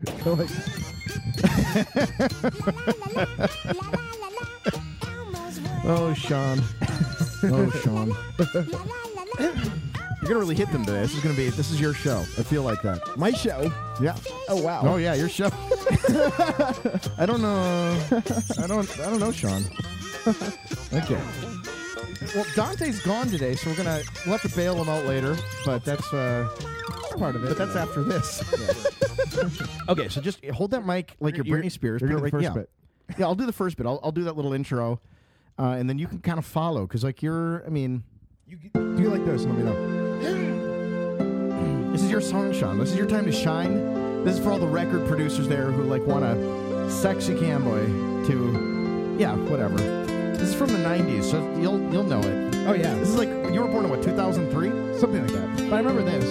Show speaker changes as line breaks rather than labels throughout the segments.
They're like, oh, Sean. Oh, Sean.
You're gonna really hit them today. This is gonna be. This is your show. I feel like that. My show.
Yeah.
Oh wow.
Oh, yeah, your show. I don't know. I don't. I don't know, Sean. Okay.
Well, Dante's gone today, so we're gonna we'll have to bail him out later.
But that's uh, part of it.
But that's after this. okay, so just hold that mic like your
You're-
Britney Spears.
you're
Put
doing
it
the
right-
first
yeah.
bit.
Yeah, I'll do the first bit. I'll, I'll do that little intro, uh, and then you can kind of follow because like you're. I mean,
Do you like this? Let me know.
this is your song, Sean. This is your time to shine. This is for all the record producers there who like want a sexy camboy to, yeah, whatever. This is from the '90s, so you'll you'll know it.
Oh yeah,
This is like you were born in what 2003.
something like that.
But I remember this.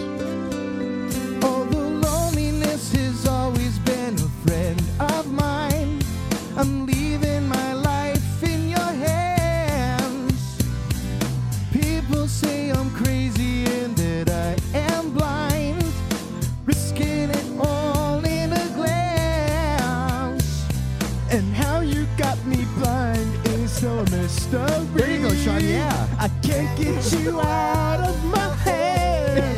Although loneliness has always been a friend of mine, I'm leaving my life in your hands. People say I'm crazy and that I am blind, risking it all in a glance. And how you got me blind is so a mystery. There you go, Sean. Yeah. I can't get you out of my head.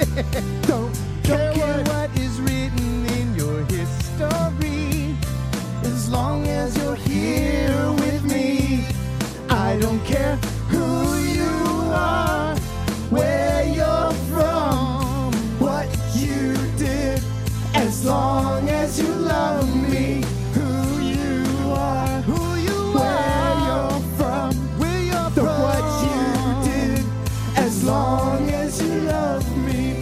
Don't, care what is written in your history. As long as you're here with me, I don't care who you are, where you're from, what you did. As long as you love me, who you are, who you are, where you're from, where you're from, what you did. As long as you love me,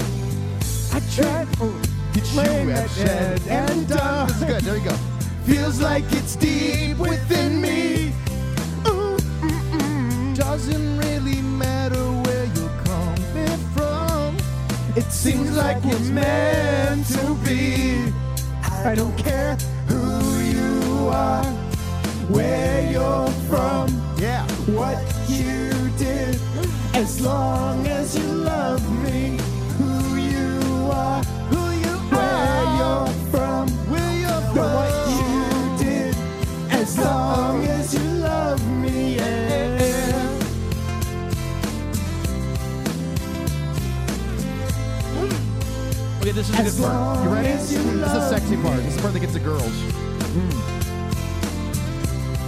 I tried. Oh, it's you have said and done. This is good. There you go. Feels like it's deep within me. Ooh, mm-mm. Doesn't really matter where you're coming from. It seems like it's meant to be. I don't care who you are, where you're from, yeah, what you did, as long as you love me, who you are, who you are, where you're from, where you're from, what you did, as long as you love me, yeah.
Okay, this is a good part.
You ready? This is the sexy part. This is the part that gets the girls. Hmm.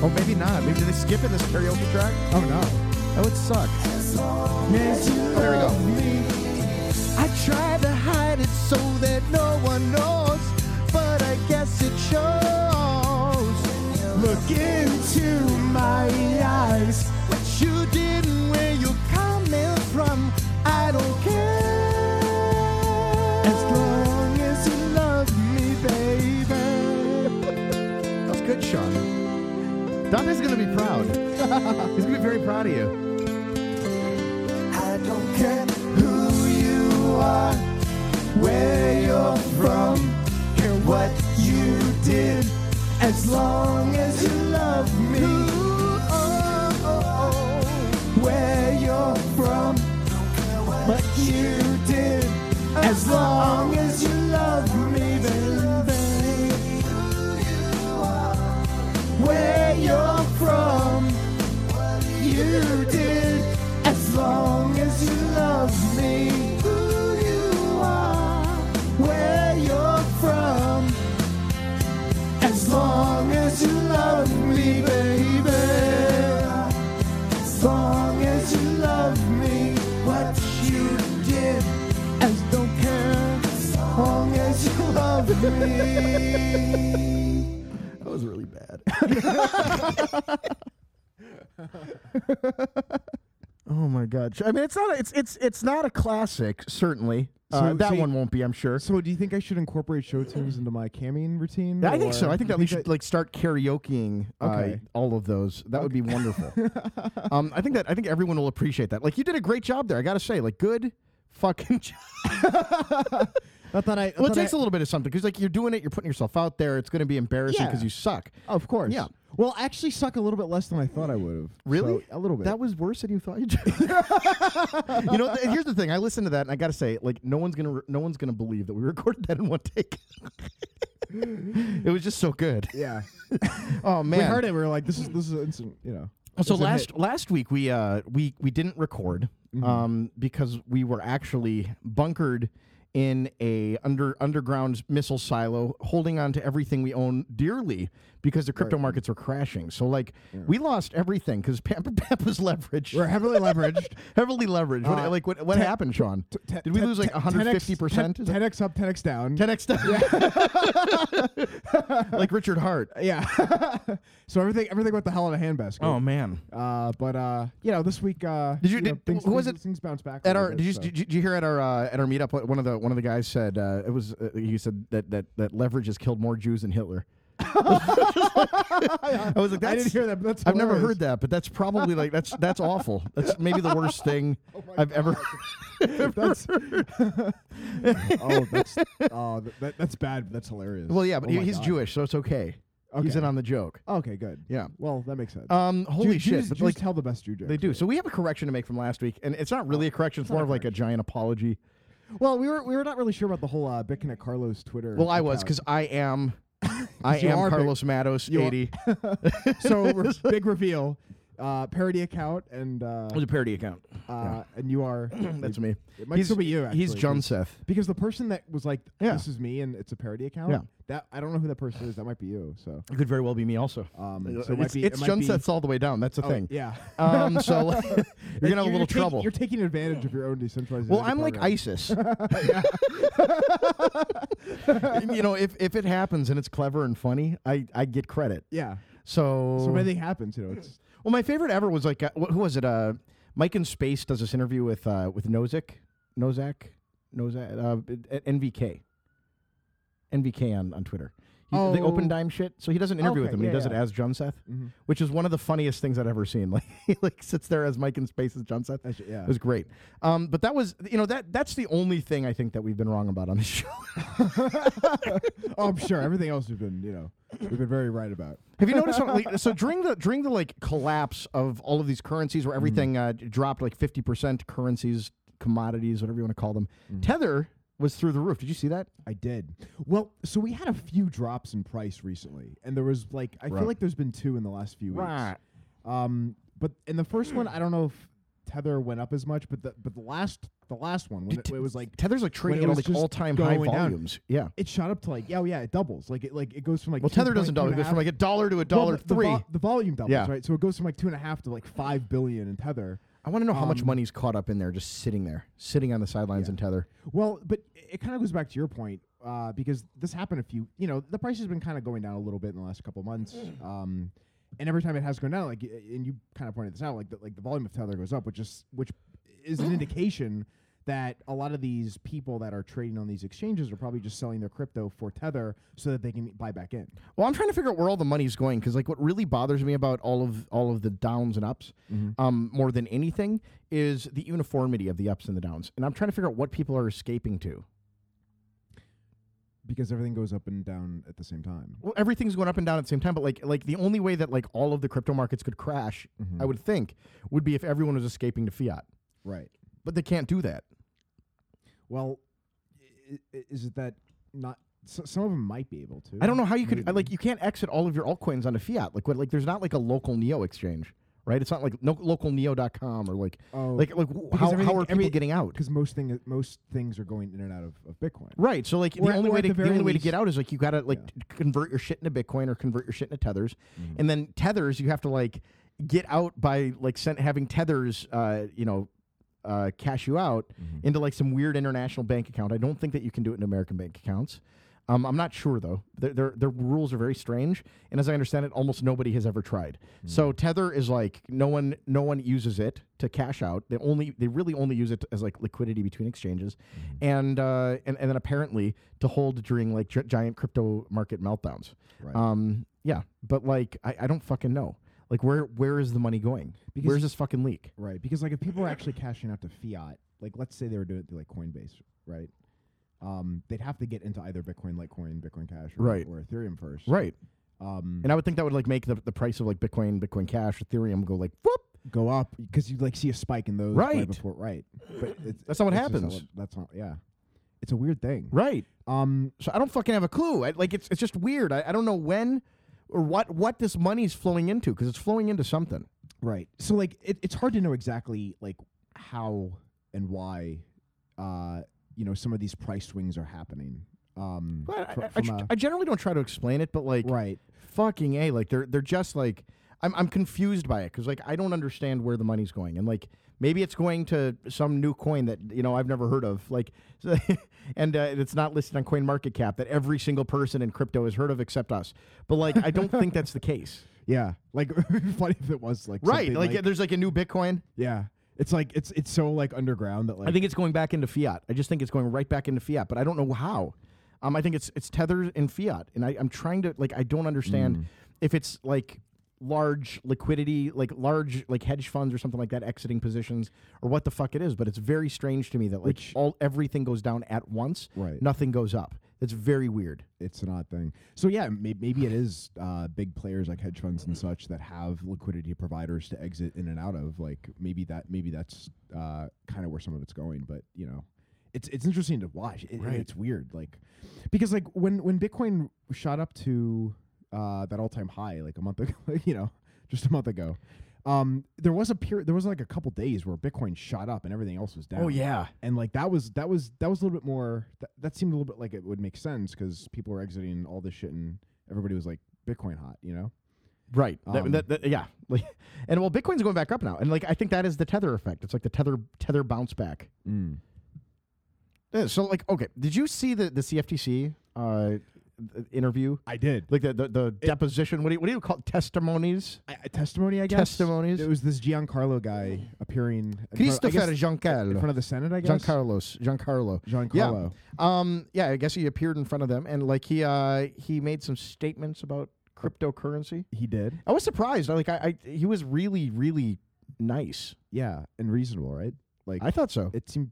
Oh, maybe not. Maybe did they skip in this karaoke track?
Oh no.
That would suck. Oh, there we go. I try to hide it so that no one knows, but I guess it shows. Look into my eyes. What you did and where you're coming from, I don't care. As long as you love me, baby. That was good, Sean. Dante's gonna be proud. He's gonna be very proud of you. I don't care who you are, where you're from, care what you did, as long as you love me. Oh, oh, oh. Where you're from, what you did, as long as you love me, baby. Where you're from you did as long as you love me who you are where you're from as long as you love me baby as long as you love me what you did as don't care as long as you love me that was really bad Oh my God! I mean, it's not a, it's it's it's not a classic. Certainly, uh,
So-
that
so you-
one won't be. I'm sure.
So, do you think I should incorporate show tunes into my camming routine?
I think
or-
so. I think that
You
we should like start karaokeing uh,
Okay.
all of those. That would be wonderful. um, I think that I think everyone will appreciate that. Like you did a great job there. I gotta say, like good fucking job.
I thought I. I
Well, it
thought I-
takes a little bit of something because like you're doing it, you're putting yourself out there. It's gonna be embarrassing
Yeah.
because you suck.
Of course.
Yeah.
Well, I actually suck a little bit less than I thought I would have.
Really?
So, a little bit.
That was worse than you thought you did. you know, th- here's the thing. I listened to that and I gotta say, like, no one's gonna re- no one's gonna believe that we recorded that in one take.
It was just so good.
yeah.
Oh man,
We heard it. We were like, this is this is instant. You know.
So
It's a
last last week we uh we we didn't record
Mhm.
um because we were actually bunkered in a under underground missile silo holding on to everything we own dearly because the crypto markets were crashing. So like we lost everything cuz Pampa Pep was leveraged.
We're heavily leveraged.
Heavily leveraged. What,
Uh,
like what what happened, Sean?
Te-
Did we
te-
lose like
te-
150%?
10x
Is that-
10x up, 10x down.
10x like Richard Hart.
Yeah. so everything everything went the hell in a handbasket.
Oh, man.
Uh, but uh, you know, this week uh,
Did you-
know,
did-
things,
who was
things,
it
things bounce back a
At
little
our
bit,
did you,
so.
did you did you hear at our uh, at our meetup what- one of the one of the guys said uh, it was uh, he said that that that leverage has killed more Jews than Hitler. I was like,
I
that's,
didn't hear that. but That's
I've never
hilarious.
heard that, but that's probably like that's that's awful. That's maybe the worst thing
Oh
I've ever.
That's oh, that's oh, th- that, that's bad. But that's hilarious.
well, yeah, but
Oh
he-
my
he's
God.
Jewish, so it's okay. He's
Okay.
in on the joke.
Okay, good.
Yeah.
Well, that makes sense.
Um, holy
Jew-
shit!
Jews,
but,
Jews
like,
tell the best Jew jokes.
they do. So we have a correction to make from last week, and it's not really a correction. Oh, It's more
not a
of like a giant apology.
Well, we were we were not really sure about the whole uh, Bitcoin Carlos Twitter.
Well, I was
account.
because I am, I
you
am
are big.
Carlos Matos,
You are-
eighty.
so re- big reveal, uh, parody account, and uh,
It was a parody account.
uh, and you are
That's me.
It might still be you. Actually,
He's John
'cause-
Seth.
Because the person that was like,
Yeah.
"This is me," and it's a parody account.
Yeah.
That I don't know who that person is. That might be you. So.
It could very well be me also.
Um,
Uh,
so it might
it's
be-
it's
it might
John
be-
Seth's all the way down. That's the
Oh,
thing.
yeah.
Um, so you're gonna have a little
taking-
trouble.
you're taking advantage of your own decentralized.
well,
identity
I'm like
program.
ISIS. you know, if, if it happens and it's clever and funny, I, I get credit.
Yeah.
So,
So if
Oh.
anything happens, you know, it's
well, my favorite ever was like, uh, wh- who was it? Uh, Mike in Space does this interview with uh, with Nozick, Nozak, Nozak, uh, at NVK, NVK on on Twitter. He, The
Oh.
open dime shit. So he does an interview with
Okay,
him.
yeah,
he does it
yeah.
as John Seth.
mhm.
which is one of the funniest things I've ever seen. Like he like sits there as Mike in Space as John Seth.
That's- yeah.
It was great. Um, but that was you know that that's the only thing I think that we've been wrong about on this show.
oh, I'm sure everything else we've been, you know, we've been very right about.
Have you noticed? how, like, so during the during the like collapse of all of these currencies,
Mm-hmm.
where everything uh, d- dropped like fifty percent, currencies, commodities, whatever you want to call them,
Mm-hmm.
Tether was through the roof. Did you see that?
I did. Well, so we had a few drops in price recently, and there was like I
Right.
feel like there's been two in the last few weeks. Um, but in the first one, I don't know if Tether went up as much, but the but the last the last one when it, it was like
Tether's like trading
it
at all
was
like
just
all time high
going down.
volumes. Yeah.
it shot up to like yeah oh, yeah it doubles like it like it goes from like
Well, Tether
2.2
doesn't double. It goes from like a dollar to a
Well,
dollar
the- the
three.
vo- the volume doubles,
Yeah.
right? So it goes from like two and a half to like five billion in Tether.
I want to know how much
um,
money's caught up in there, just sitting there, sitting on the sidelines
Yeah.
in Tether.
Well, but it- it kind of goes back to your point uh, because this happened a few. You know, the price has been kind of going down a little bit in the last couple of months.
Mm.
Um, and every time it has gone down, like, y- and you kind of pointed this out, like, the, like the volume of tether goes up, which is which is an indication that a lot of these people that are trading on these exchanges are probably just selling their crypto for tether so that they can buy back in.
Well, I'm trying to figure out where all the money's going because, like, what really bothers me about all of all of the downs and ups, um, more than anything, is the uniformity of the ups and the downs. And I'm trying to figure out what people are escaping to.
Because everything goes up and down at the same time.
Well, everything's going up and down at the same time, but like, like the only way that like all of the crypto markets could crash,
Mm-hmm.
I would think, would be if everyone was escaping to fiat.
Right.
But they can't do that.
Well, i- i- is it that not? So, some of them might be able to.
I don't know how you could I,
Maybe.
like you can't exit all of your altcoins onto fiat. Like what like there's not like a local neo exchange, right? It's not like no, localneo.com or like
Oh,
like like w-
because
how,
everything-
how are people
every-
getting out?
because most thing most things are going in and out of, of Bitcoin.
Right. So like
Or-
the only
or
way
at
to
the
the,
very
only way to
least-
get out is like you got to like
Yeah. Mm-hmm.
t- convert your shit into Bitcoin or convert your shit into tethers, and then tethers you have to like get out by like sent having tethers, uh, you know, uh, cash you out
Mm-hmm.
into like some weird international bank account. I don't think that you can do it in American bank accounts. Um, I'm not sure though. Their, their their rules are very strange, and as I understand it, almost nobody has ever tried.
Hmm.
So Tether is like no one no one uses it to cash out. They only they really only use it as like liquidity between exchanges,
Hmm.
and uh, and and then apparently to hold during like gi- giant crypto market meltdowns.
Right.
Um, yeah, but like I, I don't fucking know. Like where where is the money going?
Because-
Where's this fucking leak?
Right, because like if people are actually cashing out to fiat, like let's say they were doing it through like Coinbase, right? Um, they'd have to get into either Bitcoin, Litecoin, Bitcoin Cash, or,
Right.
or Ethereum first,
Right.
Um,
And I would think that would like make the, the price of like Bitcoin, Bitcoin Cash, Ethereum go like whoop.
go up because you like see a spike in those
Right.
before, right? But it's,
That's not what
it's just
happens.
that's not, yeah. it's a weird thing.
Right.
Um,
So I don't fucking have a clue. I, like it's it's just weird. I, I don't know when or what what this money's flowing into because it's flowing into something.
Right. So like it, it's hard to know exactly like how and why uh you know some of these price swings are happening. Um
But I-
fr-
I, I
from
g-
a-
I generally don't try to explain it, but like
right.
fucking a like they're they're just like I'm I'm confused by it because like I don't understand where the money's going and like maybe it's going to some new coin that you know I've never heard of like so- and uh, it's not listed on Coin Market Cap that every single person in crypto has heard of except us. But like I don't think that's the case.
Yeah. Like funny if it was like
Right?
something
Like, there's like a new Bitcoin.
yeah. It's like it's it's so like underground that like
I think it's going back into fiat. I just think it's going right back into fiat, but I don't know how. Um, I think it's it's tethered in fiat, and I, I'm trying to like I don't understand
Mm.
if it's like large liquidity, like large like hedge funds or something like that exiting positions or what the fuck it is. But it's very strange to me that like
Which-
all everything goes down at once,
Right.
Nothing goes up. That's very weird.
it's an odd thing. So yeah, may- maybe it is uh, big players like hedge funds and such that have liquidity providers to exit in and out of. Like maybe that maybe that's uh, kind of where some of it's going. But you know, it's it's interesting to watch. It,
Right.
It's weird, like because like when when Bitcoin shot up to uh, that all time high like a month ago, you know, just a month ago. Um, there was a period, there was like a couple days where Bitcoin shot up and everything else was down
Oh yeah,
and like that was that was that was a little bit more that, that seemed a little bit like it would make sense because people were exiting all this shit and everybody was like bitcoin hot you know
right.
Um,
that, that, that, yeah, like, and well, Bitcoin's going back up now, and like I think that is the tether effect. It's like the tether tether bounce back.
mm.
Yeah, so like okay, did you see the the CFTC uh, th- interview?
i did
Like the the, the deposition? What do you, what do you call it? testimonies?
I, I- testimony i guess
Testimonies?
it was this giancarlo guy appearing in front, I guess,
Christopher
in front
Giancarlo.
of the senate i guess
Giancarlos. Giancarlo.
giancarlo
Yeah. Um. Yeah. I guess he appeared in front of them, and like he uh he made some statements about cryptocurrency.
he did
I was surprised. I, Like I, I he was really really nice.
yeah and reasonable right like
I thought so.
it seemed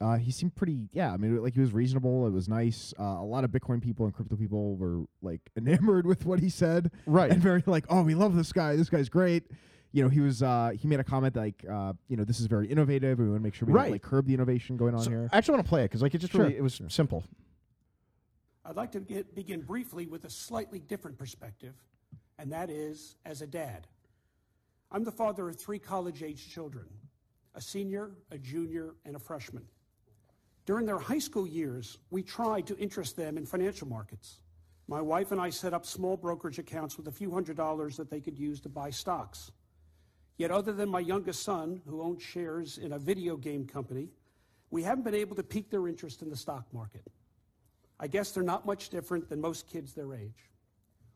uh, he seemed pretty, yeah. I mean, like he was reasonable. It was nice. Uh, a lot of Bitcoin people and crypto people were like enamored with what he said.
right.
and very like, oh, we love this guy. This guy's great. You know, he was uh, he made a comment like, uh, you know, this is very innovative. We want to make sure we
Right.
don't, like curb the innovation going on
So
here.
I actually want to play it because like it just
Sure.
really it was simple.
I'd like to get, begin briefly with a slightly different perspective, and that is as a dad. I'm the father of three college aged children a senior, a junior, and a freshman. During their high school years, we tried to interest them in financial markets. My wife and I set up small brokerage accounts with a few hundred dollars that they could use to buy stocks. Yet, other than my youngest son, who owned shares in a video game company, we haven't been able to pique their interest in the stock market. I guess they're not much different than most kids their age.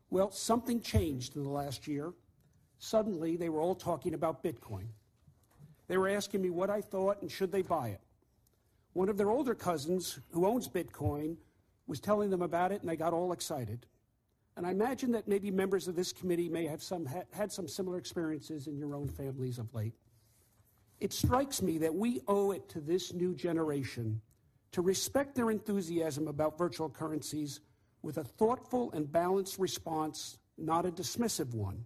Well, something changed in the last year. Suddenly, they were all talking about Bitcoin. They were asking me what I thought and should they buy it. One of their older cousins, who owns Bitcoin, was telling them about it, and they got all excited. And I imagine that maybe members of this committee may have some, ha- had some similar experiences in your own families of late it strikes me that we owe it to this new generation to respect their enthusiasm about virtual currencies with a thoughtful and balanced response, not a dismissive one.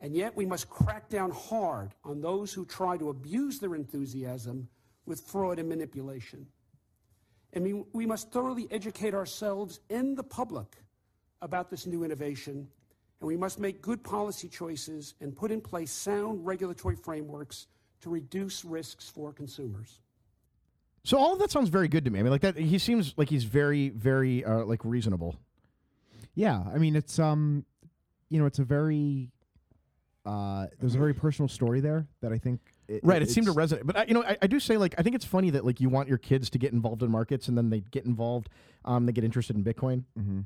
And yet, we must crack down hard on those who try to abuse their enthusiasm with fraud and manipulation. I mean, we must thoroughly educate ourselves and the public about this new innovation, and we must make good policy choices and put in place sound regulatory frameworks to reduce risks for consumers.
So all of that sounds very good to me. I mean, like that he seems like he's very very uh, like reasonable.
Yeah, I mean, it's um, you know, it's a very uh, there's a very personal story there that I think it,
Mm-hmm. Right, it seemed to
it's-
resonate, but I, you know, I, I do say like I think it's funny that like you want your kids to get involved in markets, and then they get involved, um, they get interested in Bitcoin. Mm-hmm.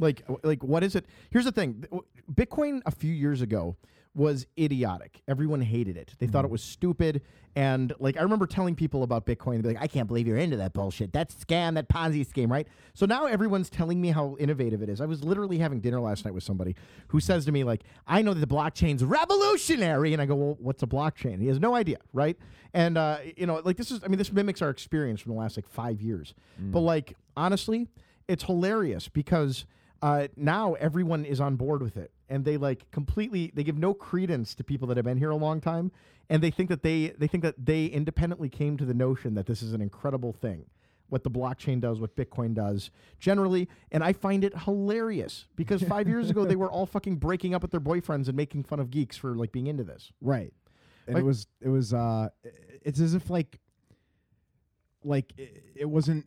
Like, like what is it? Here's the thing: Th- w- Bitcoin a few years ago was idiotic. Everyone hated it. They thought it was stupid, and like I remember telling people about Bitcoin, they'd be like, "I can't believe you're into that bullshit. That scam, that Ponzi scheme, right?" So now everyone's telling me how innovative it is. I was literally having dinner last night with somebody who says to me like, "I know that the blockchain's revolutionary," and I go, "Well, what's a blockchain?" He has no idea, right? And uh, you know, like this is, I mean, this mimics our experience from the last like five years. But like honestly, it's hilarious because uh, now everyone is on board with it and they like completely they give no credence to people that have been here a long time and they think that they they think that they independently came to the notion that this is an incredible thing what the blockchain does, what Bitcoin does generally. And I find it hilarious because five years ago they were all fucking breaking up with their boyfriends and making fun of geeks for like being into this.
Right. And
Like-
it was it was uh i- it's as if like like it, it wasn't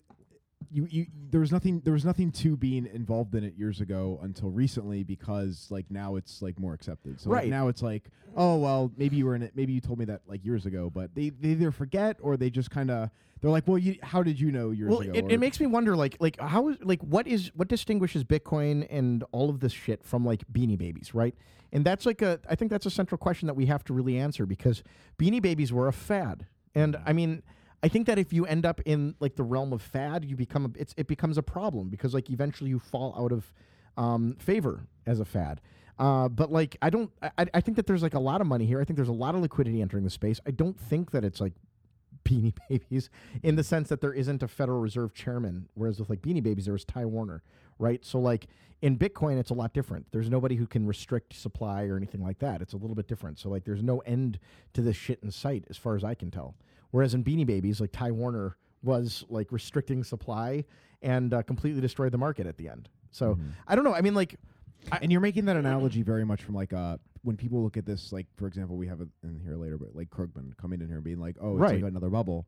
you, you there was nothing there was nothing to being involved in it years ago until recently because like now it's like more accepted. So like,
Right.
now it's like, oh well, maybe you were in it maybe you told me that like years ago, but they, they either forget or they just kinda they're like, Well you how did you know years
Well,
ago?
it,
or-
it makes me wonder, like, like how is like what is what distinguishes Bitcoin and all of this shit from like Beanie Babies, right? And that's like a, I think that's a central question that we have to really answer because Beanie Babies were a fad, and
Mm.
I mean, I think that if you end up in like the realm of fad, you become a, it's it becomes a problem because like eventually you fall out of um, favor as a fad. Uh, but like I don't, I, I- I think that there's like a lot of money here. I think there's a lot of liquidity entering the space. I don't think that it's like Beanie Babies in the sense that there isn't a Federal Reserve chairman, whereas with like Beanie Babies there was Ty Warner, right? So like in Bitcoin it's a lot different. There's nobody who can restrict supply or anything like that. It's a little bit different. So like there's no end to this shit in sight as far as I can tell. Whereas in Beanie Babies like Ty Warner was like restricting supply and uh, completely destroyed the market at the end. So I don't know. I mean like
and you're making that analogy very much from like uh when people look at this like for example we have it in here later but like Krugman coming in here and being like oh it's
Right.
like another bubble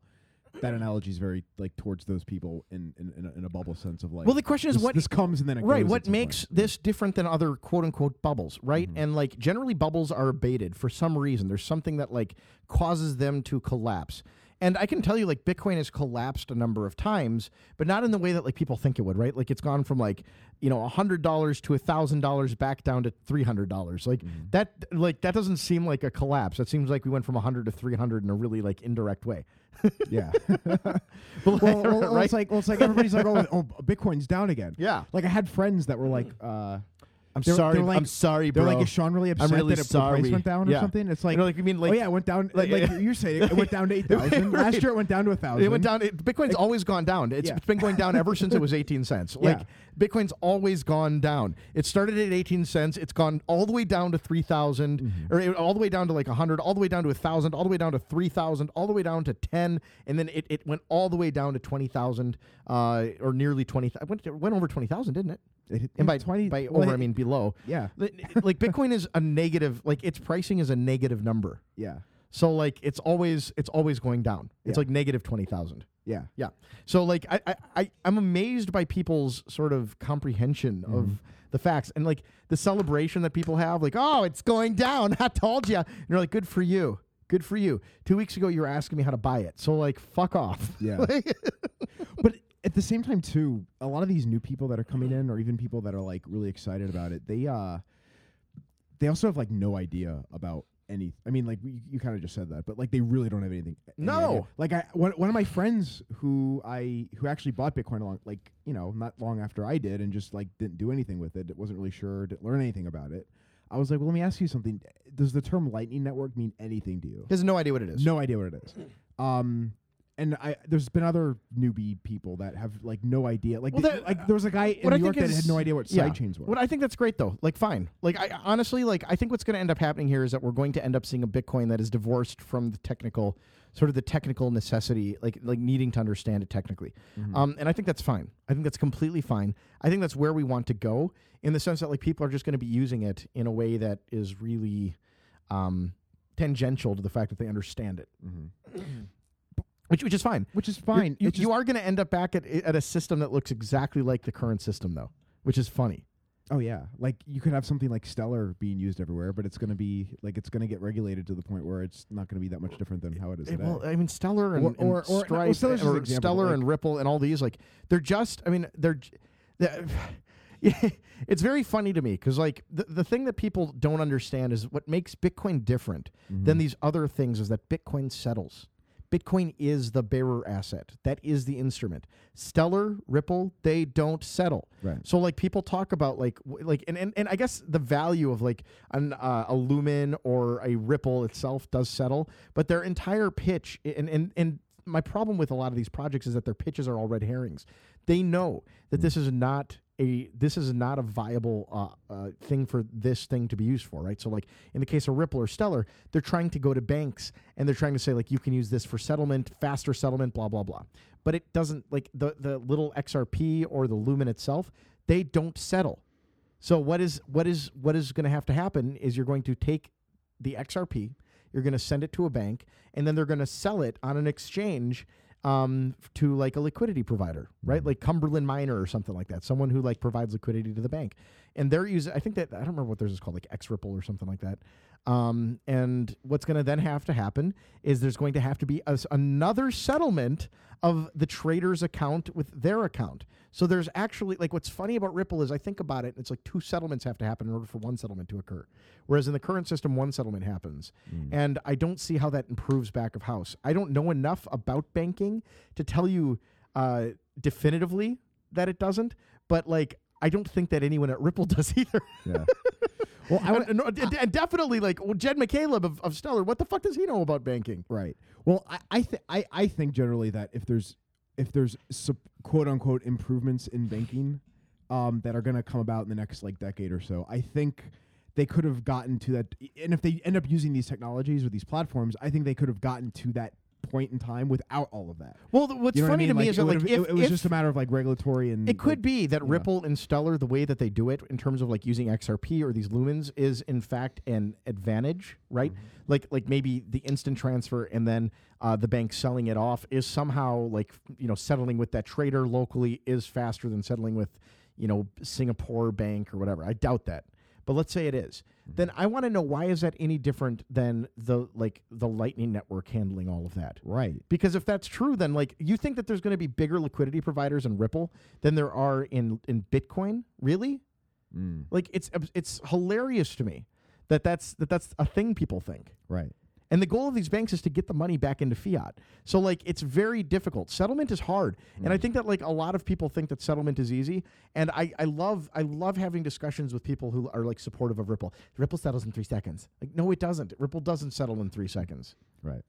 that analogy is very like towards those people in in, in, a, in a bubble sense of like
Well, the question is
this-
what-
this comes and then it
right
goes at
what
some point.
makes this different than other quote unquote bubbles right and like generally bubbles are abated for some reason there's something that like causes them to collapse and i can tell you like bitcoin has collapsed a number of times but not in the way that like people think it would right like it's gone from like you know $100 to $1000 back down to $300 like that like that doesn't seem like a collapse that seems like we went from 100 to 300 in a really like indirect way
yeah
But,
well, well, well,
right?
it's like well, it's like everybody's like oh, oh bitcoin's down again
Yeah.
like i had friends that were like uh
i'm
they were- they
sorry
were like-
i'm sorry
They're
bro
like, is Sean really upset
really
that it- the price
sorry."
went down or
Yeah.
something? It's like,
You know, like, you mean, like-
oh yeah, it went down.
like-
Like, you say, it went down to eight thousand. Last
Right.
year, it went down to a thousand.
It went down. It, Bitcoin's always gone down. It's
Yeah.
been going down ever since it was 18 cents. Like
Yeah.
Bitcoin's always gone down. It started at 18 cents. It's gone all the way down to 3,000,
Mm-hmm.
or it- all the way down to like 100, all the way down to 1,000, all the way down to 3,000, all the way down to 10, and then it, it went all the way down to 20,000, uh, or nearly 20,000. It went, it went over 20,000, didn't it?
It hit-
and by
yeah, 20
by
well,
over,
it-
I mean below.
yeah.
Li- like Bitcoin is a negative. Like its pricing is a negative number.
Yeah,
So like it's always it's always going down. It's
Yeah.
like negative twenty thousand.
yeah.
Yeah. So like I, I, I I'm amazed by people's sort of comprehension
Mm-hmm.
of the facts and like the celebration that people have, like, oh, it's going down. I told you. And you're like, good for you. Good for you. Two weeks ago you were asking me how to buy it. So like fuck off.
Yeah.
Like-
but at the same time too a lot of these new people that are coming in or even people that are like really excited about it they uh they also have like no idea about any i mean like you, you kind of just said that but like they really don't have anything any
No.
idea. like i one, one of my friends who i who actually bought bitcoin along like you know not long after i did and just like didn't do anything with it wasn't really sure didn't learn anything about it i was like well let me ask you something does the term lightning network mean anything to you
He has no idea what it is.
no idea what it is. Um, and I there's been other newbie people that have like no idea. Like,
Well,
th-
that-
like there was a guy in
what
New
I
York
think
that
is-
had no idea what
yeah.
sidechains were.
What I think that's great though. Like fine. Like I honestly like I think what's going to end up happening here is that we're going to end up seeing a Bitcoin that is divorced from the technical sort of the technical necessity like like needing to understand it technically.
Mm-hmm.
Um and I think that's fine. I think that's completely fine. I think that's where we want to go in the sense that like people are just going to be using it in a way that is really um tangential to the fact that they understand it.
Mm-hmm.
Which, which is fine.
which is
You're-
fine.
You,
It's
you
just-
are going to end up back at, at a system that looks exactly like the current system, though, which is funny.
Oh yeah. Like you could have something like Stellar being used everywhere, but it's gonna be like it's gonna get regulated to the point where it's not gonna be that much different than how it is
Eh,
today.
Well, I mean, Stellar and,
Or-
and
or- or- no,
Stripe
well, Stellar's just an
or
example,
Stellar
like-
and Ripple and all these, like, they're just, I mean, they're, j- the- it's very funny to me because, like, the, the thing that people don't understand is what makes Bitcoin different
Mm-hmm.
than these other things is that Bitcoin settles. Bitcoin is the bearer asset. That is the instrument. Stellar, Ripple, they don't settle.
Right.
So like people talk about like w- like and and, and I guess the value of like an uh, a lumen or a ripple itself does settle, but their entire pitch and and and my problem with a lot of these projects is that their pitches are all red herrings. They know that this is not a this is not a viable uh, uh, thing for this thing to be used for, right? So like in the case of Ripple or Stellar, they're trying to go to banks and they're trying to say like you can use this for settlement, faster settlement, blah blah blah. But it doesn't like the the little XRP or the Lumen itself, they don't settle. So what is what is what is going to have to happen is you're going to take the XRP, you're going to send it to a bank, and then they're going to sell it on an exchange um, f- to like a liquidity provider, right? Like Cumberland Miner or something like that, someone who like provides liquidity to the bank. And they're using, I think that I don't remember what theirs is called, like X Ripple or something like that. Um, and what's going to then have to happen is there's going to have to be a s another settlement of the trader's account with their account. So there's actually like what's funny about Ripple is I think about it, it's like two settlements have to happen in order for one settlement to occur. Whereas in the current system, one settlement happens. And I don't see how that improves back of house. I don't know enough about banking to tell you uh, definitively that it doesn't, but like I don't think that anyone at Ripple does either.
Yeah.
Well, I and, and- and- and definitely like well, Jed McCaleb of, of Stellar. What the fuck does he know about banking?
Right. Well, I I, th- I I think generally that if there's if there's sup- quote unquote improvements in banking um, that are going to come about in the next like decade or so, I think they could have gotten to that. e, And if they end up using these technologies or these platforms, I think they could have gotten to that point in time without all of that.
Well, th- what's
You know what I
funny to
mean?
me is
it
that like
would've-
if,
it, it was
if
just a matter of like regulatory and
It could
like,
be that Ripple and Stellar, the way that they do it in terms of like using XRP or these lumens, is in fact an advantage, right?
Mm-hmm.
Like, like maybe the instant transfer and then uh, the bank selling it off is somehow like you know settling with that trader locally is faster than settling with you know Singapore bank or whatever. I doubt that, but let's say it is.
Mm-hmm.
Then I want to know why is that any different than the like the Lightning Network handling all of that?
right.
Because if that's true, then like you think that there's going to be bigger liquidity providers in Ripple than there are in in Bitcoin, really? Like it's it's hilarious to me that that's that that's a thing people think.
Right.
And the goal of these banks is to get the money back into fiat. So like it's very difficult. Settlement is hard. And I think that like a lot of people think that settlement is easy. And I, I love I love having discussions with people who are like supportive of Ripple. Ripple settles in three seconds. Like, no, it doesn't. Ripple doesn't settle in three seconds.
Right.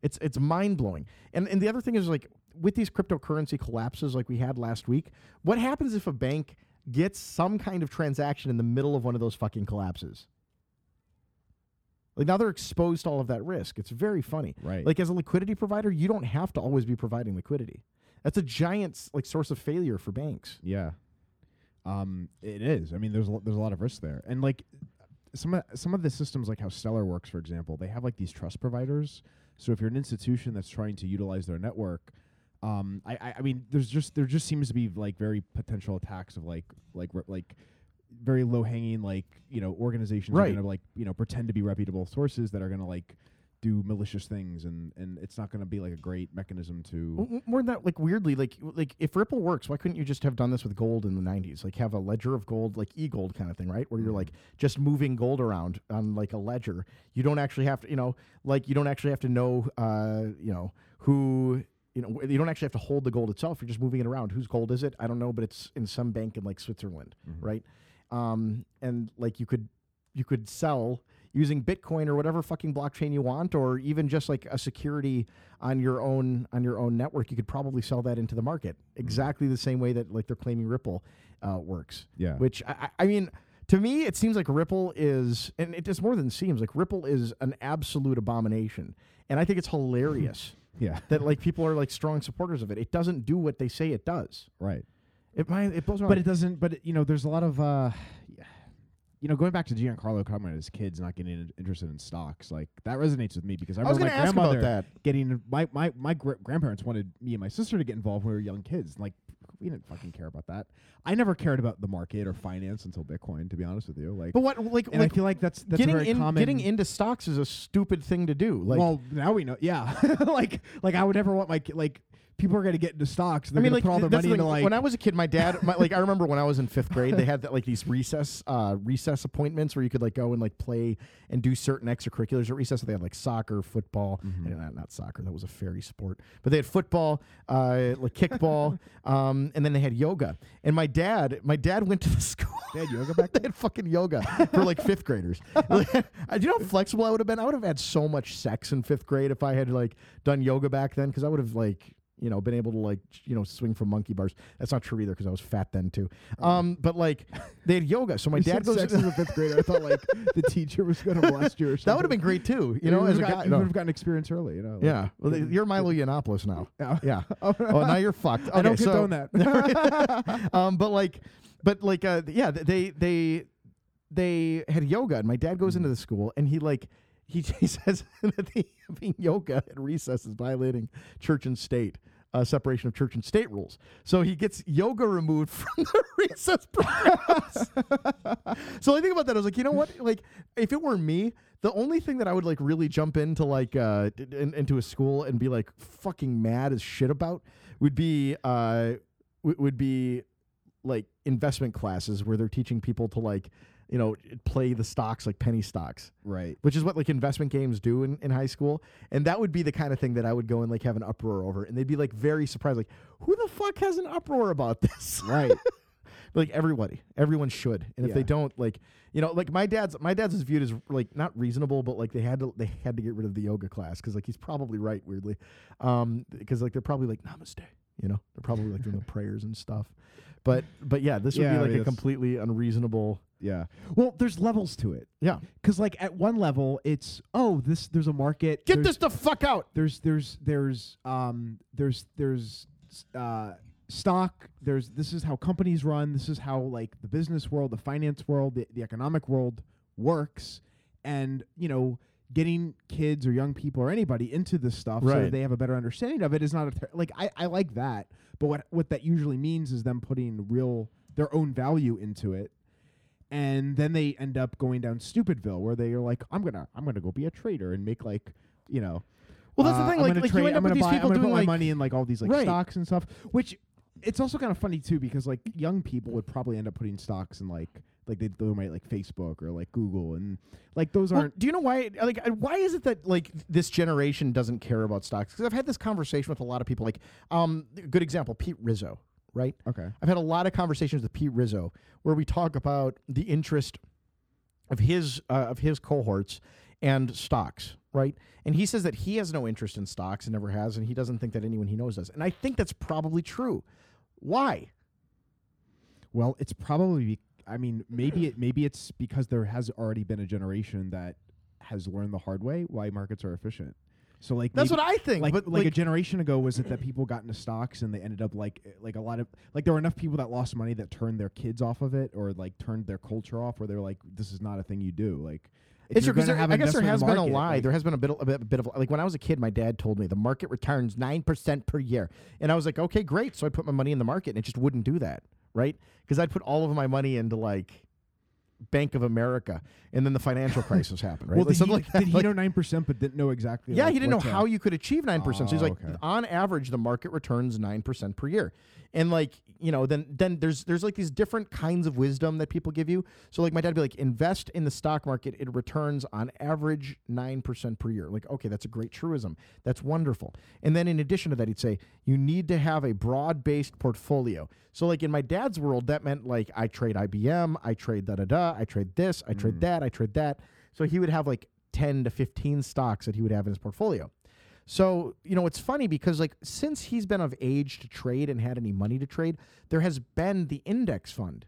It's it's mind blowing. And and the other thing is like with these cryptocurrency collapses like we had last week, what happens if a bank gets some kind of transaction in the middle of one of those fucking collapses? Like now they're exposed to all of that risk. It's very funny.
Right.
Like as a liquidity provider, you don't have to always be providing liquidity. That's a giant s- like source of failure for banks.
Yeah, um, it is. I mean, there's a, lo- there's a lot of risk there, and like some of, some of the systems, like how Stellar works, for example, they have like these trust providers. So if you're an institution that's trying to utilize their network, um, I, I I mean, there's just there just seems to be like very potential attacks of like like re- like very low hanging like you know organizations are
Right.
gonna like you know pretend to be reputable sources that are gonna like do malicious things and and it's not gonna be like a great mechanism to
Well, m- more than that, like weirdly, like like if Ripple works, why couldn't you just have done this with gold in the '90s? Like have a ledger of gold, like e-gold kind of thing, right? Where you're like just moving gold around on like a ledger. You don't actually have to, you know, like you don't actually have to know, uh, you know, who. You know, you don't actually have to hold the gold itself. You're just moving it around. Whose gold is it? I don't know, but it's in some bank in like Switzerland, right? Um, and like you could you could sell using Bitcoin or whatever fucking blockchain you want, or even just like a security on your own on your own network. You could probably sell that into the market
Mm-hmm.
exactly the same way that like they're claiming Ripple uh, works.
Yeah.
Which I, I I mean, to me, it seems like Ripple is, and it just more than seems like Ripple is an absolute abomination, and I think it's hilarious.
Yeah.
that like people are like strong supporters of it. It doesn't do what they say it does.
right.
It mind it blows my
But it doesn't. But it- you know, there's a lot of, uh, you know, going back to Giancarlo comment his kids not getting in- interested in stocks. Like that resonates with me because I,
I was
remember
gonna
my
ask about
grandmother
that.
getting my my my gr- grandparents wanted me and my sister to get involved when we were young kids. Like we didn't fucking care about that. I never cared about the market or finance until Bitcoin. To be honest with you, like,
But what like
and
like
I feel like that's that's a
getting
very
in,
common.
getting into stocks is a stupid thing to do. Like
well, now we know. Yeah, like like I would never want my ki- like people are gonna get into stocks. And
I
they're
mean,
gonna
like,
put all their
th- that's
money
the
into
thing.
like
when I was a kid, my dad, my, like, I remember when I was in fifth grade, they had that, like these recess, uh, recess appointments where you could like go and like play and do certain extracurriculars at recess. So they had like soccer, football, and not, not soccer. That was a fairy sport, but they had football, uh, like kickball, um, and then they had yoga. And my dad, my dad went to the school.
They had yoga back
they had fucking yoga for like fifth graders. Like, do you know how flexible I would have been? I would have had so much sex in fifth grade if I had like done yoga back then because I would have like you know, been able to like you know swing from monkey bars. That's not true either because I was fat then too. Um, but like they had yoga, so my
Oh. You
dad
said
goes.
sex as a fifth grader. I thought like the teacher was going to blast you or something.
that would have been great too, you know, as a
would've
guy.
got- you
no.
would have gotten experience early. You know. like-
Yeah, well, th- you're Milo Yiannopoulos now.
Yeah.
Yeah. oh, now you're fucked. Okay,
I don't
so,
condone that.
um, but like, but like, uh, yeah, th- they they they had yoga, and my dad goes into the school, and he like he, he says that the having yoga at recess is violating church and state. Uh, separation of church and state rules. So he gets yoga removed from the recess programs. so I think about that. I was like, you know what? Like, if it were me, the only thing that I would like really jump into like uh, d- d- in, into a school and be like fucking mad as shit about would be uh, w- would be like investment classes where they're teaching people to like you know play the stocks like penny stocks
right.
which is what like investment games do in, in high school and that would be the kind of thing that i would go and like have an uproar over and they'd be like very surprised like who the fuck has an uproar about this
Right.
like everybody everyone should and if they
Yeah.
don't like you know like my dad's my dad's is viewed as like not reasonable but like they had to they had to get rid of the yoga class because like he's probably right weirdly um because like they're probably like namaste you know they're probably like doing the prayers and stuff but but yeah this would
Yeah, I
be like
mean,
a
that's-
completely unreasonable
Yeah. Well, there's levels to it.
yeah
Because like at one level, it's oh this there's a market.
get this
there's,
the fuck out
There's there's there's um there's there's uh stock. There's this is how companies run. This is how like the business world, the finance world, the, the economic world works, and you know getting kids or young people or anybody into this stuff so
Right.
that they have a better understanding of it is not a ter- like I, I like that but what what that usually means is them putting real their own value into it and then they end up going down Stupidville, where they are like, "I'm gonna, I'm gonna go be a trader and make like, you know."
Well, that's the
uh,
thing,
I'm
like-
gonna
like, you
trade-
end
I'm
up with
gonna
these
buy-
people
I'm gonna
doing,
put
like-
my money in like all these like
Right.
stocks and stuff, which it's also kind of funny too because like young people would probably end up putting stocks in like like they they might like Facebook or like Google and like those
Well,
aren't
do you know why? Like, uh, why is it that like this generation doesn't care about stocks? Because I've had this conversation with a lot of people. Like, um, a good example, Pete Rizzo, right?
okay.
I've had a lot of conversations with Pete Rizzo where we talk about the interest of his uh, of his cohorts and stocks, right? And he says that he has no interest in stocks and never has, and he doesn't think that anyone he knows does. And I think that's probably true. Why?
Well, it's probably. Be- I mean, maybe it maybe it's because there has already been a generation that has learned the hard way why markets are efficient. So like
That's
maybe-
what I think.
like,
but
like a generation ago was it that people got into stocks and they ended up like eh, like a lot of like there were enough people that lost money that turned their kids off of it or like turned their culture off where they're like this is not a thing you do like if
It's true
you're
because
gonna have
I guess there
investment in
has
the
been a
market,
lie.
like-
there has been a bit, a bit, a bit of like when I was a kid, my dad told me the market returns nine percent per year, and I was like, okay, great. So I put my money in the market, and it just wouldn't do that, right? Because I'd put all of my money into like Bank of America, and then the financial crisis happened, right? Like,
well did he,
something like that.
did he
Like-
know nine percent but didn't know exactly
yeah,
like,
he didn't know
what uh, to-
how you could achieve nine percent. So he's
Oh,
like,
okay.
on average, the market returns nine percent per year, and like you know, then then there's there's like these different kinds of wisdom that people give you. So like my dad'd be like, invest in the stock market; it returns on average nine percent per year. Like, okay, that's a great truism. That's wonderful. And then in addition to that, he'd say you need to have a broad based portfolio. So like in my dad's world, that meant like I trade IBM, I trade da da da, I trade this, I
Hmm.
trade that, I trade that. So he would have like 10 to 15 stocks that he would have in his portfolio. So, you know, it's funny because like since he's been of age to trade and had any money to trade, there has been the index fund.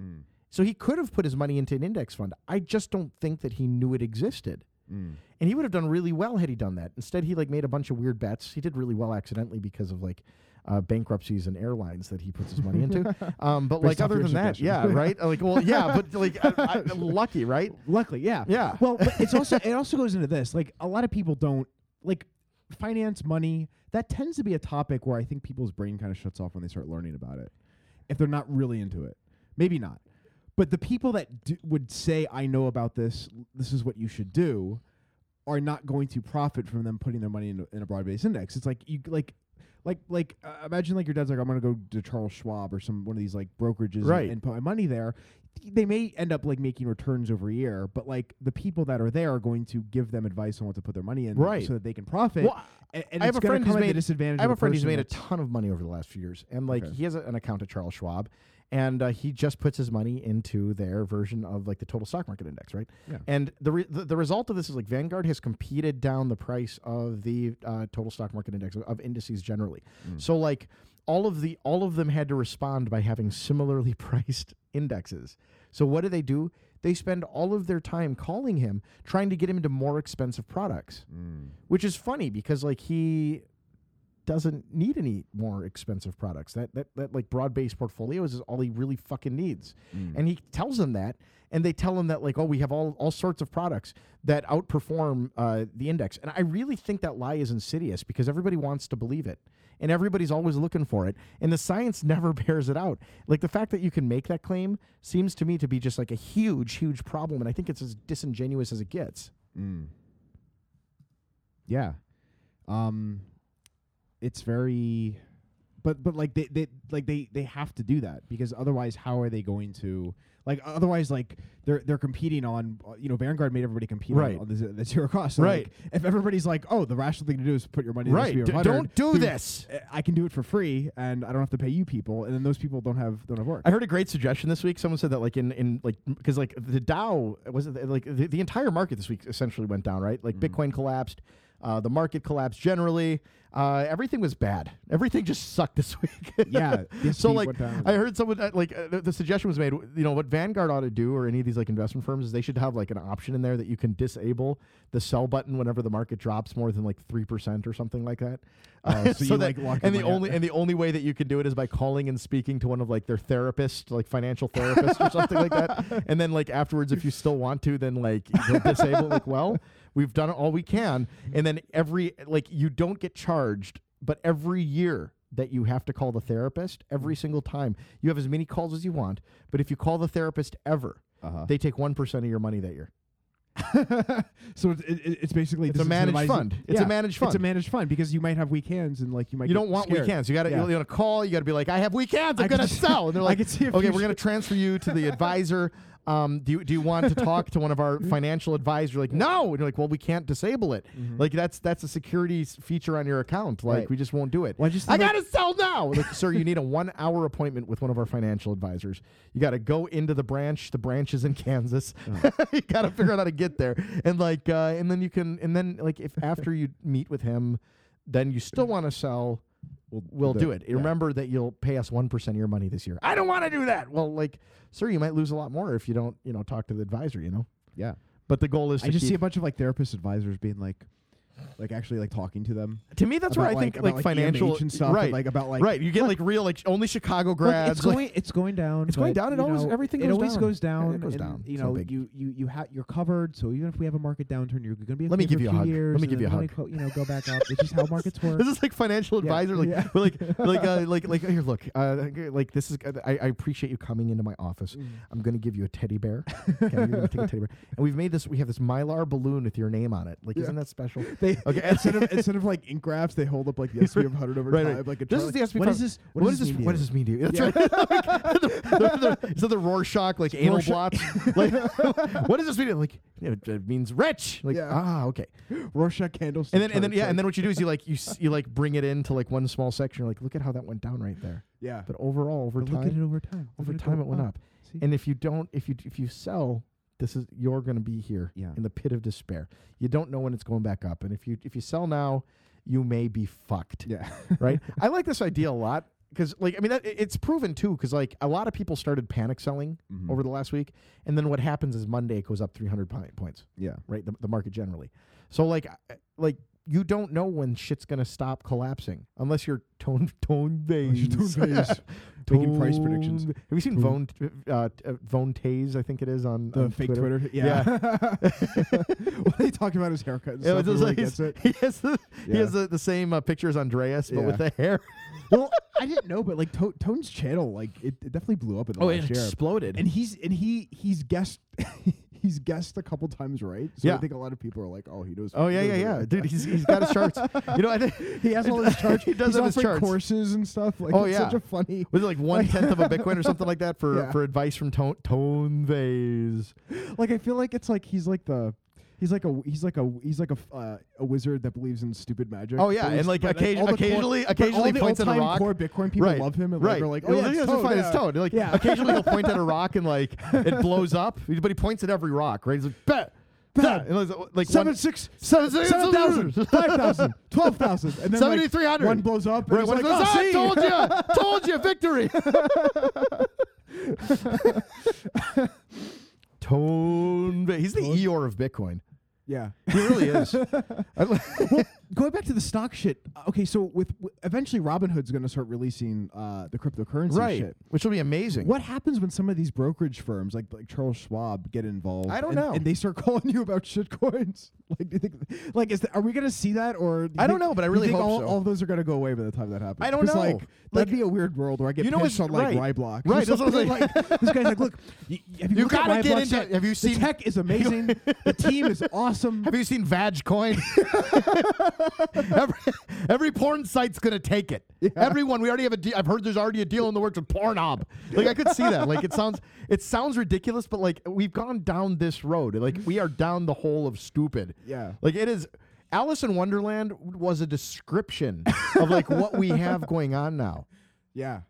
Mm,
So he could have put his money into an index fund. I just don't think that he knew it existed.
mm.
And he would have done really well had he done that. Instead, he like made a bunch of weird bets. He did really well accidentally because of like uh, bankruptcies and airlines that he puts his money into. Um, but
Based
like
off
other
your
than that, yeah,
suggestions.
right? Like, well, yeah, but like I, I, lucky, right?
Luckily, yeah.
Yeah.
Well, but it's also it also goes into this. Like a lot of people don't like finance, money. That tends to be a topic where I think people's brain kind of shuts off when they start learning about it. If they're not really into it. Maybe not. But the people that d- would say I know about this, this is what you should do, are not going to profit from them putting their money in a, in a broad-based index. It's like you like like like uh, imagine like your dad's like I'm gonna go to Charles Schwab or some one of these like brokerages and-
Right.
and put my money there. They may end up like making returns over a year, but like the people that are there are going to give them advice on what to put their money in,
Right.
so that they can profit.
Well,
a- and,
I have
it's
a
gonna
friend
come
who's
at the
made
disadvantage.
I have
of
a
the
friend who's
person
made a
that's-
ton of money over the last few years, and like
Okay.
he has a, an account at Charles Schwab, and uh, he just puts his money into their version of like the total stock market index, right?
Yeah.
And the, re- the the result of this is like Vanguard has competed down the price of the uh, total stock market index of, of indices generally.
Hmm.
So like all of the all of them had to respond by having similarly priced indexes. So what do they do? They spend all of their time calling him, trying to get him into more expensive products,
Hmm.
which is funny because like he doesn't need any more expensive products. That that that like broad based portfolio is, is all he really fucking needs. And he tells them that, and they tell him that like, oh, we have all all sorts of products that outperform uh, the index. And I really think that lie is insidious because everybody wants to believe it, and everybody's always looking for it, and the science never bears it out. Like the fact that you can make that claim seems to me to be just like a huge, huge problem, and I think it's as disingenuous as it gets.
Mm. Yeah. Um it's very but but like they, they like they they have to do that because otherwise how are they going to like otherwise like they're they're competing on uh, you know Vanguard made everybody compete on-
Right.
on, the, ze- the zero cost so
Right.
like, if everybody's like oh the rational thing to do is put your money in
Right.
the
D-
S&P 500,
don't do
then
this.
I can do it for free and I don't have to pay you people and then those people don't have don't have work
I heard a great suggestion this week. Someone said that like in in like because like the Dow was it like the, the entire market this week essentially went down, right? Like
Mm-hmm.
Bitcoin collapsed, uh, the market collapsed generally. Uh, everything was bad. Everything just sucked this week.
Yeah, the
so
S&P
like
went down.
I heard someone uh, like uh, the, the suggestion was made. w- You know what Vanguard ought to do, or any of these like investment firms, is they should have like an option in there that you can disable the sell button whenever the market drops more than like three percent or something like that.
Oh, so you, like, lock
and the
your money out.
only and the only way that you can do it is by calling and speaking to one of like their therapists, like financial therapists or something like that. And then like afterwards, if you still want to, then like you'll disable. Like, well, we've done all we can, and then every like you don't get charged, but every year that you have to call the therapist, every single time you have as many calls as you want. But if you call the therapist ever,
Uh-huh.
they take one percent of your money that year.
so it's, it, it- it's basically
It's a managed
disincentivizing-
fund. It's a
Yeah,
managed
it's a
fund.
managed fund because you might have weak hands and like you might
You
get
don't want
scared.
weekends. You got to
Yeah.
you got to call. You got to be like, I have weekends. I'm
I
gonna
can-
sell. And they're
I
like,
can see a
okay, we're
future."
gonna transfer you to the advisor. Um, do you do you want to talk to one of our financial advisors? You're like, no. And you're like, well, we can't disable it. Like that's that's a security s- feature on your account. Like
Mm-hmm. Right.
we just won't do it.
Well, I just
I
think,
gotta sell now. Like, sir, you need a one hour appointment with one of our financial advisors. You gotta go into the branch. The branch is in Kansas. you gotta figure out how to get there. And like, uh, and then you can, and then like, if after you meet with him, then you still want to sell, we'll, do it.
yeah.
Remember that you'll pay us one percent of your money this year. I don't want to do that. Well, like, sir, you might lose a lot more if you don't, you know, talk to the advisor. You know,
Yeah.
but the goal is to
I just see a
keep-
bunch of like therapist advisors being like, like actually like talking to them.
to me, that's where I
about,
think
like-
like,
about, like,
financial
EMH and stuff and,
right?
like, about, like,
right, you get like real like only Chicago grads.
it's
like-
going, it's going down.
It's going
but,
down. It
you
always-
know,
everything
it
goes
always
down.
goes down.
It goes
and,
down.
You
It's not
know,
big.
you you you have you're covered. So even if we have a market downturn, you're going to be.
Let me
okay
give
for
you a
few
hug. Let me
years,
give
and then
you a
finally
hug.
co- you know, go back up. It's just how markets work.
This is like financial
Yeah.
advisor, like,
Yeah.
but like, like, uh, like, like, here, look, uh, g- like, this is. I, I appreciate you coming into my office.
Mm.
I'm going to give you a teddy bear. Okay, you're going to take a teddy bear, and we've made this. We have this mylar balloon with your name on it. Like, isn't that special?
They,
Okay.
instead of instead of like ink graphs, they hold up like the S P 100 over
Right,
time.
right.
Like a
this
chart,
is the
like,
SP.
What is this?
What does this?
mean to
What
you?
does this mean to you? That's right. the, the, the, so the Rorschach like anal
Rorschach.
blots. Like, what does this mean? Like, you know, it means rich. Like,
Yeah.
ah, okay.
Rorschach candlestick.
And then, and then,
charts,
yeah, and then
like-
what you do is you like you s- you like bring it into like one small section. You're like, look at how that went down right there.
yeah.
But overall, over
But
time,
look at it over time. Look
over
at
time
go
it went up.
See?
And if you don't, if you if you sell, this is you're going to be here
Yeah.
in the pit of despair. You don't know when it's going back up, and if you if you sell now, you may be fucked.
Yeah.
Right. I like this idea a lot because like I mean that, it- it's proven too because like a lot of people started panic selling
Mhm.
over the last week, and then what happens is Monday it goes up 300 pi- points
Yeah.
right? The, the market generally. So like, I- like you don't know when shit's gonna stop collapsing unless you're tone tone
you're Tone
Bays.
Bays making price predictions.
Have you seen Vone uh, t- uh, Vone Taze? I think it is on
The
on
fake
Twitter.
Twitter. what are you talking about? His haircut. And
Yeah,
stuff,
it's just
everyone
like
gets
he's-
it.
he has the, he
Yeah.
has the, the same uh, picture as Andreas, but with
Yeah.
the hair.
well, I didn't know, but like to- Tone's channel, like it, it definitely blew up in the last year.
exploded.
And he's and he he's guessed he's guessed a couple times right. So
Yeah.
I think a lot of people are like, oh, he knows.
oh yeah,
he
yeah,
knows
yeah,
it.
dude. He's he's got his charts. You know, I think
He has all his charts.
he does
he's
have his
offering
charts.
courses and stuff. Like,
Oh,
it's
yeah.
such a funny.
Was it like one tenth of a Bitcoin or something like that for
Yeah.
for advice from Tone Tone Bays?
Like, I feel like it's like he's like the. He's like a he's like a he's like a f- uh, a wizard that believes in stupid magic.
Oh, yeah,
But he's-
and, like,
but,
occasion-
all the
occasionally-
core, but
occasionally
all the
points at a
all-time
rock.
Core Bitcoin people
right.
love him, and like,
right.
they're like, oh
Well,
yeah, it's
it's
Toad,
fine,
yeah.
it's Toad. Like
yeah.
occasionally he'll point at a rock and like it blows up, but he points at every rock. Right? He's like bet.
Bat.
like
Seven,
one-
six,
seven, six,
Seven thousand, five thousand, twelve thousand, and then like,
7,300.
One blows up. And
Right,
he's
one
like,
of those,
"Oh,
"Ah,
see?"
told you, told you, victory. Tone. He's the Eeyore of Bitcoin.
Yeah.
He really is. I li-
Going back to the stock shit. uh, Okay, so with w- eventually Robinhood's going to start releasing uh, the cryptocurrency
right,
shit.
which will be amazing.
What happens when some of these brokerage firms, like like Charles Schwab, get involved?
I don't
and-
know.
And they start calling you about shit coins. Like, do you think, like, is that, are we gonna see that? Or do you
I don't
think-
know, but I
do you
really
think
hope
all,
so.
all those are gonna go away by the time that happens.
I don't
'Cause,
know.
Like,
Like,
that'd be a weird world where I get
you know
pitched on
what's-
like
right.
Ryblock.
Right,
Or
that's what I'm
something
saying.
like, this guy's like, look, y- have you,
You
looked at
gotta get
Ryblock's
into-
tech?
have you
The
seen-
tech is amazing. the team is awesome.
Have you seen Vagcoin? every, every porn site's gonna take it. Everyone, we already have a. De- I've heard there's already a deal in the works with Pornhub. Like I could see that. Like it sounds, it sounds ridiculous, but like we've gone down this road. Like we are down the hole of stupid.
Yeah.
Like it is. Alice in Wonderland was a description of like what we have going on now.
Yeah.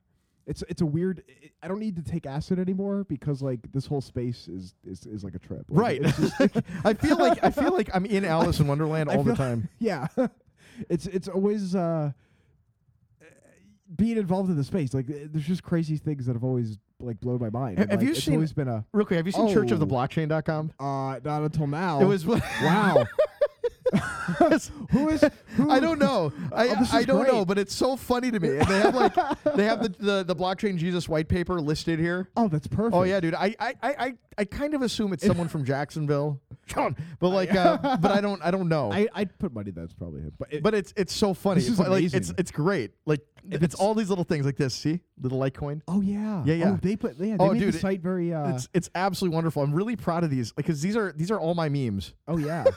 It's it's a weird. i I don't need to take acid anymore because like this whole space is is, is like a trip. Like,
Right.
it's just-
I feel like I feel like I'm in Alice in Wonderland
I
all the
feel-
time.
yeah. it's it's always uh, being involved in the space. Like uh, there's just crazy things that have always like blown my mind.
Have
And, like,
you
it's
seen-
Always been a
Real quick, have you seen Church of the
Oh.
Blockchain.com?
uh, not until now.
It was
wow. who is? Who,
I don't know. I,
Mm. Oh, this
I
is
don't know,
great.
but it's so funny to me. And they have like they have the, the, the blockchain Jesus white paper listed here.
Oh, that's perfect.
Oh yeah, dude. I I, I, I- I kind of assume it's someone from Jacksonville, Sean. But like, uh, but I don't I don't know.
I I'd put money that's probably him. But it,
but it's it's so funny.
This is
It's like it's
amazing.
it's great. Like it's,
it's-
all these little things like this. See, little Litecoin.
oh yeah.
Yeah, yeah.
Oh, they put. Yeah, they
Oh,
made
dude,
the
it-
site very. Uh,
It's it's absolutely wonderful. I'm really proud of these because these are these are all my memes.
Oh yeah. They're-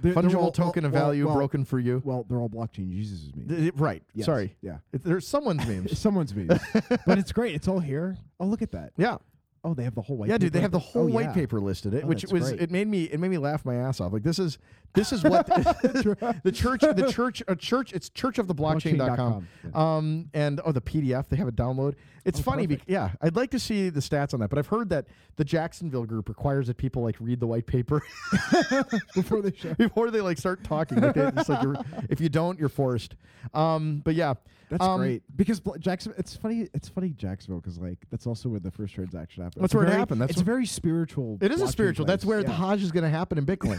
they're
Fungible
all- oh,
token of
well,
value
well,
broken for you.
Well, they're all blockchain. Jesus is me.
Th- right.
Yes,
Sorry.
Yeah.
It- There's someone's memes.
Someone's me. but it's great. It's all here. Oh, look at that.
yeah.
Oh, they have the whole white.
yeah,
paper
dude, they have the
up there.
whole
Oh,
white
yeah.
paper listed it,
Oh,
which
that's
was
great.
it made me it made me laugh my ass off. Like this is this is what the church the church a church it's church of the blockchain.com.
Blockchain.com,
Um and oh the PDF, they have a download. It's funny bec-
Oh, perfect.
yeah, I'd like to see the stats on that, but I've heard that the Jacksonville group requires that people like read the white paper
Before they show.
before they like start talking. Like, they, it's like you're, if you don't, you're forced. Um but yeah.
That's
um,
great because Bla- Jackson. It's funny. It's funny Jacksonville because like that's also where the first transaction happened.
That's
It's a
where it
very-
happened. That's
it's a
wh-
very spiritual.
It is a
blockchain
spiritual. That's
place.
where the
Yeah.
Hajj is going to happen in Bitcoin.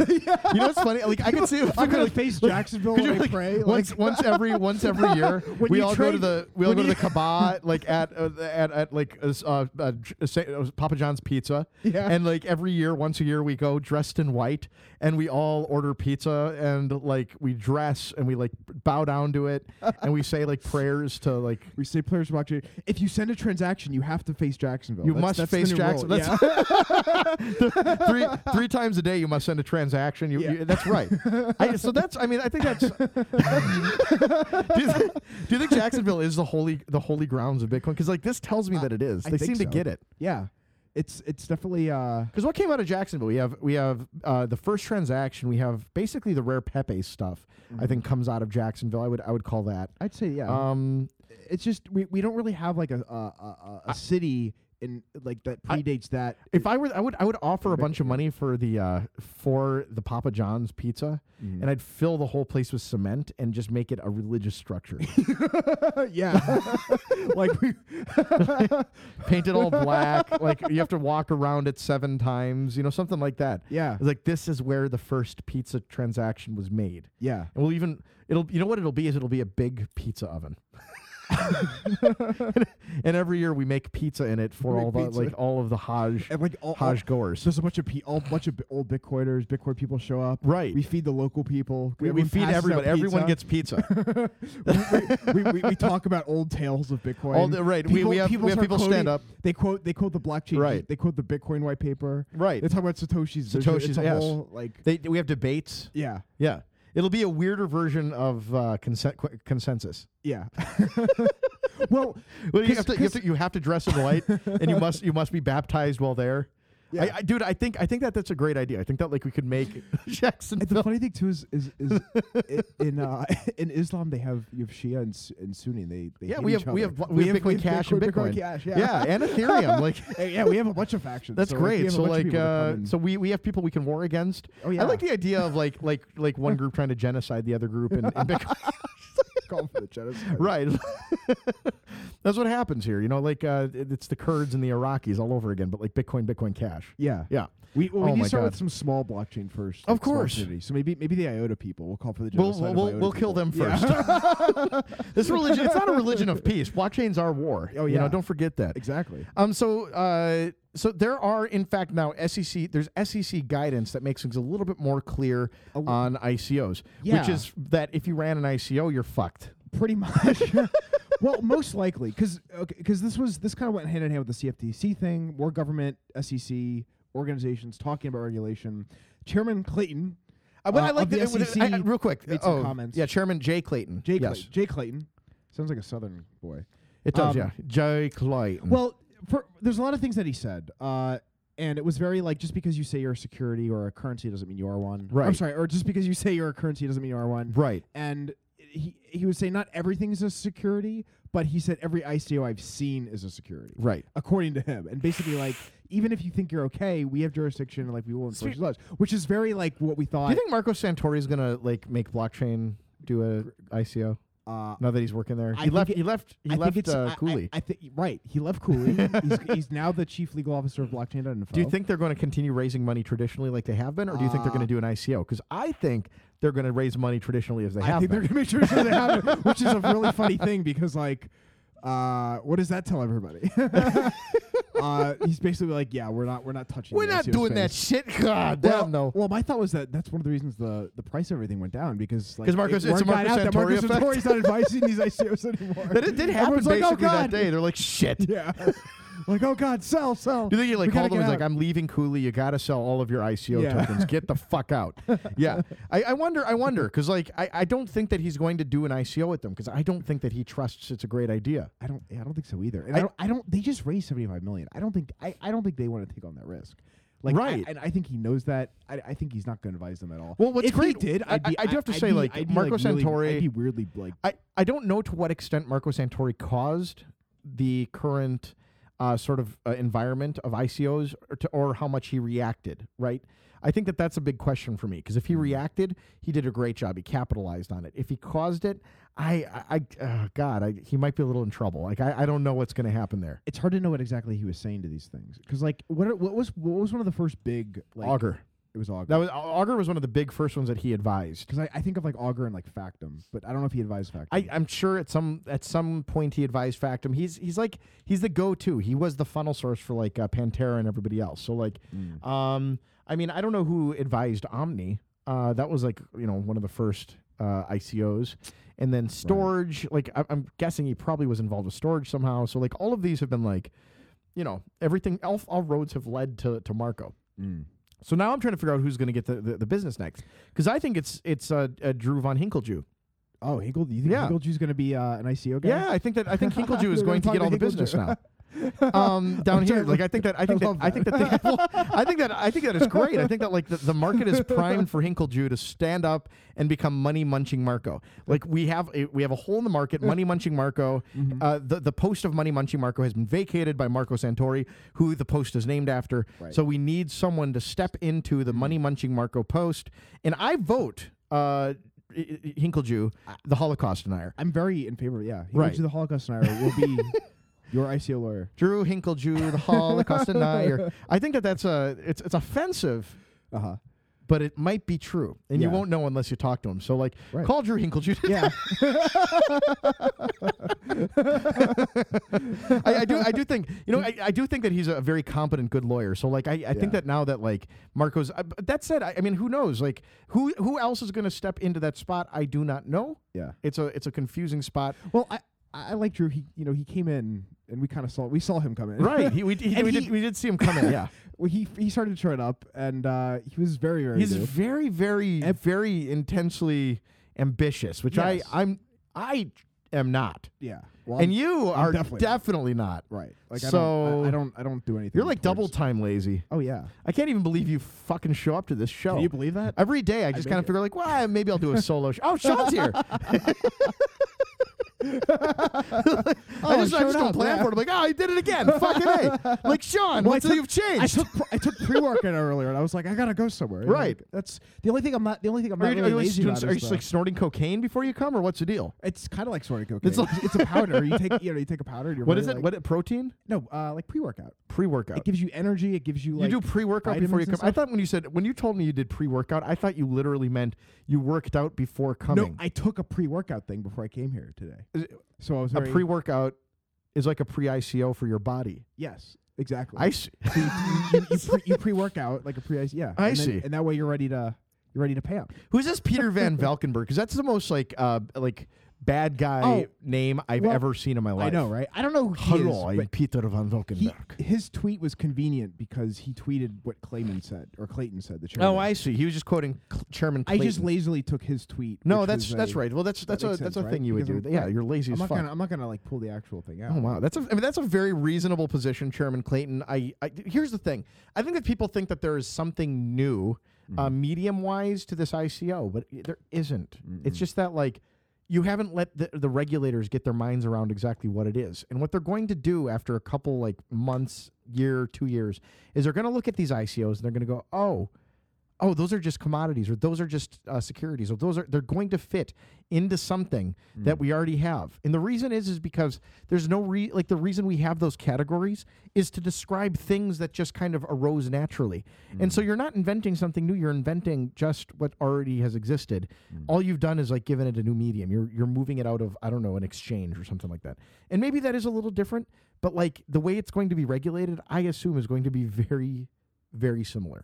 You know what's funny? Like I could see. if people,
I'm gonna
like-
face
like,
Jacksonville
could
and
you,
I pray,
once, once every once every year,
When
we
you
all go to
trade-
the we all
when
go to
you-
the Kabbat like at uh, at at like uh, s- uh, uh, J- uh, Sa- uh, Papa John's Pizza.
Yeah.
And like every year, once a year, we go dressed in white, and we all order pizza, and like we dress, and we like bow down to it, and we say like prayers to like
We say players blockchain. If you send a transaction, you have to face Jacksonville.
You
That's-
must
that's the
face
new rule.
Jacksonville.
Yeah.
That's- three three times a day you must send a transaction. You,
Yeah.
you- that's right. I, so that's I mean I think that's. do, you think, do you think Jacksonville is the holy the holy grounds of Bitcoin? Because like this tells me that it is.
I
they
think
seem to
so.
get it.
Yeah, it's it's definitely uh
Because what came out of Jacksonville, we have we have uh, the first transaction. We have basically the rare Pepe stuff. I think comes out of Jacksonville. I would I would call that.
I'd say Mm-hmm. yeah.
Um,
it's just we, we don't really have like a a, a, a city in like that
I-
predates that.
if I were, I would I would offer a bunch of money for the uh, for the Papa John's pizza,
Mm-hmm.
and I'd fill the whole place with cement and just make it a religious structure.
yeah, like we
paint it all black. like you have to walk around it seven times, you know, something like that.
Yeah.
It's like this is where the first pizza transaction was made.
yeah.
And we'll even it'll you know what it'll be is it'll be a big pizza oven. and every year we make pizza in it for
Make
all the
pizza.
like all of the Hajj
And like all, all
Hajj goers.
there's a bunch of pe- all bunch of bi- old Bitcoiners, Bitcoin people show up.
Right.
We feed the local people.
We, we
Everyone
feed
passes out
everybody. Everyone
pizza.
gets pizza.
we, we, we talk about old tales of Bitcoin.
All the- right, we- we have- we have
start
people stand
quoting-
up.
They quote they quote the blockchain.
Right.
They quote the Bitcoin white paper.
Right.
They talk about Satoshi's. vision.
Satoshi's,
It's a
yes.
whole, like
they we have debates.
yeah
Yeah. It'll be a weirder version of uh, consen- qu- consensus.
yeah.
Well,
well,
you,
'Cause-
have to, you, have to, you have to dress in white, and you must you must be baptized while there. I- I, dude, I think I think that that's a great idea. I think that like we could make Jackson.
And the funny thing too is, is, is i- in uh, in Islam they have you have Shia and, S- and Sunni. and They, they
Yeah,
hate
we
each
have- we
other.
have Bitcoin Cash and Bitcoin.
Cash, yeah,
Yeah, and Ethereum, like-
Hey, yeah, we have a bunch of factions.
That's
so, like, we
great.
have a
so
bunch of
like,
people that come
uh,
and-
so we, we have people we can war against.
Oh,
I like
yeah.
the idea of like like like one group trying to genocide the other group in, in Bitcoin.
call for the genocide.
right. That's what happens here. You know, like uh, it- it's the Kurds and the Iraqis all over again, but like Bitcoin, Bitcoin Cash.
Yeah,
Yeah.
We, well,
Oh
we need
my
to start
God.
with some small blockchain first.
Of
like, small
course.
community. So maybe maybe the IOTA people. We'll call for the
We'll
genocide.
we'll,
of
we'll, we'll kill
IOTA people.
them first. this religion, it's not a religion of peace. Blockchain's our war.
Oh,
You know,
yeah.
don't forget that.
Exactly.
Um. So, uh, so there are, in fact, now SEC. There's SEC guidance that makes things a little bit more clear on ICOs, which
Yeah.
is that if you ran an ICO, you're fucked.
pretty much. well, most likely, because this was this kind of went hand in hand with the CFTC thing. More government, SEC organizations talking about regulation. Chairman Clayton.
Uh, but
uh,
I like
of the
that. it-
SEC
I- I- real quick.
made some
oh,
comments.
yeah. Chairman Jay Clayton.
Jay,
yes,
Clayton. Jay Clayton. Sounds like a Southern boy.
it does.
Um,
yeah, Jay Clayton.
Well, for, there's a lot of things that he said, uh, and it was very like just because you say you're a security or a currency doesn't mean you are one. I'm
Right.
sorry, or just because you say you're a currency doesn't mean you are one.
right.
And he he was saying not everything's a security, but he said every ICO I've seen is a security.
Right.
according to him. And basically, like, even if you think you're okay, we have jurisdiction, and like, we will enforce your laws, which is very like what we
Do you
thought.
think Marco Santori is gonna like make blockchain do a ICO
Uh,
now that he's working there?
I
he
think
left.
it-
he left. He
I think
left
it's- I-
uh,
I-
Cooley.
I, think right. He left Cooley. he's, he's now the chief legal officer of blockchain.info.
Do you think they're going to continue raising money traditionally like they have been, or do you think they're going to do an ICO? Because I think they're going to raise money traditionally as they
Uh, I
have
think they're
been.
gonna make sure that they have it, which is a really funny thing because like, uh, what does that tell everybody? uh, he's basically like, yeah, we're not, we're not touching. the ICO space.
shit. God
Well,
damn no.
Well, my thought was that that's one of the reasons the, the price of everything went down because like
'Cause Marcos-
it,
it's
word
a
got
Marcos
out that Marcos
Santori effect.
Santori's not advising these ICOs anymore.
That it did happen
Everyone's like,
basically
oh, God.
that day. They're like, shit.
Yeah, like oh god, sell, sell.
Do you think you
We
like
gotta
called them
get
and was like,
out.
I'm leaving Cooley. You got to sell all of your ICO
Yeah.
tokens. Get the fuck out. yeah. I, I wonder, I wonder, because like, I, I don't think that he's going to do an ICO with them because I don't think that he trusts it's a great idea.
I don't, yeah, I don't think so either. And I,
I-
don't, I don't. They just raised seventy five million. I don't think, I, I don't think they want to take on that risk. Like, I-
Right.
and I think he knows that. I, I think he's not going to advise them at all.
Well, what's
if
great-
he did,
I-
I'd be,
I- I do have to
I'd
say,
be-
like,
I'd be,
Marco
really-
Santori-
I'd be weirdly like,
I, I don't know to what extent Marco Santori caused the current uh, sort of uh, environment of ICOs or, to, or how much he reacted, right? I think that that's a big question for me because if he reacted, he did a great job. He capitalized on it. If he caused it, I, I, I uh, God, I, he might be a little in trouble. Like, I, I don't know what's going to happen there.
it's hard to know what exactly he was saying to these things because like what are- what was what was one of the first big like
Augur.
it was auger
That was, Augur was one of the big first ones that he advised.
because I, I think of like auger and like factum but i don't know if he advised factum
I, I'm sure at some at some point he advised Factum. He's he's like he's the go-to. He was the funnel source for like uh, Pantera and everybody else. So like, um, I mean, I don't know who advised Omni. Uh, that was like you know one of the first uh, ICOs, and then storage. Like I, I'm guessing he probably was involved with storage somehow. So like all of these have been like, you know, everything. All, all roads have led to to Marco.
Mm.
So now I'm trying to figure out who's going to get the, the, the business next because I think it's it's uh, uh, Drew von Hinkeljew.
oh hinkle do you think
Yeah.
hinkleju's going to be uh, an ico guy
Yeah, I think that I think Hinklejew is
They're
going to
gonna
get all the
talk to
business now. um, down here, like I think that I think that,
love
I think that they have, I think that I think that is great. I think that like the, the market is primed for Hinklejew to stand up and become money munching Marco. Like we have a, we have a hole in the market, money munching Marco.
Mm-hmm.
Uh, the the post of money munching Marco has been vacated by Marco Santori, who the post is named after.
Right. Mm-hmm.
So we need someone to step into the money munching Marco post, and I vote. Uh, I- I- Hinklejew, the Holocaust denier.
i'm very in favor yeah hinkleju
Right.
the holocaust denier will be your ico lawyer
Drew Hinklejew, the Holocaust denier. I think that that's a it's it's offensive,
uh-huh
but it might be true, and you
Yeah.
won't know unless you talk to him. So like,
Right.
call Drew Hinklejew.
yeah
I, I do I do think you know I, I do think that he's a very competent, good lawyer. So like, I, I think
Yeah.
that now that like Marco's. Uh, but that said, I, I mean, who knows? Like, who who else is going to step into that spot? I do not know.
yeah
It's a it's a confusing spot.
well i i like drew he you know he came in and we kind of saw we saw him come in
Right. He, we he-
And
we
he-
did we did see him coming. Yeah.
well, he he started to turn up and uh he was very very
He's
good.
very, very, very intensely ambitious, which
Yes.
I, I'm, I am not.
Yeah. Well,
and
I'm-
you
I'm
are
definitely
definitely,
not.
not.
right. Like
So-
I don't, I, I don't I don't do anything.
You're like double
towards-
time lazy.
oh yeah.
I can't even believe you fucking show up to this show.
Can you believe that?
Every day, I just
make
kind of
it.
figure like, well, maybe I'll do a solo show. Oh, Sean's here. I just, I
Oh, showed
just don't
up,
plan
yeah.
for it. I'm like, oh, he did it again. Fucking a. Like, Sean,
Well, I
what's
took-
you've
I
changed?
took pr- I took pre workout earlier, and I was like, I gotta go somewhere. And,
Right.
like, that's the only thing I'm not. The only thing I'm
Are
not
you,
really
are you like
lazy
doing-
about
are you
is
just
the-
like snorting cocaine before you come, or what's the deal?
It's kind of like sort of cocaine.
It's
It's,
like-
it's a powder. You take you know you take a powder. And you're
What is
really
it?
Like,
What it- protein?
no, uh, like pre workout.
Pre workout.
It gives you energy. It gives you like
you do pre workout before you
vitamins and
come. I
stuff?
thought when you said when you told me you did pre workout, I thought you literally meant you worked out before coming.
No, I took a pre workout thing before I came here today.
Is it-
So I was
a
very-
pre workout is like a pre ICO for your body.
Yes, exactly.
I s-
So you, you, pre, you pre-work out like a pre ice yeah
I
and then-
see.
and that way you're ready to you're ready to pay up
Who's this Peter Van Valkenburg? Because that's the most like uh like bad guy
Oh,
name I've
well,
ever seen in my life.
i know right i don't know who he
Hello,
is
I'm
but
Peter Van
he,
Valkenburg.
his tweet was convenient because he tweeted what clayman said or clayton said the chairman.
oh, I see. He was just quoting Cl- Chairman.
i
Clayton.
just lazily took his tweet
no,
which
that's
was
that's
a-
right. Well, that's that's a
makes
that's
sense,
a
right?
thing you would
Because
do. yeah,
I'm-
you're lazy
i'm
as
not
fuck.
gonna i'm not gonna like pull the actual thing out
Oh wow, that's a, I mean that's a very reasonable position, Chairman Clayton. I, I here's the thing. I think that people think that there is something new, uh, medium wise, to this ICO, but i- there isn't. It's just that like you haven't let the, the regulators get their minds around exactly what it is and what they're going to do after a couple like months, year, two years is they're going to look at these ICOs and they're going to go, oh, oh, those are just commodities, or those are just uh, securities, or those are they're going to fit into something that we already have. And the reason is is because there's no re- like the reason we have those categories is to describe things that just kind of arose naturally. And so you're not inventing something new; you're inventing just what already has existed. All you've done is like given it a new medium. You're you're moving it out of I don't know an exchange or something like that. And maybe that is a little different, but like the way it's going to be regulated, I assume is going to be very very similar.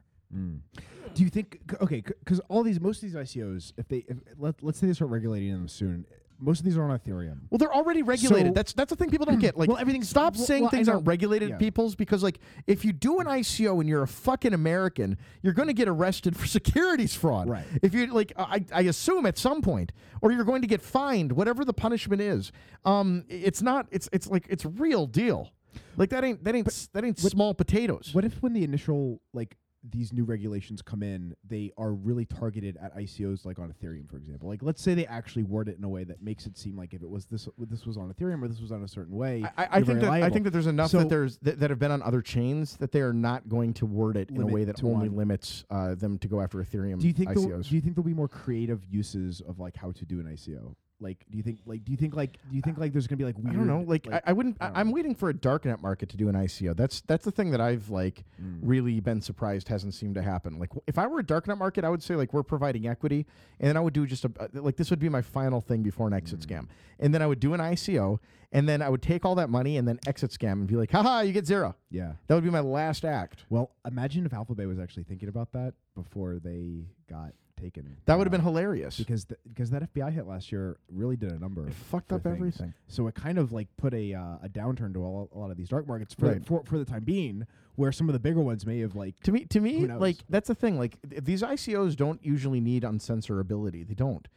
do you think c- okay because all these most of these icos if they if, let, let's say they start regulating them soon most of these are on ethereum
Well, they're already regulated.
So-
that's that's the thing people don't get. Like,
Well, everything's-
Stop
well-
saying
well, I
things
know.
aren't regulated,
Yeah.
peoples, because like if you do an ICO and you're a fucking American, you're going to get arrested for securities fraud.
Right.
If you like, I, I assume at some point, or you're going to get fined, whatever the punishment is. Um, it's not. It's it's like it's real deal. Like that ain't that ain't s that ain't small potatoes.
What if when the initial like these new regulations come in, they are really targeted at ICOs like on Ethereum, for example? Like let's say they actually word it in a way that makes it seem like if it was this this was on Ethereum or this was on a certain way.
I, I think
you're very
that I
liable.
think that there's enough
So-
that there's that, that have been on other chains that they are not going to word it in a
Limit
way that
to
only
one.
limits uh, them to go after Ethereum
do you think there'll-
ICOs.
do you think there'll be more creative uses of like how to do an ICO? Like do you think like do you think like do you think like there's gonna be like
I
weird
don't know. Like, I, I wouldn't. I
don't
I, am
know.
waiting for a darknet market to do an ICO. That's that's the thing that I've like
Mm.
really been surprised hasn't seemed to happen. Like, w- if I were a darknet market, I would say like we're providing equity, and then I would do just a uh, like this would be my final thing before an exit
Mm.
scam, and then I would do an ICO, and then I would take all that money and then exit scam and be like, haha, you get zero.
yeah.
That would be my last act.
Well, imagine if Alphabet was actually thinking about that before they got taken.
That would have been
down.
hilarious.
because th- because that FBI hit last year really did a number.
It fucked
for
up
things.
everything.
So it kind of like put a uh, a downturn to all, a lot of these dark markets for,
Right.
for for the time being, where some of the bigger ones may have like
To me, to me,
Who knows?
like that's the thing. Like th- these ICOs don't usually need uncensorability. They don't.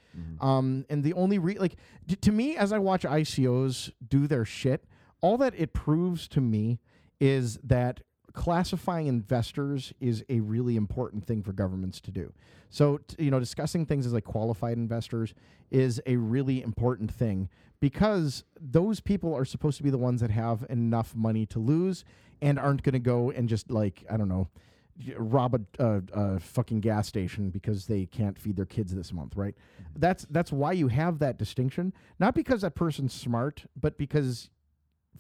Um, and the only re- like d- to me, as I watch ICOs do their shit, all that it proves to me is that classifying investors is a really important thing for governments to do. So t- you know, discussing things as like qualified investors is a really important thing because those people are supposed to be the ones that have enough money to lose and aren't going to go and just like I don't know y- rob a, a, a fucking gas station because they can't feed their kids this month, right? That's that's why you have that distinction, not because that person's smart, but because,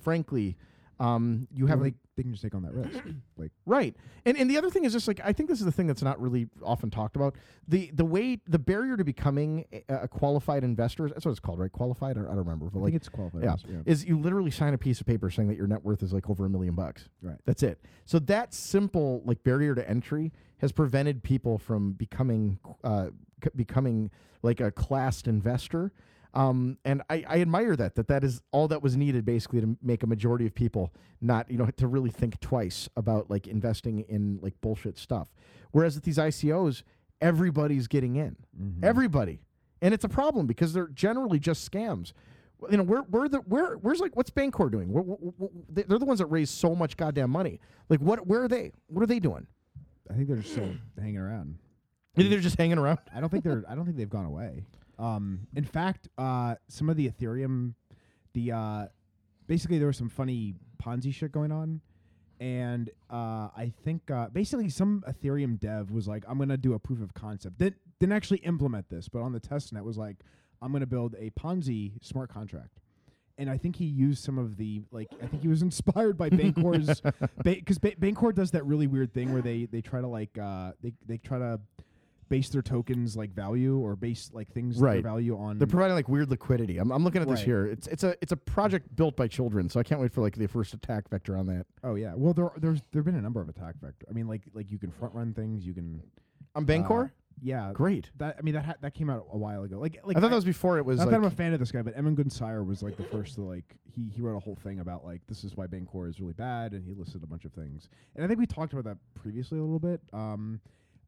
frankly, um, you have
like
like
they can just take on that risk. like
right. And and the other thing is just like I think this is the thing that's not really often talked about the the way the barrier to becoming a, a qualified investor that's what it's called, right? Qualified, I, I don't remember, but
I
like
think it's qualified.
yeah,
risk, yeah.
is you literally sign a piece of paper saying that your net worth is like over a million bucks.
Right.
That's it. So that simple like barrier to entry has prevented people from becoming uh, c- becoming like a classed investor. Um, and I, I admire that that that is all that was needed basically to make a majority of people not you know to really think twice about like investing in like bullshit stuff. Whereas at these ICOs,
Mm-hmm.
everybody's getting in, everybody, and it's a problem because they're generally just scams you know, where where the where where's like what's Bancor doing? Where, where- where- they- they're the ones that raise so much goddamn money. Like what? Where are they? What are they doing?
I think they're just still hanging around.
You think They're just hanging around.
I don't think they're. I don't think they've gone away. Um, in fact, uh, some of the Ethereum, the uh, basically there was some funny Ponzi shit going on, and uh, I think uh, basically some Ethereum dev was like, "I'm gonna do a proof of concept." Didn't didn't actually implement this, but on the test net was like, "I'm gonna build a Ponzi smart contract." And I think he used some of the like. I think he was inspired by Bancor's, because ba- Bancor does that really weird thing where they they try to like uh, they they try to base their tokens like value or base like things
Right.
their value on.
They're providing like weird liquidity. I'm, I'm looking at this
Right.
here. It's it's a it's a project built by children, so I can't wait for like the first attack vector on that.
oh yeah. Well, there there's there've been a number of attack vector. I mean, like like you can front run things. You can.
On
uh,
Bancor,
yeah.
great.
That I mean that ha- that came out a while ago. Like like
I thought that was before it was
Not
like
that I'm a fan of this guy, but Emin Gunsire was like the first to like he he wrote a whole thing about like this is why Bancor is really bad, and he listed a bunch of things. And I think we talked about that previously a little bit. Um,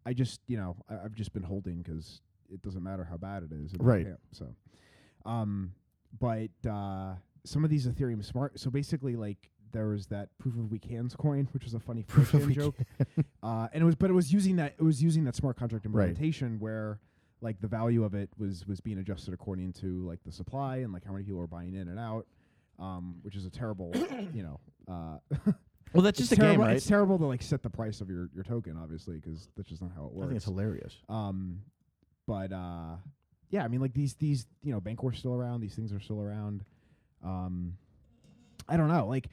I just you know I, I've just been holding because it doesn't matter how bad it is. if I
Right.
can't, So, um, but uh, some of these Ethereum smart. So basically, like there was that proof of we cans coin, which was a funny
Proof of
4chan
we
joke. Uh, and it was, but it was using that it was using that smart contract
Right.
implementation where like the value of it was was being adjusted according to like the supply and like how many people are buying in and out, um, which is a terrible, you know. Uh,
well, that's
it's terrible, It's terrible to like set the price of your your token, obviously, because that's just not how it works.
I think it's hilarious.
Um, but uh, yeah, I mean, like these these you know, Bancorp's still around. These things are still around. Um, I don't know, like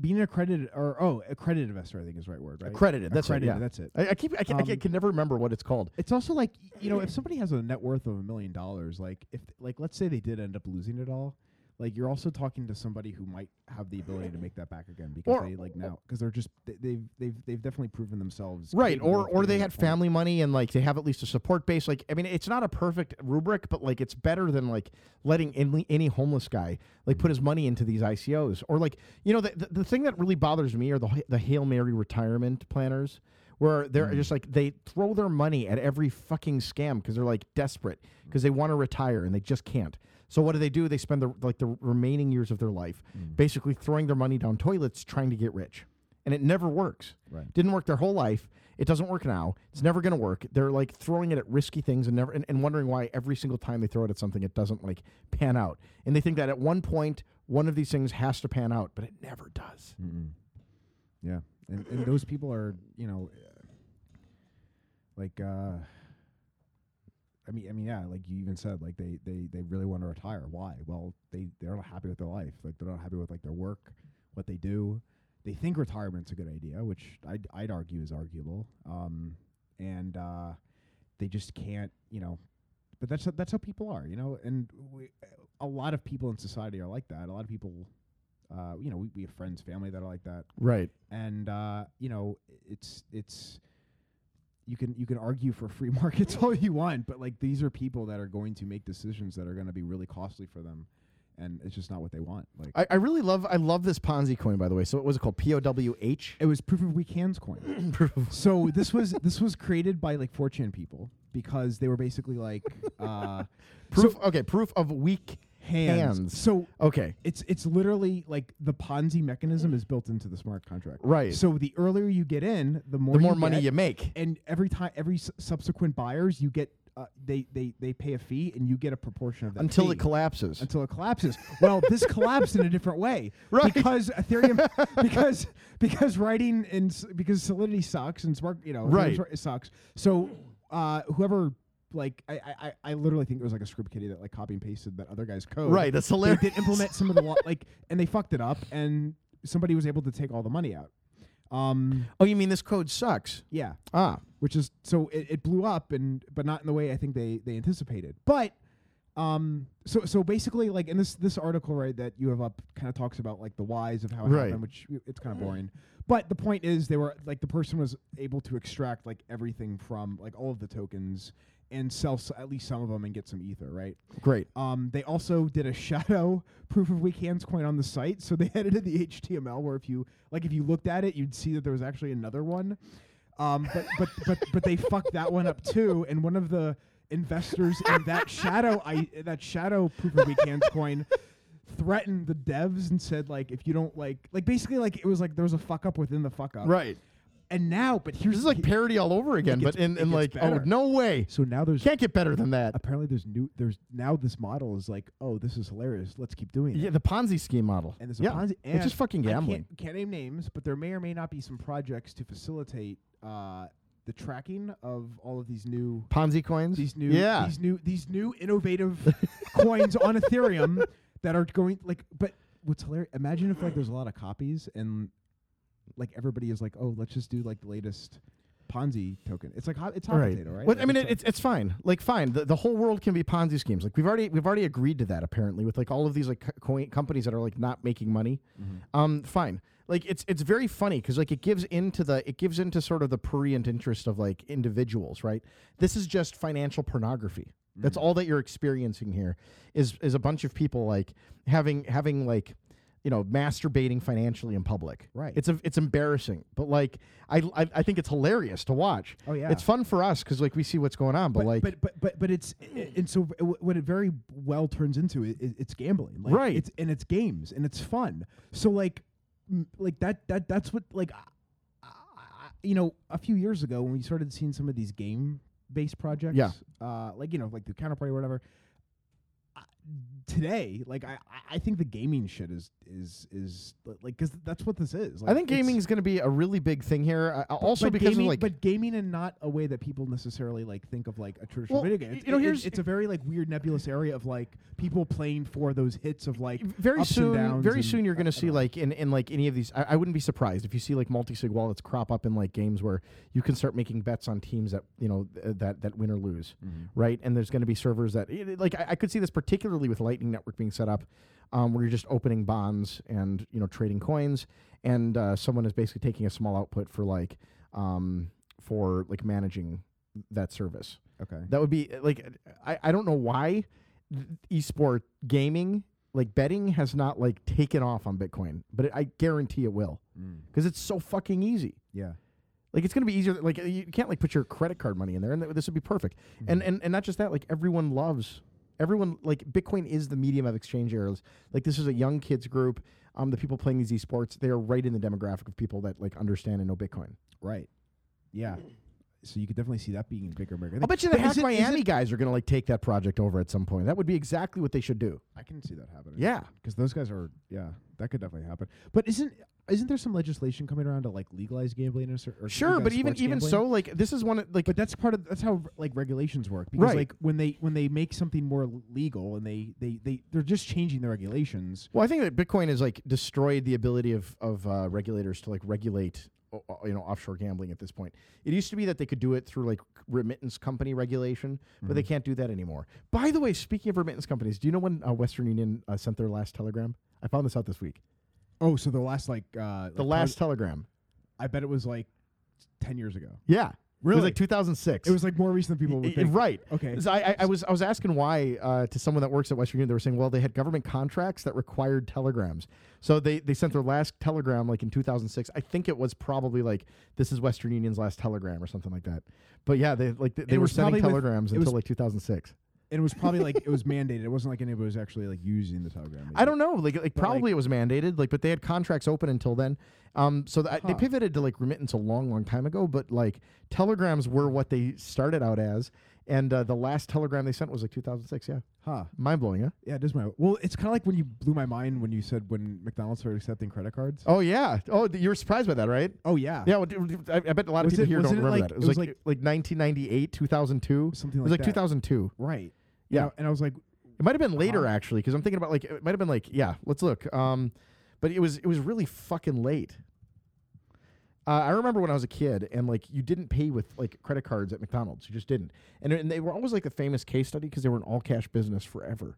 being an accredited or oh, accredited investor, I think is the right word, right?
Accredited. That's right.
Accredited,
Yeah.
That's it.
I, I keep I, ca- I ca-
Um,
can never remember what it's called.
It's also like y- you know, if somebody has a net worth of a million dollars, like if like let's say they did end up losing it all. Like you're also talking to somebody who might have the ability to make that back again because
Or-
they like now because they're just they, they've they've they've definitely proven themselves
Right,
capable
or or
of being
they
at
had
that point.
family money and like they have at least a support base. Like I mean, it's not a perfect rubric, but like it's better than like letting any, any homeless guy like put his money into these ICOs or like you know the, the the thing that really bothers me are the the hail mary retirement planners where they're just like they throw their money at every fucking scam because they're like desperate because they want to retire and they just can't. So what do they do? They spend the like the remaining years of their life basically throwing their money down toilets trying to get rich and it never works.
Right.
Didn't work their whole life. It doesn't work now. It's never going to work. They're like throwing it at risky things and never and, and wondering why every single time they throw it at something it doesn't like pan out. And they think that at one point one of these things has to pan out, but it never does.
Yeah, and and those people are you know, uh, like, uh, I mean, I mean, yeah, like you even said, like they they they really want to retire. Why? Well, they they're not happy with their life. Like they're not happy with like their work, what they do. They think retirement's a good idea, which I'd I'd argue is arguable. Um, and uh, they just can't, you know. But that's that's how people are, you know. And we, a lot of people in society are like that. A lot of people, uh, you know, we, we have friends, family that are like that
Right.
and uh, you know it's it's you can you can argue for free markets all you want, but like these are people that are going to make decisions that are going to be really costly for them, and it's just not what they want. Like
I, I really love I love this Ponzi coin by the way. So what was it called? P O W H.
it was proof of weak hands coin. so this was this was created by like 4chan people because they were basically like uh,
Proof. okay. Proof of weak
hands.
hands.
So
Okay.
It's it's literally like the Ponzi mechanism is built into the smart contract.
Right.
So the earlier you get in, the more
The more money
get,
you make.
and every time every s- subsequent buyers you get uh, they they they pay a fee and you get a proportion of that
Until it
fee.
collapses.
until it collapses well this collapsed in a different way
Right.
because ethereum because because writing and s- because solidity sucks and smart you know Ethereum
Right.
Smart- it sucks so uh whoever like I, I I- I literally think it was like a script kitty that like copy and pasted that other guy's code
Right, that's hilarious.
they did implement some of the law like and they fucked it up and somebody was able to take all the money out um
oh, you mean this code sucks?
yeah
Ah.
which is so it, it blew up and but not in the way I think they they anticipated. But um so so basically like in this this article right that you have up kind of talks about like the whys of how it
Right.
happened, which i- it's kind of boring. But the point is they were like the person was able to extract like everything from like all of the tokens and sell s- at least some of them and get some ether, right?
Great.
Um, they also did a shadow proof of weak hands coin on the site, so they edited the HTML where if you like if you looked at it, you'd see that there was actually another one. Um, but but but but they fucked that one up too, and one of the investors in that shadow I that shadow proof of weak hands coin threatened the devs and said like, if you don't like, like basically like it was like there was a fuck up within the fuck up.
Right.
And now, but here's
This is like
he-
parody all over again,
gets-
but in,
it
in
gets
like, oh,
better.
no way.
so now there's
Can't get better than that.
apparently there's new there's now this model is like, oh, this is hilarious. Let's keep doing it.
Yeah, the Ponzi scheme model.
and there's
yeah.
a Ponzi. And
it's just fucking
I
gambling.
Can't, can't name names, but there may or may not be some projects to facilitate uh, the tracking of all of these new,
Ponzi coins.
these new,
Yeah.
these new, these new innovative coins on Ethereum that are going like. But what's hilarious? Imagine if like there's a lot of copies and like everybody is like, oh, let's just do like the latest Ponzi token. It's like hot, it's hot potato, right?
Well, I
Like,
mean,
it's
it, it's it's fine. Like, fine. The, the whole world can be Ponzi schemes. Like, we've already we've already agreed to that. Apparently, with like all of these like co- coin companies that are like not making money.
Mm-hmm.
Um, fine. Like, it's it's very funny because like it gives into the it gives into sort of the prurient interest of like individuals, right? This is just financial pornography.
Mm.
That's all that you're experiencing here. Is is a bunch of people like having having like you know masturbating financially in public
Right.
it's a, it's embarrassing but like I, I i think it's hilarious to watch
Oh, yeah.
it's fun for us because like we see what's going on, but,
but,
like
but but but but it's and so w- w- what it very well turns into is, is it's gambling, like,
Right.
It's and it's games and it's fun. So like m- like that that that's what like I, I, I- you know a few years ago when we started seeing some of these game based projects,
Yeah.
uh, like you know like the counterparty or whatever. I- Today, like I, I- I think the gaming shit is is is like because that's what this is. Like,
I think
it's-
gaming is going to be a really big thing here. Uh, also
but
because
gaming,
of like
but gaming in not a way that people necessarily like think of like a traditional
Well,
video game.
y-
It's,
you know,
it-
here's-
it's a very like weird nebulous area of like people playing for those hits of like
very
ups and
soon,
downs
very
and-
soon you're going
I- I
to see
don't know.
like in, in like any of these. I, I wouldn't be surprised if you see like multi sig wallets crop up in like games where you can start making bets on teams that you know th- uh, that that win or lose,
Mm-hmm.
right? And there's going to be servers that it- it- like I, I could see this particularly with Lightning Network being set up, um, where you're just opening bonds and you know trading coins, and uh, someone is basically taking a small output for like um, for like managing that service.
okay.
That would be uh, like I, I don't know why th- esport gaming like betting has not like taken off on Bitcoin, but it, I guarantee it will because it's so fucking easy.
Yeah.
Like it's gonna be easier. Like you can't like put your credit card money in there, and th- this would be perfect. And and and not just that. Like everyone loves everyone. Like Bitcoin is the medium of exchange errors. Like this is a young kids group. Um, the people playing these esports, they are right in the demographic of people that like understand and know Bitcoin.
Right. Yeah. So you could definitely see that being bigger, and bigger.
I'll bet you the
But is
Hack
it- is
Miami
it-
guys are gonna like take that project over at some point. That would be exactly what they should do.
I can see that happening.
Yeah.
because those guys are. Yeah, that could definitely happen. But isn't isn't there some legislation coming around to like legalize gambling or, cer- or
Sure,
legalize
but even
sports
even
gambling?
so, like this is one of- like
but that's part of that's how like regulations work because
Right.
like when they when they make something more l- legal and they they they they're just changing the regulations
well, I think that Bitcoin has like destroyed the ability of of uh, regulators to like regulate o- o- you know offshore gambling at this point. It used to be that they could do it through like remittance company regulation, but they
Mm-hmm.
can't do that anymore. By the way, speaking of remittance companies, do you know when uh, Western Union uh, sent their last telegram? I found this out this week.
oh so the last like uh
The last telegram.
i bet it was like 10 years ago
Yeah. It
Really?
was like 2006.
it was like more recent than people would
I- I-
think
Right.
Okay.
So I, I, I was I was asking why uh, to someone that works at Western Union. They were saying, well, they had government contracts that required telegrams. So they they sent their last telegram like in 2006. I think it was probably like this is Western Union's last telegram or something like that. But yeah, they like they, they
it
were
was
sending
probably with-
telegrams
it
until
was-
like 2006.
and it was probably like it was mandated it wasn't like anybody was actually like using the telegram
I don't know. Like, like
But,
probably
like-
it was mandated. Like, but they had contracts open until then. Um, so th- I- they
Huh.
pivoted to like remittance a long, long time ago. But like telegrams were what they started out as, and uh, the last telegram they sent was like 2006. Yeah,
huh
mind blowing, huh?
yeah it is my well it's kind of like when you blew my mind when you said when mcdonald's started accepting credit cards
Oh yeah. Oh, th- you were surprised by that, right?
oh yeah
Yeah, well, d- d- I, I bet a lot of
Was
people
it-
here don't
wasn't it
remember
like-
that. It was, like, like 1998, 2002,
Something
It was
like
like
that.
2002.
right
Yeah.
and I, and I was like
It might have been later actually, because I'm thinking about like it might have been like yeah. Let's look. Um, but it was it was really fucking late. Uh, I remember when I was a kid, and like you didn't pay with like credit cards at McDonald's. You just didn't, and, and they were always like a famous case study because they were an all cash business forever.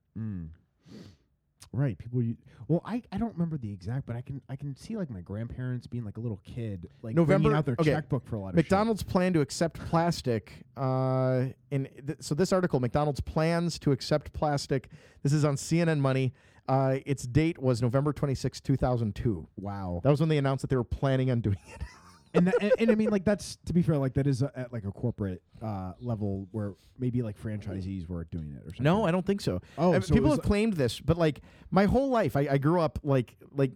Right, people. You, well, I, I don't remember the exact, but I can I can see like my grandparents being like a little kid, like
November-
bringing out their
okay.
checkbook for a lot of shit.
McDonald's plan to accept plastic. Uh, in th- so this article, McDonald's plans to accept plastic. This is on CNN Money. Uh, its date was November 26, 2002.
Wow,
That was when they announced that they were planning on doing it.
and, that, and and I mean like that's to be fair like that is uh, at like a corporate uh, level where maybe like franchisees were doing it or something.
No, I don't think so.
Oh,
Uh,
so it
people
was
have claimed this, but like my whole life, I, I grew up like like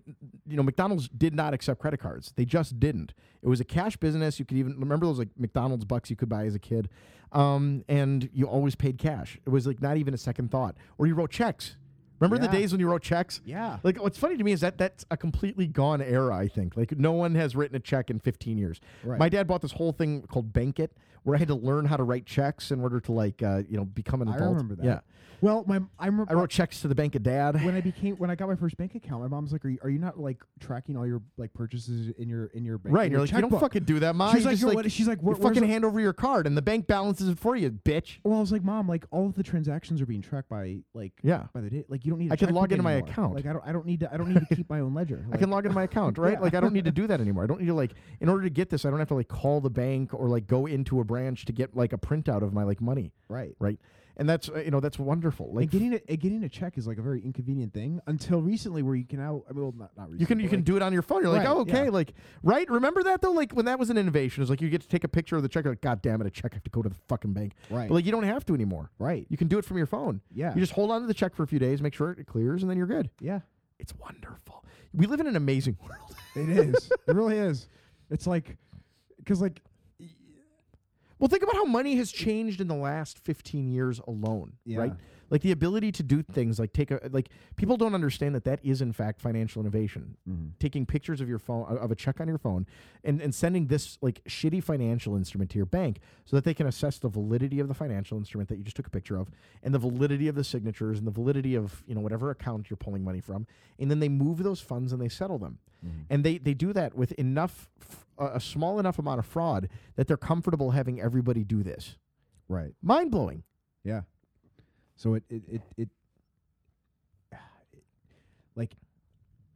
you know McDonald's did not accept credit cards. They just didn't. It was a cash business. You could even remember those like McDonald's bucks you could buy as a kid, um, and you always paid cash. It was like not even a second thought. Or you wrote checks. Remember the
Yeah.
days when you wrote checks?
Yeah.
Like what's funny to me is that that's a completely gone era. I think like no one has written a check in 15 years.
Right.
My dad bought this whole thing called Bank It, where I had to learn how to write checks in order to like uh, you know become an
I
adult.
remember that.
Yeah.
Well, my I remember
I wrote checks to the bank of dad.
when I became when I got my first bank account. My mom's like, "Are you, are you not like tracking all your like purchases in your in your bank?"
right,
in
you're
your
like, you don't
checkbook?"
fucking do that, mom.
She's
you
like,
just
"Yo, what- she's
you
like, "Where- where's
fucking
the-"
hand over your card, and the bank balances it for you, bitch.
Well, I was like, "Mom, like all of the transactions are being tracked by like
Yeah.
by the day. Like you don't need. I
I can log into my account.
Like I don't I don't need to I don't need to keep my own ledger.
I can log into my account, right? Like, I don't need to do that anymore. I don't need to like, in order to get this, I don't have to like call the bank or like go into a branch to get like a printout of my like money,
right.
right? And that's uh, you know that's wonderful. Like,
and getting a, and getting a check is like a very inconvenient thing until recently, where you can now. I mean, well, not not recently.
You can you
but,
can
like,
do it on your phone. You're like,
Right,
oh, okay,
yeah.
like right. Remember that though, like when that was an innovation, it was like you get to take a picture of the check. You're like, God damn it, a check. I have to go to the fucking bank.
Right.
But like you don't have to anymore.
Right.
You can do it from your phone.
Yeah.
You just hold on to the check for a few days, make sure it clears, and then you're good.
Yeah,
It's wonderful. We live in an amazing world.
it is. it really is. It's like because like
well, think about how money has changed in the last 15 years alone.
Yeah.
Right. Like the ability to do things like take a like people don't understand that that is in fact financial innovation. Taking pictures of your phone of a check on your phone and and sending this like shitty financial instrument to your bank so that they can assess the validity of the financial instrument that you just took a picture of and the validity of the signatures and the validity of you know whatever account you're pulling money from and then they move those funds and they settle them and they they do that with enough f- a a small enough amount of fraud that they're comfortable having everybody do this
right.
mind blowing
Yeah. So it it it, it like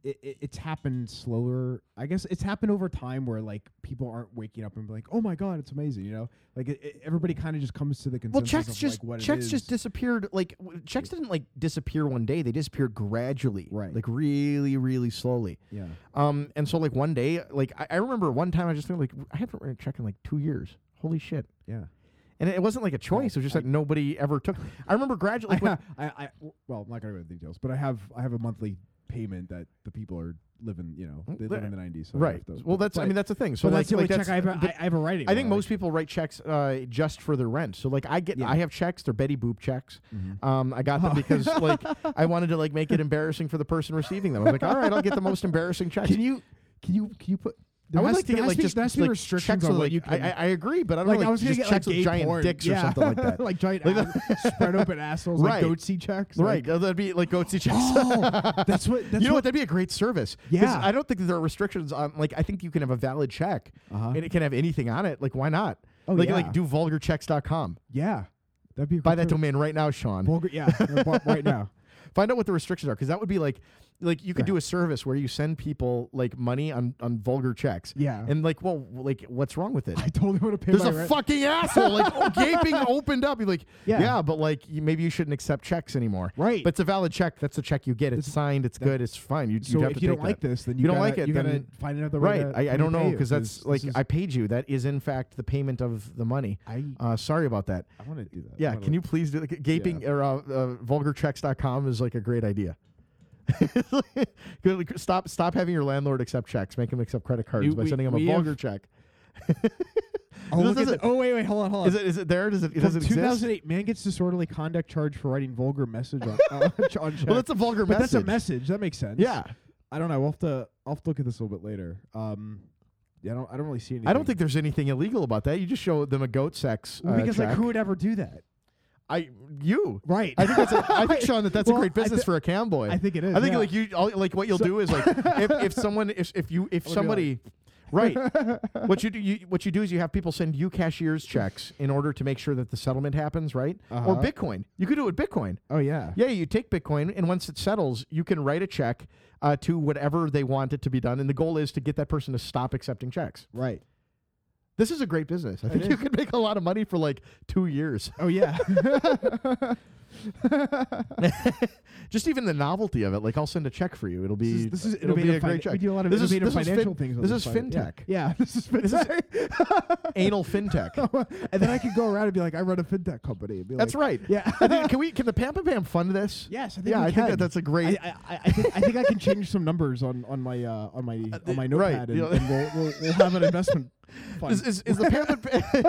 it, it it's happened slower. I guess it's happened over time where like people aren't waking up and be like, "Oh my god, it's amazing," you know? Like it, it- everybody kind of just comes to the
Well,
consensus
checks
of
just
like what
checks
it
just
is.
disappeared. Like w- checks didn't like disappear one day; they disappeared gradually,
Right.
Like really, really slowly.
yeah.
Um, and so like one day, like I, I remember one time, I just think like I haven't written a check in like two years. Holy shit!
Yeah.
And it wasn't like a choice; it was just that nobody ever took. I remember gradually.
I,
Like, when-
I, I well, I'm not going to go into details, but I have I have a monthly payment that the people are living, you know, they live in the 90s. So I
right?
have to-
Well, that's I
but-
mean that's the thing. So
but
like,
that's the only
like,
check I have.
but
I, I have a writing.
I think
one, like-
most people write checks uh, just for their rent. So like I get,
Yeah.
I have checks. They're Betty Boop checks. Um, I got them because like I wanted to like make it embarrassing for the person receiving them. I was like, all right, I'll get the most embarrassing checks.
Can you can you can you put?
I
there
would
has-
like to
there
get
has
like
be-
just
there has to be
like,
restrictions
checks
on
with
what
like
you can-
I, I, I agree, but I don't
like,
like
I was gonna
just
get
checks
like
with
gay
giant
porn.
dicks
yeah.
or something like that.
like giant
Like
ass- spread open assholes,
Right.
like goat sea checks,
right?
Like,
uh, that'd be like goatsy checks.
oh, that's what. That's
you know what?
what.
That'd be a great service. 'Cause
Yeah.
I don't think that there are restrictions on. Like, I think you can have a valid check,
Uh-huh.
and it can have anything on it. Like, why not?
Oh,
like,
yeah.
like do vulgarchecks.com.
yeah, that'd be a
Buy
good
that
term.
domain right now, Sean.
Vulgar, yeah, no, bu- right now.
Find out what the restrictions are, because that would be like, like you could
Right.
do a service where you send people like money on on vulgar checks.
Yeah.
and like, well, like, what's wrong with it?
I totally want to pay
There's
my
a
rent.
fucking asshole like oh, gaping opened up. You're like, yeah,
Yeah.
but like you, maybe you shouldn't accept checks anymore.
Right.
But it's a valid check. That's the check you get. It's signed. It's good. It's fine. You,
So
you'd have
if
to
you
take
don't like
that.
this, then
you
you,
don't
gotta,
like it,
You gotta
then-
find another way.
right.
to-
I, I
to
don't know
pay it,
because that's
this
like
is-
I paid you. That is in fact the payment of the money.
I
Uh, sorry about that.
I want to do that. I
Yeah.
wanna-
Can you please do like, gaping or uh, uh, vulgarchecks.com is like a great idea. Good, like, stop stop having your landlord accept checks. Make him accept credit cards by
we-
sending him a
we have-
vulgar check.
Oh,
this
look at
doesn't-
the- oh, wait, wait, hold on, hold on.
Is it is it there? Does it, does it
From
exist?
2008, man gets disorderly conduct charge for writing vulgar message on, uh, on check.
Well, that's a vulgar
but
message.
that's a message. That makes sense.
Yeah.
I don't know. We'll have to. I'll have to look at this a little bit later. Um, yeah, I don't. I don't really see anything.
I don't think there's anything illegal about that. You just show them a goat sex.
Well,
uh,
because like
check.
who would ever do that?
I you.
Right.
I think that's a, I think Sean that that's a
Well,
great
I
business
thi-
for a cam boy.
I think it is,
I think
yeah.
like you all, like what you'll do is like if, if someone if, if you if somebody right what you do you, what you do is you have people send you cashier's checks in order to make sure that the settlement happens right or
Uh-huh.
Bitcoin you could do it with Bitcoin
oh yeah.
yeah you take Bitcoin and once it settles you can write a check uh, to whatever they want it to be done and the goal is to get that person to stop accepting checks
Right.
This is a great business. I think you could make a lot of money for like two years.
Oh yeah.
Just even the novelty of it. Like I'll send a check for you. It'll be
This is
it'll be a
innovative
great
fin-
check.
We do a lot of
this is-
innovative
this is fin-
financial things. on
This is
site.
fintech.
Yeah. Yeah, this is fintech.
Anal fintech.
and then I could go around and be like, I run a fintech company. and be
That's
like-
right.
Yeah.
I think, can we? Can the Pampa Pam fund this?
Yes, I think
Yeah,
we
I
can.
think that that's a great.
I, I, I, think, I think I can change some numbers on on my uh, on my on my
right,
notepad, and,
you know.
and we'll, we'll we'll have an investment fund.
is, is, is the Pampa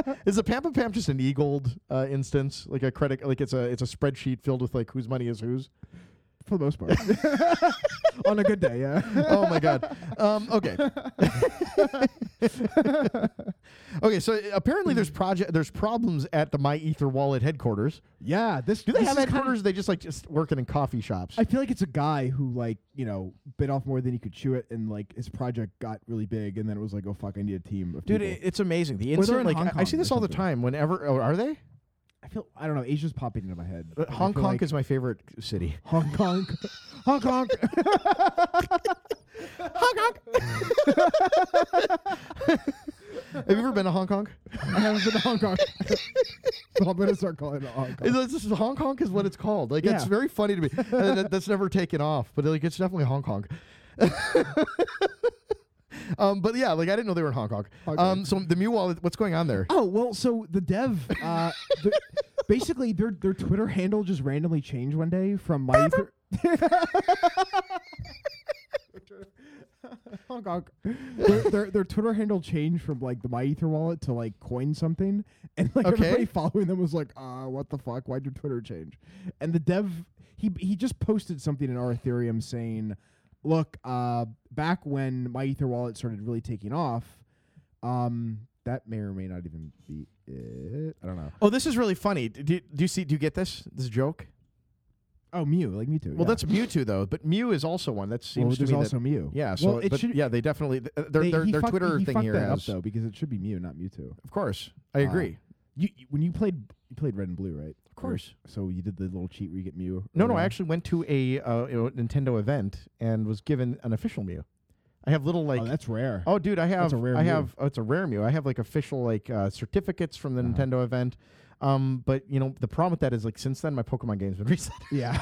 Pam, is the Pampa Pam just an eagled uh, instance like a credit like it's a it's a spreadsheet filled with like whose money is whose?
for the most part. on a good day, yeah.
oh my god. Um, okay. okay. So apparently there's project there's problems at the My Ether Wallet headquarters.
Yeah, this
Do they
this
have
is kind of-
headquarters? or they just like just working in coffee shops.
I feel like it's a guy who like you know bit off more than he could chew it, and like his project got really big, and then it was like, oh fuck, I need a team of
Dude,
people.
it, it's amazing. The
Or
instant,
they're in
like
Hong
I, I see
Kong
this
or
all the
something.
time. Whenever oh, are they?
I feel I don't know. Asia's popping into my head.
Uh,
I
Hong
feel
Kong
like
is my favorite city.
Hong Kong, Hong Kong.
Hong Kong. Have you ever been to Hong Kong?
I haven't been to Hong Kong, so I'm gonna start calling it Hong Kong.
It's, it's- Hong Kong is what it's called. Like it's
Yeah.
very funny to me. Uh, that- that's never taken off, but like it's definitely Hong Kong. um, but yeah, like I didn't know they were in Hong Kong. Um,
Hong Kong.
so the Mew Wallet, what's going on there?
Oh well, so the dev, uh, the, basically their their Twitter handle just randomly changed one day from my Ether- Hong Kong. Their, their, their Twitter handle changed from like the my Ether wallet to like coin something, and like
Okay.
everybody following them was like, uh, what the fuck? Why'd your Twitter change? And the dev he he just posted something in our Ethereum saying, look, uh, back when my Ether wallet started really taking off, um, that may or may not even be it. I don't know.
Oh, this is really funny. Do, do you see? Do you get this? This joke?
Oh, Mew, like Mewtwo.
Well, that's Mewtwo though, but Mew is also one that
well,
seems to
there's
be
also
that,
Mew.
yeah. So,
well, it
but
should.
yeah, they definitely th- their
they-
their,
he
their
fucked-
Twitter
he
thing
fucked
here
that up,
has,
though because it should be Mew, not Mewtwo.
of course, I
Uh,
agree.
You, you when you played you played Red and Blue, right? Of
course.
so you did the little cheat where you get Mew.
No, no,
early
I
on?
actually went to a uh, you know, Nintendo event and was given an official Mew. I have little like
oh, that's rare.
Oh, dude, I have.
a rare
I
Mew.
have. Oh, it's a rare Mew. I have like official like uh, certificates from the Nintendo event. Um, but you know the problem with that is like since then my Pokemon game's been reset
yeah.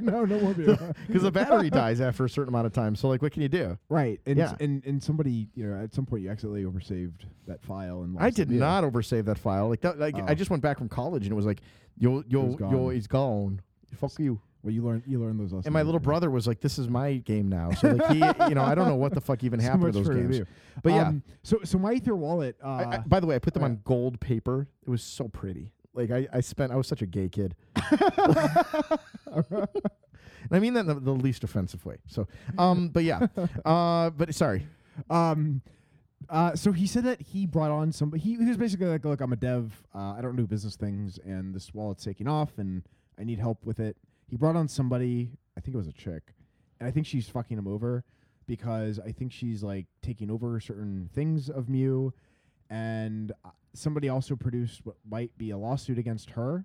no, no one Mew.
because the battery dies after a certain amount of time. So like, what can you do?
right, and,
Yeah.
and and somebody, you know, at some point you accidentally oversaved that file and lost
I
the
did
Mew.
not oversave that file. Like that. Like I
Oh.
just went back from college and it was like, yo, yo,
was gone.
yo, it's gone. Fuck you.
Well, you learned you learned those lessons.
And my little
later.
brother was like, "This is my game now." So like he, you know, I don't know what the fuck even
So
happened to those
much for
games.
Mew.
But yeah.
Um, so so my Ether wallet. Uh,
I, I- by the way, I put them
oh,
on gold paper. It was so pretty. Like I, I spent. I was such a gay kid. and I mean that in the, the least offensive way. So, um, but yeah, uh, but sorry.
Um, uh, so he said that he brought on some. He, he was basically like, "Look, I'm a dev. Uh, I don't do business things, and this wallet's taking off, and I need help with it." He brought on somebody. I think it was a chick, and I think she's fucking him over because I think she's like taking over certain things of Mew, and uh, somebody also produced what might be a lawsuit against her.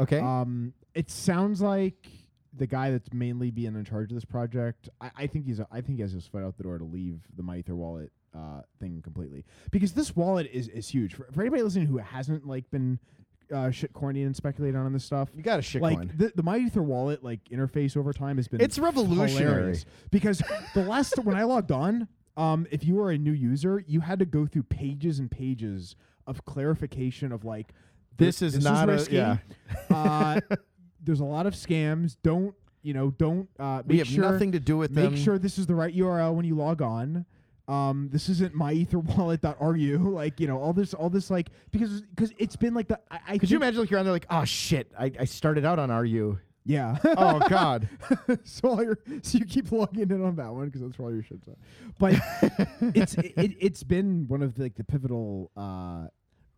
Okay.
Um, it sounds like the guy that's mainly being in charge of this project. I, I think he's. I think he has his foot out the door to leave the Myther wallet uh, thing completely because this wallet is is huge for, for anybody listening who hasn't like been uh, shit corny and speculating on this stuff.
you got a shit
Like
coin.
the, the MyEther wallet like interface over time has been
It's revolutionary.
hilarious. because the last when I logged on, um, if you were a new user, you had to go through pages and pages of clarification of like
This is not a-
risky.
yeah.
uh, there's a lot of scams. Don't you know? Don't uh,
We
make
have
sure,
nothing to do with
Make
them.
sure this is the right URL when you log on. Um, this isn't myetherwallet.ru. Like you know, all this, all this, like because because it's been like the. I, I
Could you
think-
imagine like you're on there like, oh shit, I, I started out on RU.
Yeah.
Oh god.
so all your so you keep logging in on that one because that's where all your shit's at. But it's it, it, it's been one of the, like the pivotal uh,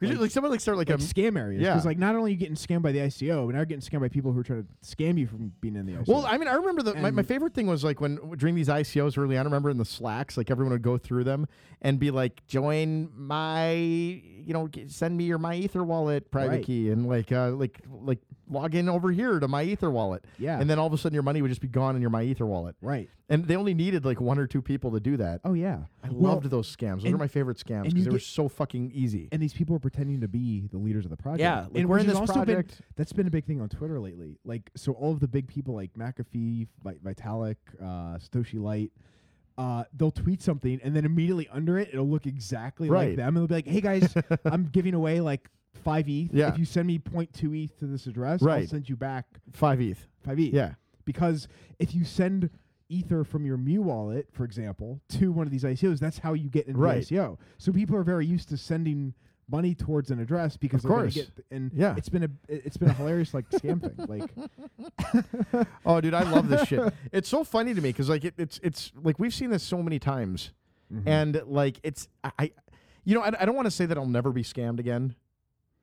Could you,
Like-
like someone like started like,
like
a
scam areas
yeah.
because like not only are you getting scammed by the ICO, but now you're getting scammed by people who are trying to scam you from being in the ICO.
Well, I mean, I remember the my, my
And-
favorite thing was like when during these ICOs early on. I remember in the slacks, like everyone would go through them and be like, "Join my you know, g- send me your my Ether wallet private
Right.
key and like uh, like like log in over here to my Ether wallet.
Yeah.
And then all of a sudden your money would just be gone in your my Ether wallet.
Right.
And they only needed like one or two people to do that.
Oh yeah.
I loved those scams. Those
and-
are my favorite scams
and
because
you
they were
get-
so fucking easy.
And these people are pretending to be the leaders of the project.
Yeah, like,
and
we're
which
in
has
this
also been-
project.
that's been a big thing on Twitter lately. Like, so all of the big people like McAfee, Vi- Vitalik, uh, Satoshi Light, uh, they'll tweet something, and then immediately under it, it'll look exactly like
Right.
them. And they'll be like, "Hey guys, I'm giving away like five ETH.
Yeah.
If you send me 0.2 ETH to this address, I'll
Right.
send you back
Five ETH.
five E." ETH.
Yeah.
because if you send ether from your mu wallet for example to one of these icos that's how you get into the
Right.
ico so people are very used to sending money towards an address because
Of
they're gonna
course.
get th- and
Yeah.
it's been a it's been a hilarious like scam thing like
Oh, dude, I love this shit. It's so funny to me because like it, it's it's like we've seen this so many times,
Mm-hmm.
and like it's I, I you know, I, I don't want to say that I'll never be scammed again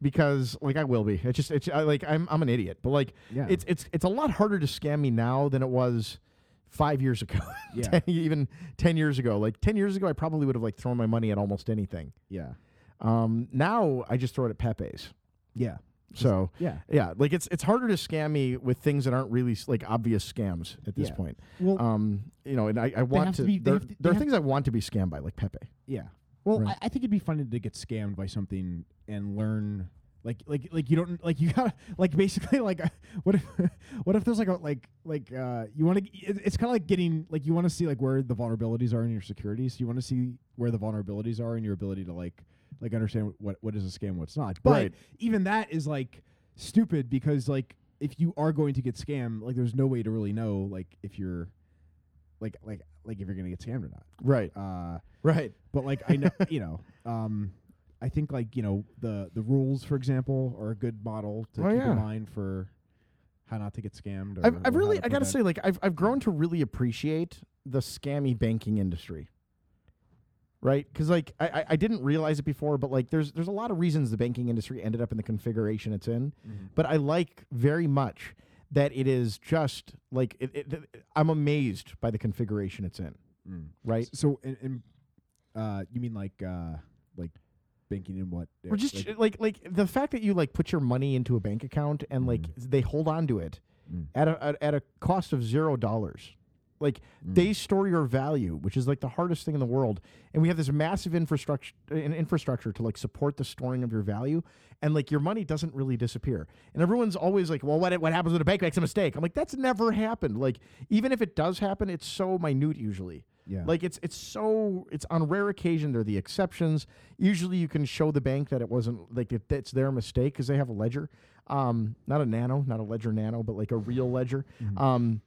because like I will be. It's just it's I, like I'm I'm an idiot, but like
Yeah.
it's it's it's a lot harder to scam me now than it was five years ago.
Yeah.
10 even ten years ago. Like ten years ago, I probably would have like thrown my money at almost anything.
yeah
Um, now I just throw it at Pepe's.
yeah
So
yeah
yeah, like it's it's harder to scam me with things that aren't really s- like obvious scams at this
Yeah.
point.
Well-
um, you know, and I, I
have
want
to
to.
be- they
there
have to- they
there are
have-
things I want to be scammed by, like Pepe.
yeah well
Right.
I, I think it'd be funny to get scammed by something and learn like like like you don't like you gotta like basically like uh, what if what if there's like a like like uh you want to it's kind of like getting like you want to see like where the vulnerabilities are in your security so you want to see where the vulnerabilities are in your ability to like like understand what what is a scam what's not but
Right.
even that is like stupid because like if you are going to get scammed like there's no way to really know like if you're like like like if you're gonna get scammed or
Right.
not uh
Right.
but like I know, you know, um, I think like you know the the rules, for example, are a good model to
Oh,
keep
yeah.
in mind for how not to get scammed. Or,
I've, I've
or how
really,
to
I gotta
prevent-
say, like I've I've grown to really appreciate the scammy banking industry. Right, because like I, I- I didn't realize it before, but like there's there's a lot of reasons the banking industry ended up in the configuration it's in, but I like very much that it is just like it, it, th- I'm amazed by the configuration it's in.
Mm.
Right,
So, and, and uh, you mean like uh, like banking in what?
Or just
like-
ch- like like the fact that you like put your money into a bank account and like they hold on to it
Mm.
at a at- at a cost of zero dollars. Like they store your value, which is like the hardest thing in the world. And we have this massive infrastructure in infrastructure to like support the storing of your value, and like your money doesn't really disappear. And everyone's always like, "Well, what what happens when a bank makes a mistake?" I'm like, "That's never happened." Like even if it does happen, it's so minute usually.
Yeah.
Like it's it's so it's on rare occasion they're the exceptions. Usually you can show the bank that it wasn't like that that's their mistake because they have a ledger, um, not a nano, not a ledger nano, but like a real ledger. Um,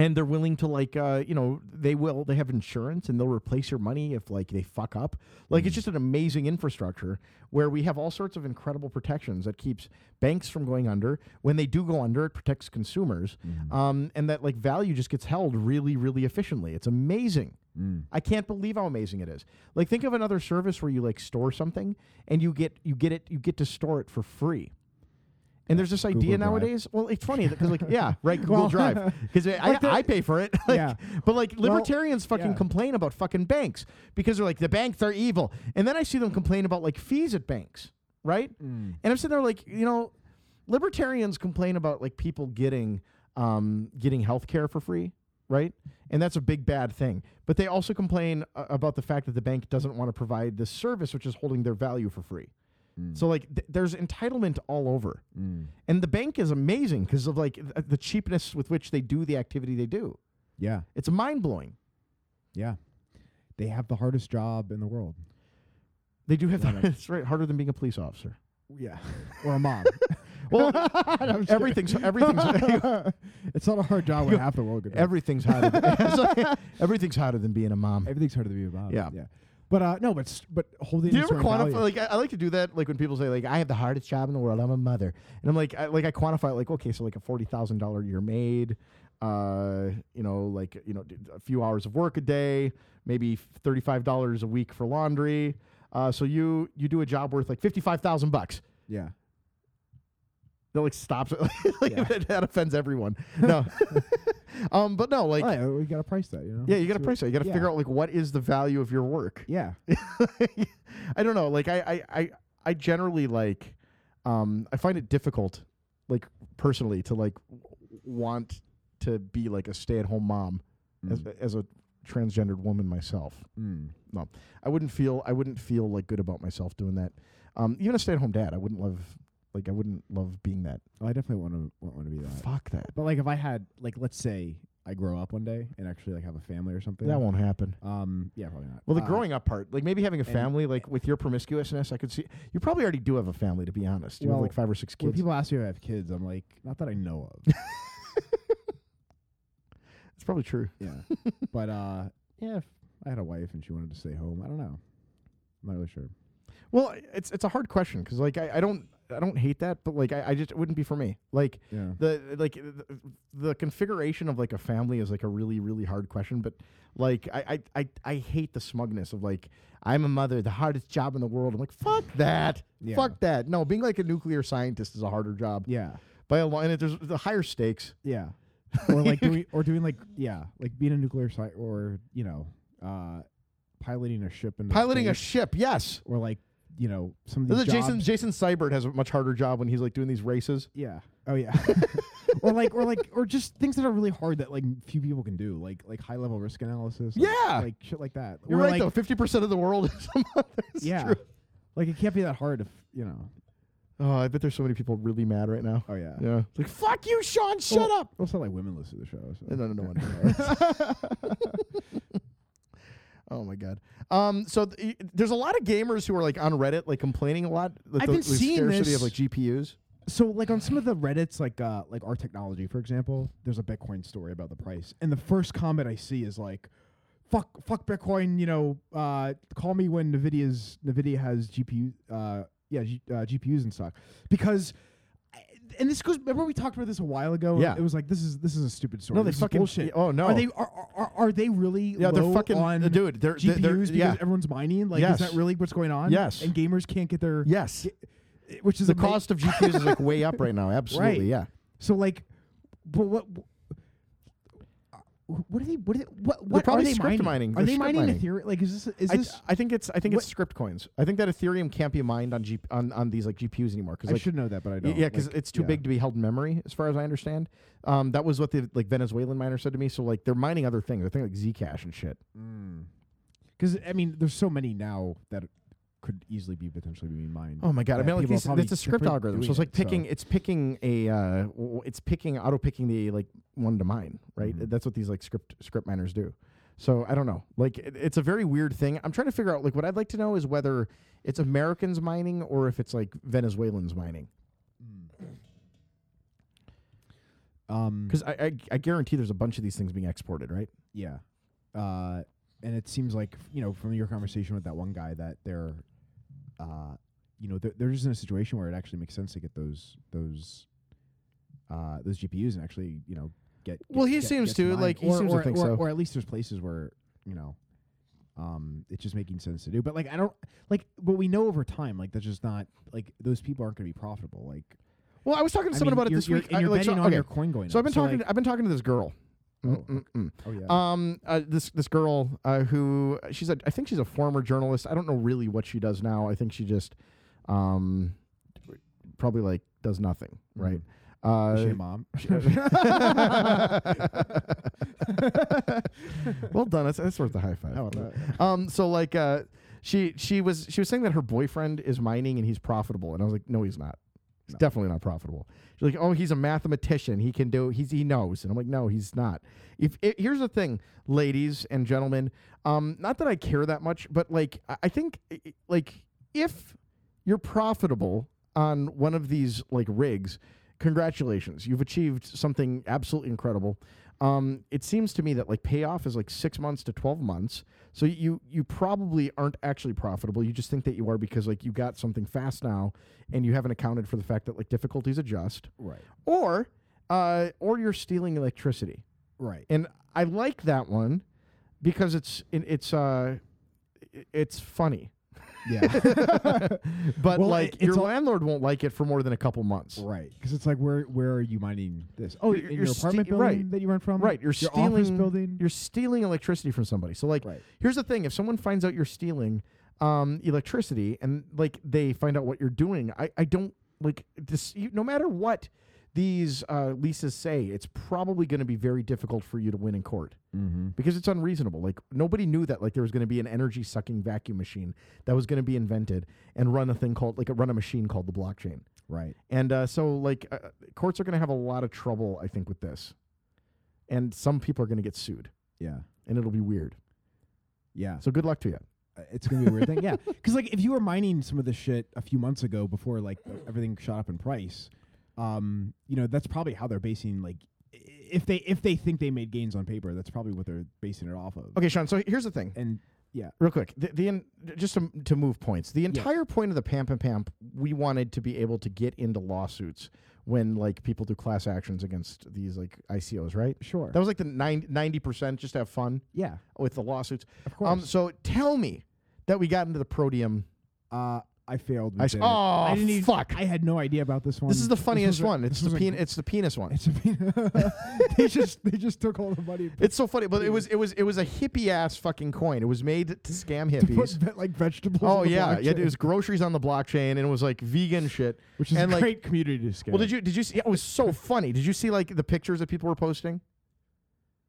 and they're willing to like uh, you know they will they have insurance and they'll replace your money if like they fuck up like it's just an amazing infrastructure where we have all sorts of incredible protections that keeps banks from going under when they do go under it protects consumers um, and that like value just gets held really really efficiently it's amazing i can't believe how amazing it is like think of another service where you like store something and you get you get it you get to store it for free and there's this idea
Drive.
nowadays. Well, it's funny because, like, yeah, right, Google
Well,
Drive, because I,
like the-
I pay for it. Like,
Yeah.
but like
Well,
libertarians fucking
yeah.
complain about fucking banks because they're like the banks are evil, and then I see them complain about like fees at banks, right? And I'm sitting there like, you know, libertarians complain about like people getting um, getting health care for free, right? And that's a big bad thing. But they also complain uh, about the fact that the bank doesn't want to provide this service, which is holding their value for free. So like, th- there's entitlement all over, and the bank is amazing because of like th- the cheapness with which they do the activity they do.
yeah,
It's mind blowing.
yeah, they have the hardest job in the world.
They do have that's right harder than being a police officer.
Yeah, or a mom.
Well, everything's everything's
it's not a hard job when half the world could.
everything's hotter. Than, it's like, everythinging's hotter than being a mom.
everything's harder to be about.
Yeah.
yeah. But uh, no, but s- but holding.
Do you
it
ever
to our value.
quantify? Like, I, I like to do that. Like when people say, like, I have the hardest job in the world. I'm a mother, and I'm like, I, like I quantify, it, like, okay, so like a forty thousand dollar year maid, uh, you know, like you know, d- a few hours of work a day, maybe thirty five dollars a week for laundry. Uh, so you you do a job worth like fifty five thousand bucks.
Yeah.
That like stops. like,
Yeah.
that offends everyone. No, um, but no, like,
Oh, yeah, we gotta price that, you know.
yeah, you got to
See what-
price it. You got to
yeah.
figure out like what is the value of your work.
Yeah,
I don't know. Like I, I, I, I generally like um I find it difficult like personally to like w- want to be like a stay-at-home mom as,
Mm.
as a transgendered woman myself. No. I wouldn't feel I wouldn't feel like good about myself doing that. Um even a stay-at-home dad, I wouldn't love like I wouldn't love being that.
Oh, I definitely want to want to be that.
Fuck that.
But like, if I had like, let's say I grow up one day and actually like have a family or something.
That won't happen.
Um, yeah, probably not.
Well, the
Uh,
growing up part, like maybe having a family, like with your promiscuousness, I could see you probably already do have a family. To be honest, you have
Well,
like five or six
When
kids.
people ask me if I have kids, I'm like, not that I know of.
it's probably true.
yeah, but uh, yeah, if I had a wife and she wanted to stay home, I don't know. I'm not really sure.
Well, I- it's it's a hard question because like I, I don't I don't hate that, but like I, I just it wouldn't be for me. Like
Yeah.
the like the, the configuration of like a family is like a really really hard question, but like I I I, I hate the smugness of like I'm a mother, the hardest job in the world. I'm like fuck that,
Yeah.
fuck that. No, being like a nuclear scientist is a harder job.
Yeah,
by a lot, and it, there's the higher stakes.
yeah. or like doing, or doing like, yeah, like being a nuclear site, or you know, uh, piloting a ship and
Piloting a ship, yes.
or like, you know, some of
This
these
is Jason
jobs-
Jason Seibert has a much harder job when he's like doing these races.
Yeah. Oh yeah. or like or like or just things that are really hard that like few people can do, like like high level risk analysis. like-
Yeah.
Like shit like that.
You're
Or,
right
like,
though. Fifty percent of the world is a mother. It's
Yeah.
true.
Like it can't be that hard if you know.
Oh, I bet there's so many people really mad right now.
Oh yeah.
Yeah. It's like fuck you, Sean. Shut
Well,
up.
Also like women listen to the show. So.
No, no, no one. oh my god. Um. So th- y- there's a lot of gamers who are like on Reddit, like complaining a lot. That
I've
the,
been
the
seeing
scarcity of
this.
like GPUs.
So like on some of the Reddits, like uh like our technology, for example, there's a Bitcoin story about the price. And the first comment I see is like Fuck, fuck Bitcoin. You know, uh, call me when Nvidia's Nvidia has GPU, uh, yeah, G, uh, GPUs and stock, because, I- and this goes. Remember we talked about this a while ago.
Yeah.
it was like this is this is a stupid story.
No, they
This is
fucking-
bullshit.
oh, no.
are they are are, are- are they really?
Yeah, they're
low
fucking-
on
uh, dude, they're- they're-
GPUs
they're-
because
yeah.
everyone's mining. Like,
Yes.
is that really what's going on?
Yes.
and gamers can't get their
Yes.
which is
The
ama-
cost of GPUs is like way up right now. Absolutely. Yeah.
So like, but what? What are they? What are they? What? what
probably
are they
script mining.
mining? Are
They're
they
script
mining
mining.
Ethereum? Like, is this? Is
I,
this?
I think it's I think
what-
it's script coins. I think that Ethereum can't be mined on G, on, on these like GPUs anymore. Cause,
I
like,
should know that, but I
y-
don't.
yeah, because
Like,
it's too
yeah.
big to be held in memory, as far as I understand. Um, that was what the like Venezuelan miner said to me. So like they're mining other things. I think like Zcash and shit.
Because Hmm. I mean, there's so many now that could easily be potentially being mined.
Oh my god! I
that
mean, like
people are
these,
probably
it's a script
different
algorithm. So
doing
it's like
it, so-
picking. It's picking a. Uh, w- it's picking auto picking the like one to mine. Right.
Mm-hmm.
That's what these like script script miners do. So I don't know. Like it, it's a very weird thing. I'm trying to figure out. Like what I'd like to know is whether it's Americans mining or if it's like Venezuelans mining.
Hmm. Um.
Because I, I I guarantee there's a bunch of these things being exported. Right.
Yeah. Uh, and it seems like you know from your conversation with that one guy that they're, uh, you know, they're, they're just in a situation where it actually makes sense to get those those, uh, those GPUs and actually you know get.
Well,
get-
he
get-
seems
get some
to,
mine.
like, he
or,
seems to
or,
think
or,
so.
or at least there's places where you know, um, it's just making sense to do. But like I don't like, but we know over time like that's just not like those people aren't going to be profitable. Like
Well, I was talking to
I
someone
mean,
about it
you're-
this
you're-
week.
and
I-
you're
like, so-
betting on
okay.
your coin going
So I've
up.
been
So,
talking.
like-
I've been talking to this girl.
Oh,
Mm, mm, mm.
oh yeah,
Um, uh, this this girl uh, who she's a I think she's a former journalist. I don't know really what she does now. I think she just um probably like does nothing, right?
Mm-hmm.
Uh,
Is she a mom.
Uh, well done. That's, that's worth the high five.
Oh, no.
Um, so like uh, she she was she was saying that her boyfriend is mining and he's profitable, and I was like, no, he's not. He's definitely not profitable. She's like, oh, he's a mathematician. He can do. He's he knows. And I'm like, no, he's not. If it, here's the thing, ladies and gentlemen, um, not that I care that much, but like I, I think i- i- like if you're profitable on one of these like rigs, congratulations, you've achieved something absolutely incredible. Um, it seems to me that like payoff is like six months to twelve months, so you you probably aren't actually profitable. You just think that you are because like you got something fast now, and you haven't accounted for the fact that like difficulties adjust,
Right.
or uh, or you're stealing electricity
Right.
and I like that one because it's it, it's uh i- it's funny.
Yeah.
But
Well,
like
it-
your
it's all-
landlord won't like it for more than a couple months.
Right, because it's like where where are you mining this? Oh,
You're-
in
you're
your apartment
ste-
building
right.
that you rent from.
Right, you're
your
stealing
office building.
You're stealing electricity from somebody. So like
Right.
here's the thing, if someone finds out you're stealing um, electricity and like they find out what you're doing. I, I don't like this. You, no matter what these uh, leases say, it's probably going to be very difficult for you to win in court because it's unreasonable. Like nobody knew that like there was going to be an energy sucking vacuum machine that was going to be invented and run a thing called like run a machine called the blockchain.
Right.
And uh, so, like, uh, courts are going to have a lot of trouble, I think, with this. And some people are going to get sued,
Yeah.
and it'll be weird.
Yeah.
So, good luck to you.
Uh, it's gonna be a weird thing. Yeah, because like if you were mining some of this shit a few months ago before like everything shot up in price, um, you know that's probably how they're basing like i- if they if they think they made gains on paper, that's probably what they're basing it off of.
Okay, Sean. So here's the thing,
And yeah,
real quick. The, the in, just to, to move points. The entire point of the Pamp and Pamp, we wanted to be able to get into lawsuits when like people do class actions against these like ICOs, right?
sure.
That was like the 90 percent, just to have fun
yeah,
with the lawsuits.
of course.
Um, so tell me that we got into the Proteum.
uh, I failed. With
I s-
it.
oh
I didn't even,
fuck!
I had no idea about this one.
This is the
was
funniest
a-
one. It's
this
the
was a-
pen, it's the penis one. It's,
It's a peanut. they just they just took all the money. and
so funny, but it was it was it was a hippie ass fucking coin. It was made to scam
put- put
hippies.
ve- like vegetables.
Oh
on the
yeah, yeah. It
blockchain,
was groceries on the blockchain, and it was like vegan shit.
which is
and
a
like,
great community to scale.
well, did you did you see? yeah, It was so funny. Did you see like the pictures that people were posting?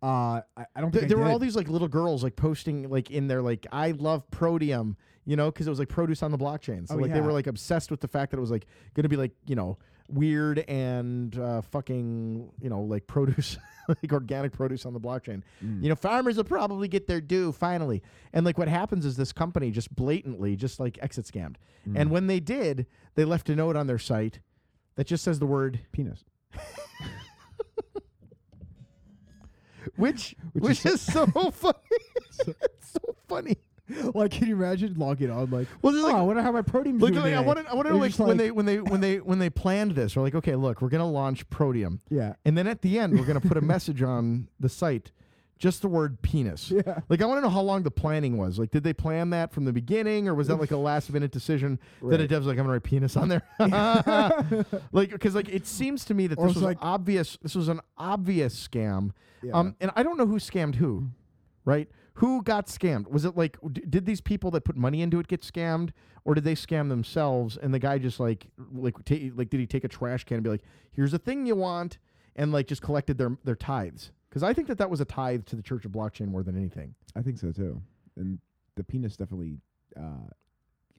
Uh, I, I don't think
Th-
I
there were
did.
all these like little girls like posting like in their like I love protium, you know, because it was like produce on the blockchain. So
Oh,
like they
yeah.
were like obsessed with the fact that it was like going to be like you know weird and uh, fucking you know like produce like organic produce on the blockchain.
Mm.
You know, farmers will probably get their due finally. And like what happens is this company just blatantly just like exit scammed.
Mm.
And when they did, they left a note on their site that just says the word
penis.
which which, is, so funny. it's so funny.
Like, can you imagine logging on? Like,
Well, there's, like-
"Oh, I wonder how my protein.
Look, like, I want to. I want to
They're
like,
just
when
like-
they when they when they when they planned this, we're like, okay, look, we're gonna launch Protium,
Yeah.
and then at the end, we're gonna put a message on the site, just the word penis.
Yeah.
Like, I want to know how long the planning was. Like, did they plan that from the beginning, or was that like a last minute decision that a
Right.
dev's like, I'm gonna write penis on there? like, because like it seems to me that
Or
this
it's
was
like-
obvious. This was an obvious scam.
Yeah.
Um, and I don't know who scammed who, right? Who got scammed? Was it like d- did these people that put money into it get scammed, or did they scam themselves? And the guy just like like ta- like did he take a trash can and be like, "Here's a thing you want," and like just collected their their tithes? Because I think that that was a tithe to the Church of Blockchain more than anything.
I think so too. And the penis definitely, uh,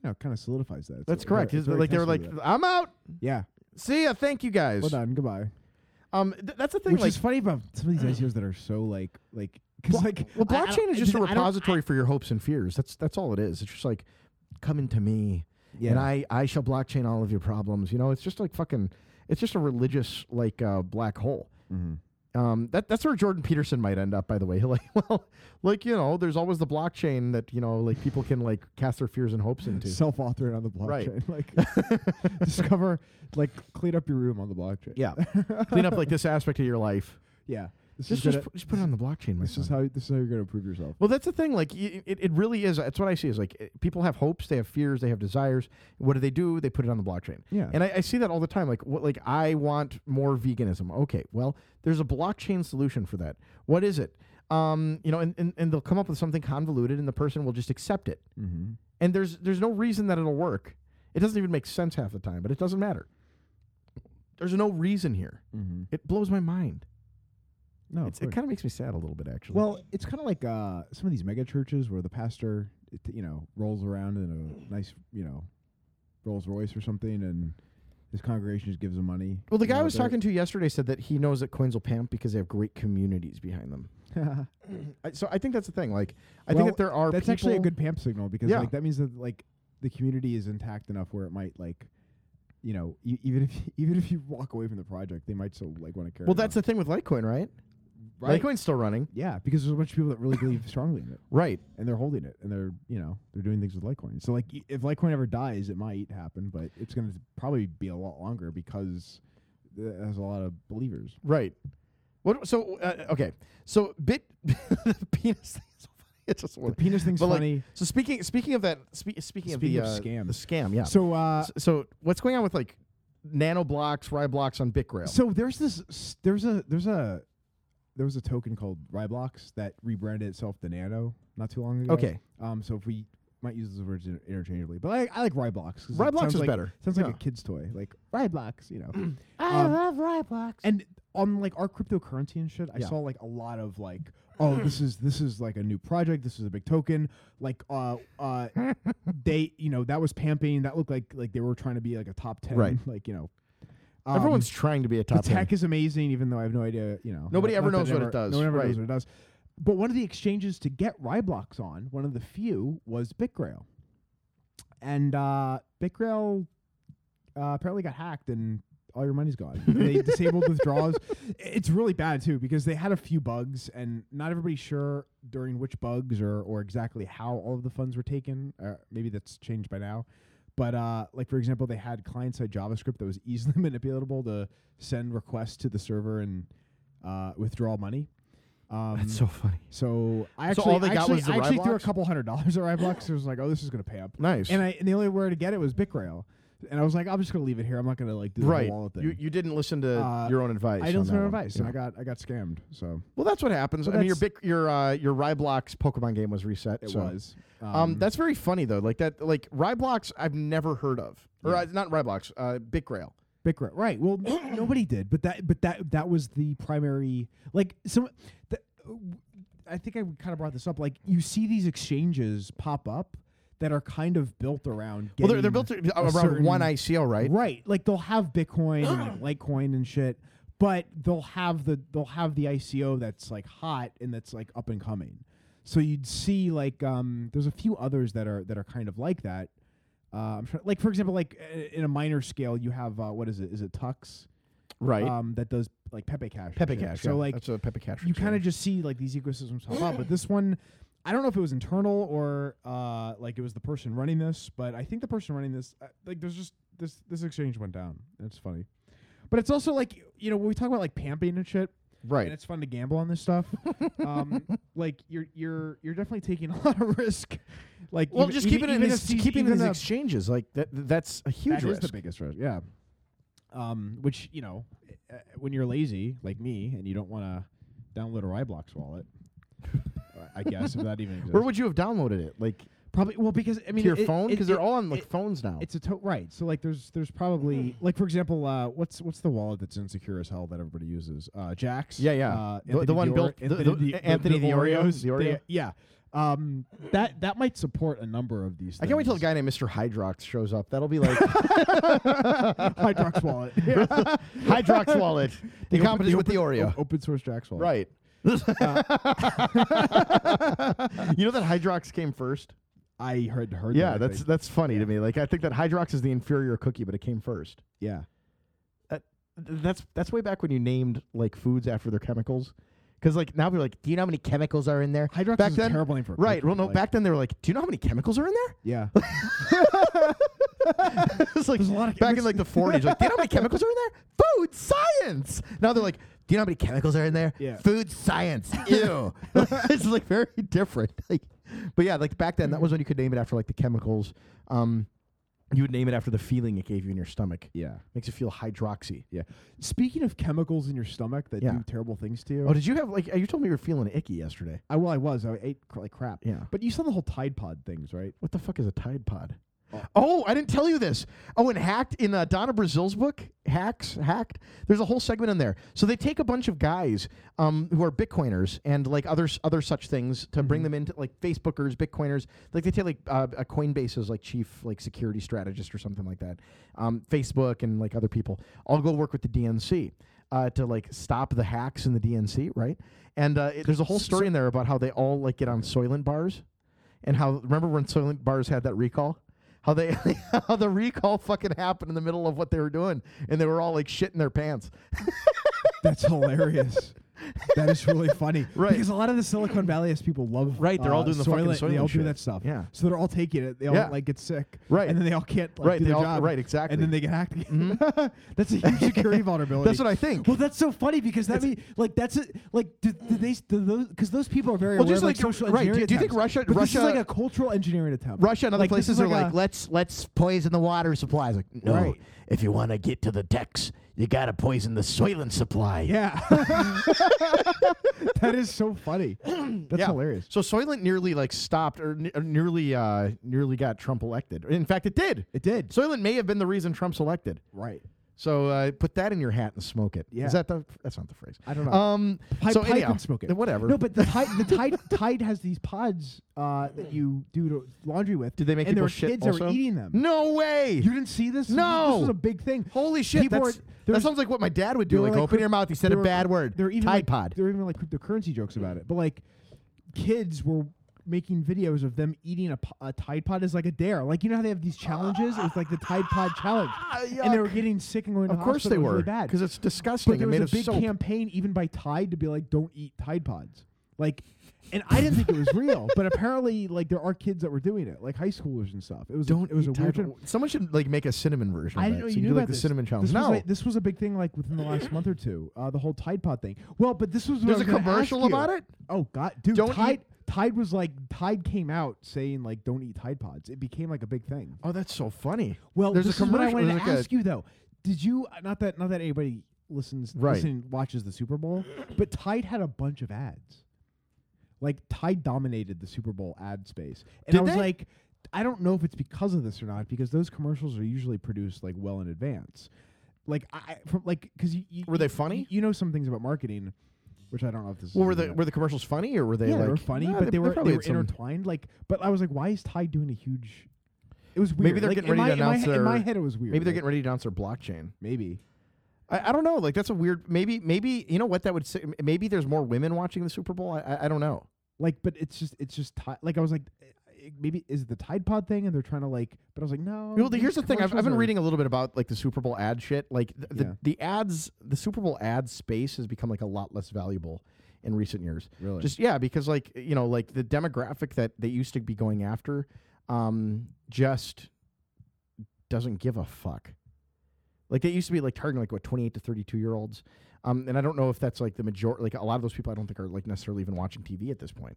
you know, kind of solidifies that. It's
That's
a-
correct.
it's
It's
very
like they were like,
testament to
"I'm out.
that. yeah,
See ya. Thank you guys."
well done, goodbye.
Um, th- that's the thing.
Which
like, Mm.
is funny about some of these ICOs that are so like, like, because
Blo-
like,
well,
I- I
blockchain
don't-
is just a
I don't- I-
repository for your hopes and fears. That's that's all it is. It's just like coming to me,
Yeah.
and I I shall blockchain all of your problems. You know, it's just like fucking. It's just a religious like uh, black hole.
Mm-hmm.
Um, that that's where Jordan Peterson might end up. By the way, like well, like you know, there's always the blockchain that you know, like people can like cast their fears and hopes into.
self-authoring on the
Right.
blockchain. Like, discover, like, clean up your room on the blockchain.
yeah, clean up like this aspect of your life.
yeah. This
Just
is
just,
gonna-
pu- just put it on the blockchain. My
this
son.
is how this is how you're gonna improve yourself.
Well, that's the thing. Like, y- it, it really is. That's what I see is like it- people have hopes, they have fears, they have desires. What do they do? They put it on the blockchain.
Yeah.
And I, I see that all the time. Like, what, like I want more veganism. Okay. Well, there's a blockchain solution for that. What is it? Um, you know, and, and, and they'll come up with something convoluted, and the person will just accept it.
Mm-hmm.
And there's there's no reason that it'll work. It doesn't even make sense half the time, but it doesn't matter. There's no reason here.
Mm-hmm.
It blows my mind.
No,
it's, it kind of makes me sad a little bit, actually.
Well, it's kind of like uh, some of these mega churches where the pastor, it, you know, rolls around in a nice, you know, Rolls Royce or something, and his congregation just gives him money.
Well, the
You
guy I
know,
was
they're-
talking to yesterday said that he knows that coins will pamp because they have great communities behind them. I, so I think that's the thing. Like, I
Well,
think that there are
That's
people,
actually a good pamp signal because
Yeah.
like that means that like the community is intact enough where it might like, you know, e- even if even if you walk away from the project, they might still like want to carry.
Well,
it
that's
on.
the thing with Litecoin, right?
Right.
Litecoin's still running,
yeah, because there's a bunch of people that really believe strongly in it,
right?
and they're holding it, and they're you know they're doing things with Litecoin. So like y- if Litecoin ever dies, it might happen, but it's going to probably be a lot longer because uh, it has a lot of believers.
Right. What? So uh, okay. So bit the penis thing is so funny. It's just
The penis thing's
but like,
funny.
so speaking speaking of that spe- speaking, of
Speaking
the
of
uh,
scam.
the scam, yeah. So,
So uh,
so what's going on with like nano blocks, rye blocks on BitRail?
So there's this s- there's a there's a there was a token called Ryblox that rebranded itself to Nano not too long ago.
Okay.
Um so if we might use those words inter- interchangeably, but I, I like Ryblox. 'cause it
Ryblox
sounds
is
like-
better.
Sounds like
Yeah.
a kid's toy, like Ryblox. You know,
I
Um,
love Ryblox.
and on like our cryptocurrency and shit, I
Yeah.
saw like a lot of like, oh, this is this is like a new project. This is a big token. Like, uh, uh, they, you know, that was pamping. That looked like like they were trying to be like a top ten,
Right.
like you know.
Everyone's
um,
trying to be a
the
top ten.
tech is amazing, even though I have no idea. You know,
Nobody
not-
ever
not
knows
that
what it
ever-
does,
No one ever
right.
knows what it does. But one of the exchanges to get Ryblox on, one of the few, was BitGrail, and uh, BitGrail uh, apparently got hacked and all your money's gone. they disabled withdrawals. It's really bad too because they had a few bugs and not everybody's sure during which bugs or or exactly how all of the funds were taken. Uh, maybe that's changed by now. But uh, like for example, they had client side JavaScript that was easily manipulatable to send requests to the server and uh, withdraw money. Um,
That's so funny.
so I
So
actually,
all they
I
got
actually,
was the
I actually threw a
Ryblox?
couple hundred dollars at Ryblox. It was like, oh, this is gonna pay up.
Nice.
And I and the only way to get it was BitRail. And I was like, I'm just gonna leave it here. I'm not gonna like do the whole
right.
wallet thing.
You, you didn't listen to
Uh,
your own advice.
I
on
don't
that
know
one.
advice, and
Yeah.
I got I got scammed. So
Well, that's what happens.
Well,
I mean, your
that's-
big, your uh, your Ryblox Pokemon game was reset.
it
so.
was. Um,
Um, that's very funny though. Like that, like Ryblox, I've never heard of, or
Yeah.
uh, not Ryblox, uh, Bickrail.
BitRail, right? Well, n- nobody did, but that but that that was the primary like some. That, I think I kind of brought this up. Like you see these exchanges pop up that are kind of built around.
Well, they're, they're
getting
built ar-
a
around
certain-
one ICO, right?
Like they'll have Bitcoin and Litecoin and shit, but they'll have the they'll have the ICO that's like hot and that's like up and coming. So you'd see like um, there's a few others that are that are kind of like that. Uh, I'm trying, like for example, like uh, in a minor scale, you have uh, what is it? Is it Tux?
Right.
Um, that does like Pepe Cash. and
Pepe
shit.
Cash.
So
yeah.
like
that's a Pepe Cash.
you kind
of
of just see like these ecosystems pop up, but this one, I don't know if it was internal or uh, like it was the person running this, but I think the person running this, uh, like, there's just this this exchange went down. It's funny, but it's also like you know when we talk about like pamping and shit, and
right.
it's fun to gamble on this stuff. um, like you're you're you're definitely taking a lot of risk. Like
Well,
even-
just
even-
keeping it in
even
these,
if these-
keeping it
even
in these
the-
exchanges like that. That's a huge
that is
risk.
the biggest risk. Yeah. Um, which you know, uh, when you're lazy like me and you don't want to download a Ryblox wallet, I guess if that even exists.
Where would you have downloaded it? Like
probably well because I mean
to your
it-
phone?
it-
Because they're
it-
all on like
it-
phones now.
It's a to- right. So like there's there's probably like for example, uh, what's what's the wallet that's insecure as hell that everybody uses? Uh, Jax.
Yeah, yeah.
Uh,
The- the
Anthony
one
Dior-
built- the-
Anthony,
the-
Di-
Anthony the Oreo,
Oreos,
the Oreo.
they- yeah. Um, that that might support a number of these.
I can't wait till a
things.
guy named Mr. Hydrox shows up. That'll be like
Hydrox wallet. Yeah.
Hydrox wallet. The,
open-
competition with the
open-
Oreo.
o- Open source Jax wallet.
Right. Uh, you know that Hydrox came first.
I heard heard.
Yeah,
that, I
that's
think.
that's funny to me. Like I think that Hydrox is the inferior cookie, but it came first.
yeah.
Uh, Th- That's that's way back when you named like foods after their chemicals. Because like now we're like, do you know how many chemicals are in there?
Hydrox
back
is a
then,
terrible name for a
right?
cookie,
Well, no,
like-
back then they were like, do you know how many chemicals are in there?
Yeah,
it's like
a lot of
back in like the forties, like, do you know how many chemicals are in there? Food science. Now they're like, do you know how many chemicals are in there?
Yeah.
Food science. Ew. it's like very different. Like, but yeah, like back then, that was when you could name it after like the chemicals. Um, you would name it after the feeling it gave you in your stomach.
yeah,
Makes you feel hydroxy.
yeah. Speaking of chemicals in your stomach that
Yeah.
do terrible things to you,
Oh, did you have like uh, you told me you were feeling icky yesterday?
I well, I was. I ate cr- like crap.
Yeah.
but you saw the whole Tide Pod things, right?
What the fuck is a Tide Pod? Oh, I didn't tell you this. Oh, and hacked in uh, Donna Brazil's book, hacks, hacked. There's a whole segment in there. So they take a bunch of guys um, who are Bitcoiners and like other s- other such things to bring them into like Facebookers, Bitcoiners. Like they take like uh, a Coinbase's like chief like security strategist or something like that. Um, Facebook and like other people all go work with the DNC. Uh, to like stop the hacks in the DNC, right? And uh, it, there's a whole story in there about how they all like get on Soylent bars and how remember when Soylent Bars had that recall? How they how the recall fucking happened in the middle of what they were doing, and they were all like shitting their pants.
That's hilarious. That is really funny,
Right.
Because a lot of the Silicon Valley is people love
Right, they're all
uh,
doing the fucking
Soylent, and They
Soylent
all do
shit.
that stuff.
Yeah.
so they're all taking it. They all
Yeah.
like get sick.
Right.
and then they all can't. Like,
Right,
do
they
their
all-
job.
right, exactly. Mm-hmm.
And then they get hacked. Again. that's a huge security vulnerability.
That's what I think.
Well, that's so funny because that means like that's a, like do, do they do those because those people are very
Well,
aware
just
of, like,
like-
social
right, do-
engineering.
do you think
attempts.
Russia-
But this is
Russia-
like a cultural engineering attempt?
Russia and other
Like, this
places
is
are like,
a-
let's let's poison the water supplies. Like, no,
Right.
if you want to get to the techs, you gotta poison the Soylent supply.
yeah. that is so funny. That's
Yeah.
hilarious.
So Soylent nearly like stopped or, ne- or nearly uh, nearly got Trump elected. In fact, it did.
It did.
Soylent may have been the reason Trump's elected.
Right.
So uh, put that in your hat and smoke it. Is
Yeah.
that the? That's not the phrase.
I don't know.
Um.
Pipe,
so
pipe
anyhow,
and smoke it.
Whatever.
No, but the tide, the tide, tide has these pods uh, that you do to laundry with.
did they make
and there
people
were
shit?
kids that
also?
were eating them.
No way.
You didn't see this?
No.
this was a big thing.
Holy shit!
People
that's-
were-
that
there was-
sounds like what my dad would
there
do.
were,
Like,
like,
open
cryp-
your mouth. He said a
there were-
bad word.
There were even
Tide
like,
Pod.
There were even like cryptocurrency jokes about it. But like, kids were making videos of them eating a, po- a Tide Pod as like a dare. Like you know how they have these challenges? It was like the Tide Pod challenge, and they were getting sick and going.
Of
to
course
hospital.
they
It was
were.
really bad.
Because it's disgusting.
But there
it made
was a
of
big
soap.
campaign, even by Tide, to be like, "Don't eat Tide Pods." Like, and I didn't think it was real, but apparently, like, there are kids that were doing it, like high schoolers and stuff. It was
Don't
it was
eat
a weird.
Tide
gen-
Pod. Someone should like make a cinnamon version.
I
of
didn't
that.
know
So
you
you
knew
do like
about
the
this.
cinnamon challenge.
This was
no,
like- this was a big thing, like within the last month or two. Uh, the whole Tide Pod thing. Well, but this was what
There's
I was
a
gonna ask
commercial
you.
about it?
Oh God, dude,
Don't
Tide
eat-
Tide was like Tide came out saying like, "Don't eat Tide Pods." It became like a big thing.
Oh, that's so funny.
Well,
there's
this
a
is what
commercial.
I wanted
there's
to
like
ask
a,
you though. Did you uh, not that not that anybody listens
Right.
listen, watches the Super Bowl, but Tide had a bunch of ads. Like Tide dominated the Super Bowl ad space, and
Did
I was
they?
like, I don't know if it's because of this or not, because those commercials are usually produced like well in advance. Like I I- from like because you, you
Were they
you-
funny?
You know some things about marketing, which I don't know if this.
Well,
is
were
even
the
a-
were the commercials funny or were they
yeah,
like
they were funny,
Nah,
but they, were
probably
they were
had some-
intertwined. Like, but I was like, why is Tide doing a huge? It was weird.
they're
Like,
getting
in
ready
my,
to
in my
announce
he- In my
their-
head, it was weird.
Maybe they're
like,
getting ready to announce their blockchain.
Maybe.
I, I don't know. Like that's a weird. Maybe maybe you know what that would say. m- Maybe there's more women watching the Super Bowl. I I, I don't know.
Like, but it's just it's just ti- like I was like, eh, eh, maybe is it the Tide Pod thing, and they're trying to like, but I was like, no.
Well, the-
Oh, these
here's the thing. I've, I've been
commercials are-
reading a little bit about like the Super Bowl ad shit. Like th- the
Yeah.
the ads, the Super Bowl ad space has become like a lot less valuable in recent years.
Really?
Just yeah, because like you know, like the demographic that they used to be going after, um, just doesn't give a fuck. Like they used to be like targeting like what twenty eight to thirty two year olds, um, and I don't know if that's like the majority. Like a lot of those people, I don't think are like necessarily even watching TV at this point.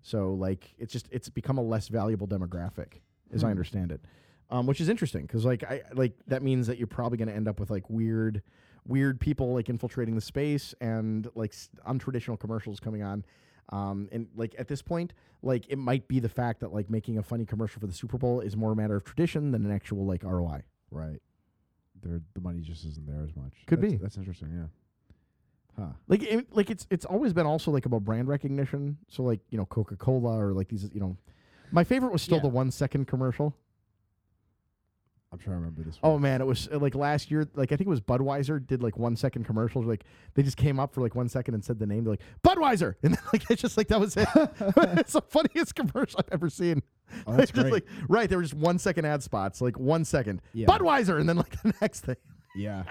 So like it's just it's become a less valuable demographic, as I understand it, um, which is interesting because like I like that means that you're probably going to end up with like weird, weird people like infiltrating the space and like s- untraditional commercials coming on. Um, and like at this point, like it might be the fact that like making a funny commercial for the Super Bowl is more a matter of tradition than an actual like ROI.
Right. There, the money just isn't there as much.
Could
That's-
be.
That's interesting. Yeah. Huh.
Like it, like it's it's always been also like about brand recognition. So like you know Coca Cola or like these you know, my favorite was still
Yeah.
the one second commercial.
I'm trying to remember this.
Oh man, it was uh, like last year. Like I think it was Budweiser did like one second commercials. Like they just came up for like one second and said the name. They're like Budweiser, and then like it's just like that was it. it's the funniest commercial I've ever seen.
Oh, that's
It's just,
great.
like, right, there were just one second ad spots, like one second
Yeah.
Budweiser, and then like the next thing.
Yeah.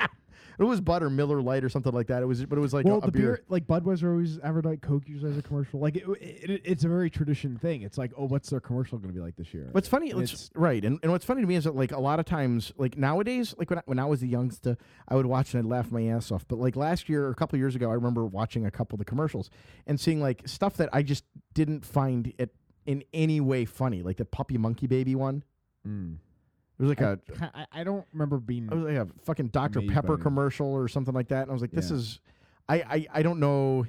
It was Bud or Miller Light or something like that. It was, but it was like
well,
a, a
the beer,
beer.
like Budweiser always advertised Coke usually has a commercial. Like it, it, it's a very tradition thing. It's like, oh, what's their commercial going to be like this year?
What's funny,
And
it's,
it's-
right, and, and what's funny to me is that like a lot of times, like nowadays, like when I, when I was a youngster, I would watch and I'd laugh my ass off. But like last year or a couple years ago, I remember watching a couple of the commercials and seeing like stuff that I just didn't find it in any way funny, like the puppy monkey baby one.
Mm.
It was like a
I, I, I don't remember being.
it was like a fucking Dr
Amazed by
Pepper
it.
commercial or something like that, and I was like, this
Yeah.
is, I I, I don't know.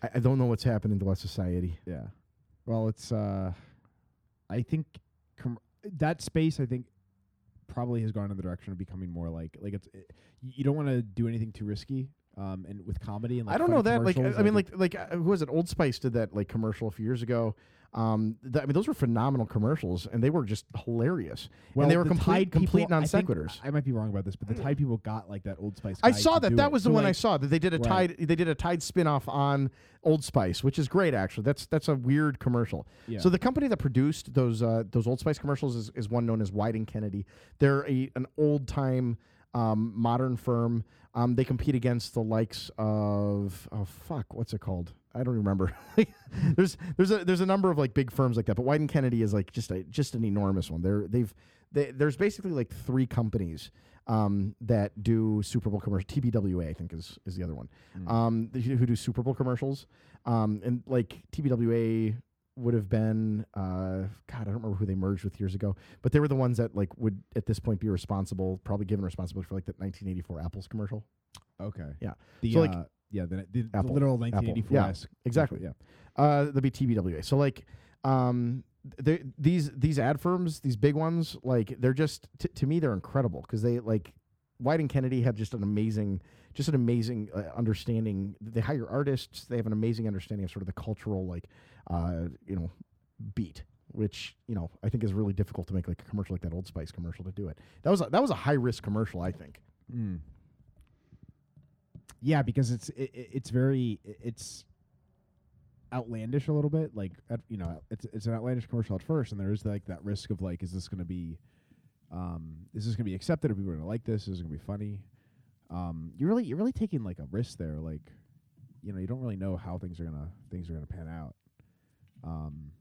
I I don't know what's happening to our society.
Yeah. Well, it's uh I think com- that space I think probably has gone in the direction of becoming more like like it's it, you don't want to do anything too risky um and with comedy and like
I don't know
funny
that. Like, I,
commercials,
I mean,
think-
like, like uh, who was it? Old Spice did that like commercial a few years ago. Um, th- I mean, those were phenomenal commercials, and they were just hilarious.
well,
and they were
the
complete,
Tide
complete
people- I
non
think-
sequiturs.
I, might be wrong about this, but the Tide people got like that Old Spice.
I
guy
saw
to
that.
do
That
it.
was the
So,
one I
like,
saw that they did a tide.
Right.
They did a tide spin-off on Old Spice, which is great actually. That's that's a weird commercial.
Yeah.
So the company that produced those uh, those Old Spice commercials is, is one known as Whiting Kennedy. They're a an old time um, modern firm. Um, they compete against the likes of oh fuck, what's it called? I don't remember. there's there's a there's a number of like big firms like that, but Whiting Kennedy is like just a just an enormous one. They're they've they, there's basically like three companies um, that do Super Bowl commercials. TBWA, I think, is is the other one. Um, th- who do Super Bowl commercials? Um, and like TBWA would have been uh, God, I don't remember who they merged with years ago, but they were the ones that like would at this point be responsible, probably given responsibility for like that 1984 Apple's commercial.
Okay.
Yeah.
The,
So, like,
uh, yeah, the, the
Apple.
literal
Apple.
1984
Yeah, exactly.
Yeah.
Uh, there'll be TBWA. So like, um, th- these these ad firms, these big ones, like they're just t- to me they're incredible because they like White and Kennedy had just an amazing, just an amazing uh, understanding. They hire artists. They have an amazing understanding of sort of the cultural like, uh, you know, beat. Which you know I think is really difficult to make like a commercial like that Old Spice commercial to do it. That was a, that was a high risk commercial I think.
Mm. Yeah, because it's it, it- it's very i- it's outlandish a little bit. Like at, you know, it's it's an outlandish commercial at first, and there is like that risk of like, is this going to be, um, is this going to be accepted? Are people going to like this? Is it going to be funny? Um, you're really you're really taking like a risk there. Like, you know, you don't really know how things are gonna things are gonna pan out. Um,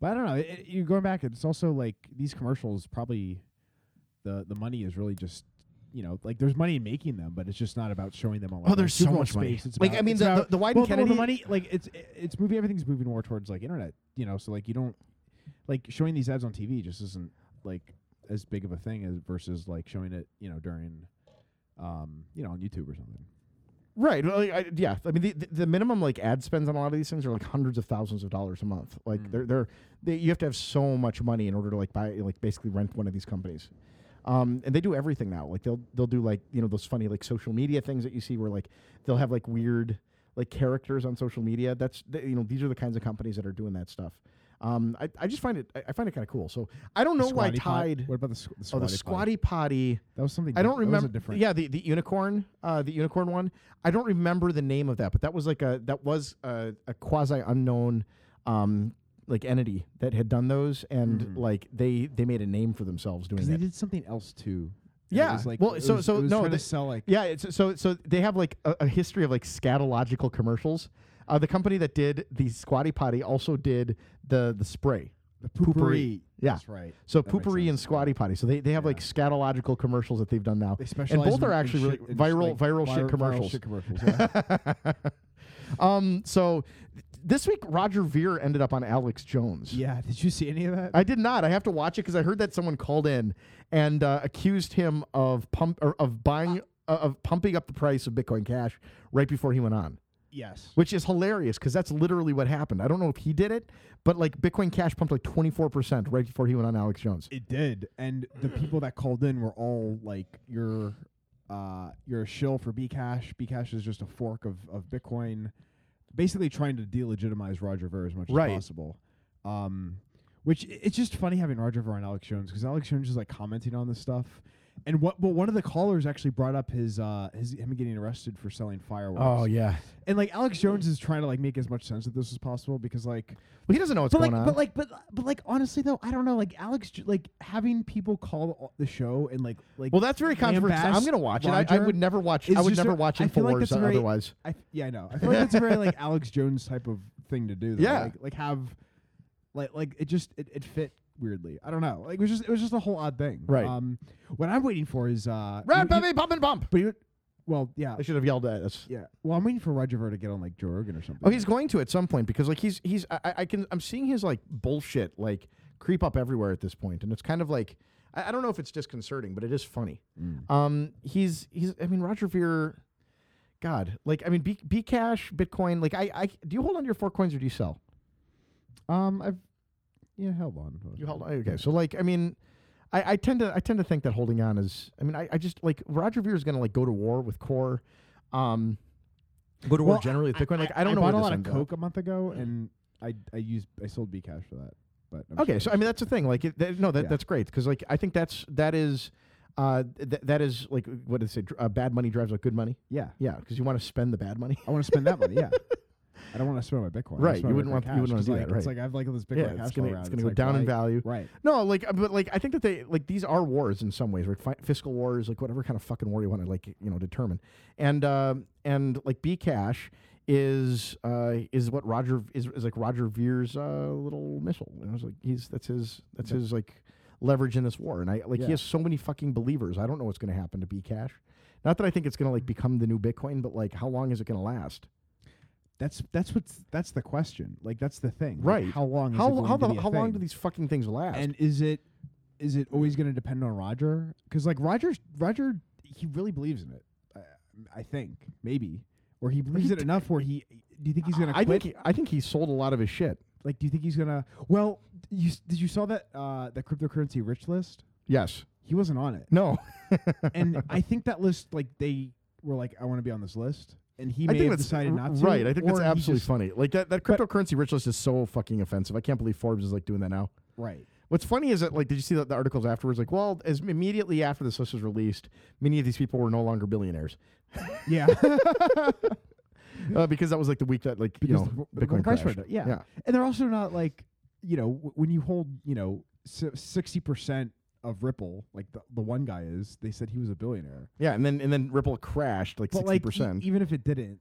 but I don't know. It, it- you're going back. It's also like these commercials probably the the money is really just you know like there's money in making them, but it's just not about showing them on. Like,
Oh, there's
Super
so
Bowl
much money.
It's
Like, I mean,
it's
the- the- the Wyden
well, well,
Kennedy-
the money like it's it's moving everything's moving more towards like internet. You know, so like you don't like showing these ads on TV just isn't like as big of a thing as versus like showing it you know during um you know on YouTube or something.
Right. Well, I, yeah. I mean, the, the- the minimum like ad spends on a lot of these things are like hundreds of thousands of dollars a month. Like
Mm.
they're they're they, you have to have so much money in order to like buy like basically rent one of these companies. Um, and they do everything now. Like they'll they'll do like you know those funny like social media things that you see where like they'll have like weird like characters on social media. That's th- you know these are the kinds of companies that are doing that stuff. Um, I, I just find it I, I find it kind of cool. So I don't know why
Squatty Potty?
Tide.
What about the, squ- the
Oh, the
squatty potty?
squatty potty.
That was something.
I don't
diff-
remember.
That was a different.
Yeah, the, the unicorn, uh, the unicorn one. I don't remember the name of that, but that was like a that was a, a quasi unknown, um, like entity that had done those, and like they they made a name for themselves doing
Because Mm-hmm. they
that.
did something else too. And
Yeah.
It was like,
Well,
it
so-
was,
so
it was
no,
trying
the-
to sell like
Yeah, it's, so so they have like a, a history of like scatological commercials. Uh, the company that did the squatty potty also did the the spray.
the
poopery. Yeah.
That's right.
So
That makes
poopery and
sense.
squatty potty. So they, they have like scatological commercials that they've done now.
They
and
specialize
both
in-
are
in
actually
shit-
really
in
viral
like
viral
vir-
shit commercials.
shit commercials. yeah.
Um, so th- this week Roger Veer ended up on Alex Jones.
yeah. Did you see any of that?
I did not. I have to watch it because I heard that someone called in and uh, accused him of pump or of buying uh, of pumping up the price of Bitcoin Cash right before he went on,
yes.
which is hilarious because that's literally what happened. I don't know if he did it, but like Bitcoin Cash pumped like twenty four percent right before he went on Alex Jones.
It did, and the
Mm-hmm.
people that called in were all like, "You're, uh, you're a shill for Bcash. Bcash is just a fork of of Bitcoin." Basically, trying to delegitimize Roger Ver as much
Right.
as possible. Um, which i- it's just funny having Roger Ver and Alex Jones because Alex Jones is like commenting on this stuff. And what? Well, one of the callers actually brought up his uh his him getting arrested for selling fireworks.
Oh, yeah,
and like Alex Jones is trying to like make as much sense of this as possible because like
well he doesn't know what's
but
going
like,
on.
but like, but but like, honestly though, I don't know. Like Alex, J- like having people call o- the show and like, like.
well, that's very controversial. I'm
lambast
going to watch it. I, I
Roger
would never watch.
is
I would
just a-
never watch
I
it for
feel like
wars
that's a very-
otherwise.
I, yeah, I know. I feel like that's a very like Alex Jones type of thing to do. Though.
Yeah.
like, like have, like like it just it, it fit weirdly. I don't know. Like it was just it was just a whole odd thing.
Right.
Um, what I'm waiting for is uh.
Right,
you- you-
baby, pump and bump.
But you, well, yeah,
I should have yelled at us.
yeah. Well, I'm waiting for Roger Ver to get on like Joe Rogan or something.
Oh, he's going to at some point because like he's he's I- I, I can I'm seeing his like bullshit like creep up everywhere at this point, and it's kind of like I, I don't know if it's disconcerting, but it is funny. Um, he's he's I mean Roger Veer, God, like I mean B, B Cash, Bitcoin, like I I do you hold on to your four coins or do you sell?
Um, I've yeah held on. to it.
You held on. Okay, so like I mean. I, I tend to I tend to think that holding on is I mean I, I just like Roger Veer is gonna like go to war with Core, um, go to
Well,
war generally with Bitcoin. Like I, don't know where
bought a
this
lot of
ends up.
Coke a month ago, and I I used I sold B cash for that. But I'm
Okay,
sure
so I mean that's the thing. Like, it, that, no, that,
Yeah.
that's great because like I think that's that is, uh, th- that is like what did it say? Dr- Uh, bad money drives out good money.
yeah,
Yeah, because you want to spend the bad money.
I want to spend that money. Yeah, I don't want to spend my Bitcoin. I
Right,
spend
you
my
wouldn't
Bitcoin
want- you
cash,
wouldn't wanna
'cause,
do
like,
that,
It's
right.
like I've like all this Bitcoin
Yeah, it's
cash
gonna-
all around.
it's gonna go
like,
down in
why-
value.
Right.
No, like, uh, but like I think that they like these are wars in some ways, like fi- fiscal wars, like whatever kind of fucking war you want to like you know determine, and uh, and like B cash is uh is what Roger is, is like Roger Veer's uh little missile. And I was like, he's that's his that's his like leverage in this war, and I like
Yeah.
he has so many fucking believers. I don't know what's going to happen to B cash. Not that I think it's going to like become the new Bitcoin, but like how long is it going to last?
That's that's what's that's the question. Like that's the thing. Like,
Right?
how long?
How
is it going
how
to
the,
be a
how long
thing?
do these fucking things last?
And is it is it always going to depend on Roger? Because like Roger, Roger, he really believes in it. I, I think maybe, or he believes it enough where he. Do you think he's gonna
I
quit?
think he, I think he sold a lot of his shit.
like, do you think he's gonna? Well, you s- did you saw that uh, that cryptocurrency rich list?
Yes.
He wasn't on it,
No.
and I think that list like they were like, I want to be on this list, and he
I
may
think
have
that's
decided not to.
Right. I think that's
or he
absolutely
just-
funny. Like that, that cryptocurrency rich list is so fucking offensive. I can't believe Forbes is like doing that now.
Right.
What's funny is that like, did you see the, the articles afterwards? Like, well, as immediately after this list was released, many of these people were no longer billionaires
Yeah.
uh, because that was like the week that like
because
you know
the,
Bitcoin
price
crashed.
went up. Yeah.
Yeah.
and they're also not like you know w- when you hold you know sixty percent of Ripple, like the, the one guy is. They said he was a billionaire,
Yeah, and then and then Ripple crashed like
but
sixty
like e-
percent.
even if it didn't,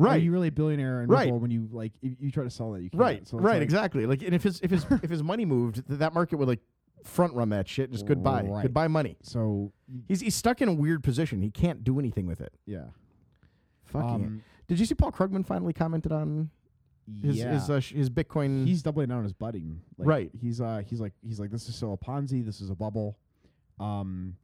are
Right.
you really a billionaire in
Right.
Ripple when you like you, you try to sell that you can't.
Right,
So it's
right,
like-
exactly. Like, and if his if his if his money moved, th- that market would like front run that shit. Just goodbye,
Right.
goodbye money.
So
He's he's stuck in a weird position. He can't do anything with it.
yeah,
Fucking.
Um,
Did you see Paul Krugman finally commented on his
yeah.
his uh, sh- his Bitcoin?
he's doubling down on his budding. Like,
Right.
He's uh he's like he's like this is still a Ponzi. This is a bubble. Um,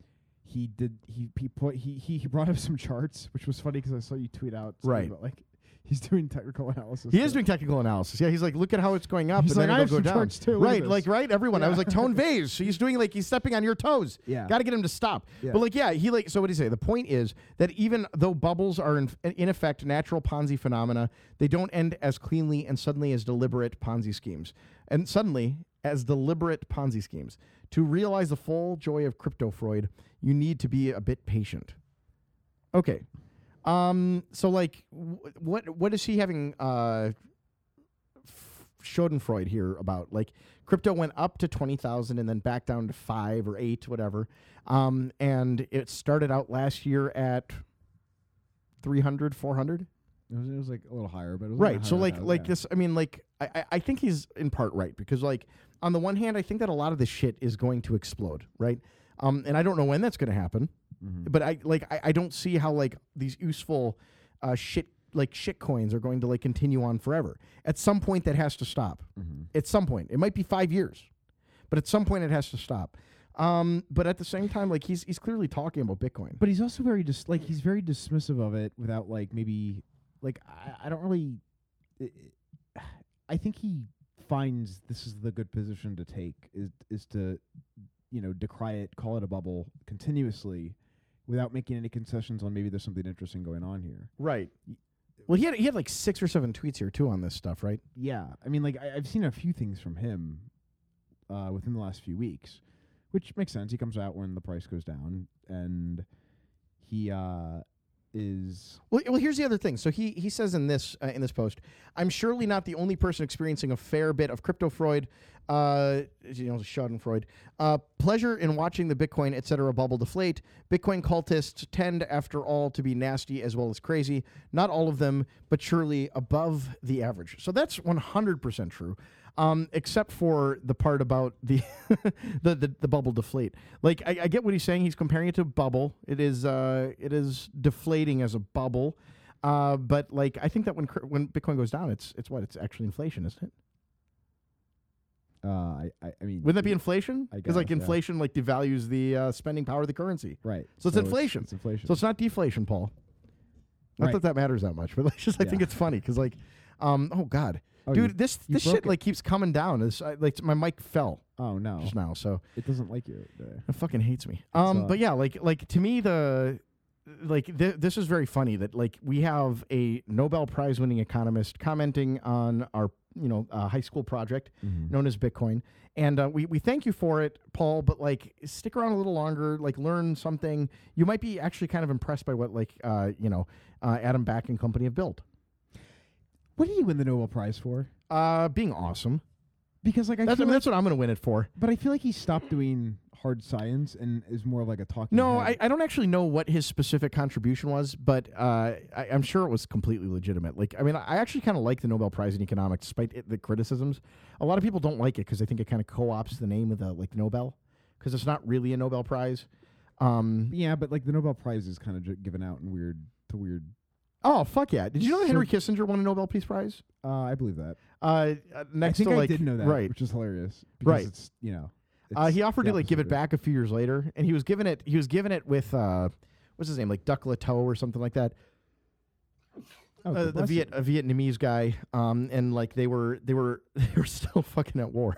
he did he he put he he, he brought up some charts, which was funny because I saw you tweet out something
Right.
about, like he's doing technical analysis.
he is
for-
doing technical analysis. Yeah, he's like, look at how it's going up,
He's
and
like,
then it'll
I have
go
some
down.
charts too, look at
right,
this.
like right, everyone. I
Yeah.
was like, Tone Vase. He's doing like he's stepping on your toes.
Yeah.
got to get him to stop.
Yeah.
But like, yeah, he like. So what do you say? The point is that even though bubbles are in, in effect natural Ponzi phenomena, they don't end as cleanly and suddenly as deliberate Ponzi schemes, and suddenly as deliberate Ponzi schemes. To realize the full joy of crypto Freud, you need to be a bit patient. Okay. Um. So, like, wh- what what is he having? Uh, f- Schadenfreude here about like crypto went up to twenty thousand and then back down to five or eight, whatever. Um, and it started out last year at 300, 400.
It was, it was like a little higher, but it was a
Right.
little
So
higher
like
than I-
like
yeah.
this. I mean, like I, I I think he's in part right because like on the one hand, I think that a lot of this shit is going to explode, right? Um, and I don't know when that's going to happen,
Mm-hmm.
but I like I, I don't see how like these useful uh, shit like shit coins are going to like continue on forever. At some point, that has to stop.
Mm-hmm.
At some point, it might be five years, but at some point, it has to stop. Um, but at the same time, like he's he's clearly talking about Bitcoin.
But he's also very dis- like he's very dismissive of it without like maybe like I, I don't really. i i- I think he finds this is the good position to take is is to you know decry it, call it a bubble continuously, without making any concessions on maybe there's something interesting going on here.
right. Well, he had he had like six or seven tweets here too on this stuff, right?
Yeah, I mean like I, I've seen a few things from him uh, within the last few weeks, which makes sense. He comes out when the price goes down and he uh, is.
Well, well, here's the other thing. So he he says in this uh, in this post, I'm surely not the only person experiencing a fair bit of crypto Freud, uh, you know, Schadenfreude, uh, pleasure in watching the Bitcoin etc. bubble deflate. Bitcoin cultists tend, after all, to be nasty as well as crazy. Not all of them, but surely above the average. So that's 100% true. Um, except for the part about the the, the the bubble deflate. Like I, I get what he's saying. He's comparing it to a bubble. It is uh, it is deflating as a bubble. Uh, but like I think that when cr- when Bitcoin goes down, it's it's what it's actually inflation, isn't it?
Uh, I, I I mean,
Wouldn't that be inflation?
Mm. I
Because like
guess, yeah.
inflation like devalues the uh, spending power of the currency.
Right.
So it's inflation.
It's, inflation.
So it's not deflation, Paul. Not
Right.
that that matters that much, but like, just I think
Yeah.
it's funny because like, um, oh god,
Oh,
dude,
you-
this
you
this
broke
shit
it.
like keeps coming down. This I, like my mic fell
oh no,
just now, so
it doesn't like you. There.
It fucking hates me. Um,
uh,
but yeah, like like to me the like th- this is very funny that like we have a Nobel Prize winning economist commenting on our you know uh, high school project known as Bitcoin, and uh, we we thank you for it, Paul. But like stick around a little longer, like learn something. You might be actually kind of impressed by what like uh, you know uh, Adam Back and company have built.
What did you win the Nobel Prize for?
Uh, being awesome.
Because like I
That's, I
feel
mean,
like,
that's what I'm going to win it for.
but I feel like he stopped doing hard science and is more of like a talking.
No, I,
head.
I don't actually know what his specific contribution was, but uh, I, I'm sure it was completely legitimate. Like, I mean, I actually kind of like the Nobel Prize in economics, despite it, the criticisms. A lot of people don't like it because they think it kind of co-opts the name of the like Nobel, because it's not really a Nobel Prize. Um,
yeah, but like the Nobel Prize is kind of j- given out in weird to weird.
oh fuck yeah! Did you know that Henry Kissinger won a Nobel Peace Prize?
Uh, I believe that.
Uh, uh, next
I think
to
I
like
did know that,
right.
which is hilarious. Because
Right.
It's you know.
Uh,
it's
he offered
the
to like give
opposite
it
of-
back a few years later, and he was given it. He was given it with uh, what's his name, like Duck Lateau or something like that.
Oh,
Uh,
God
the
bless
Viet,
him.
a Vietnamese guy, um, and like they were, they were, they were still fucking at war.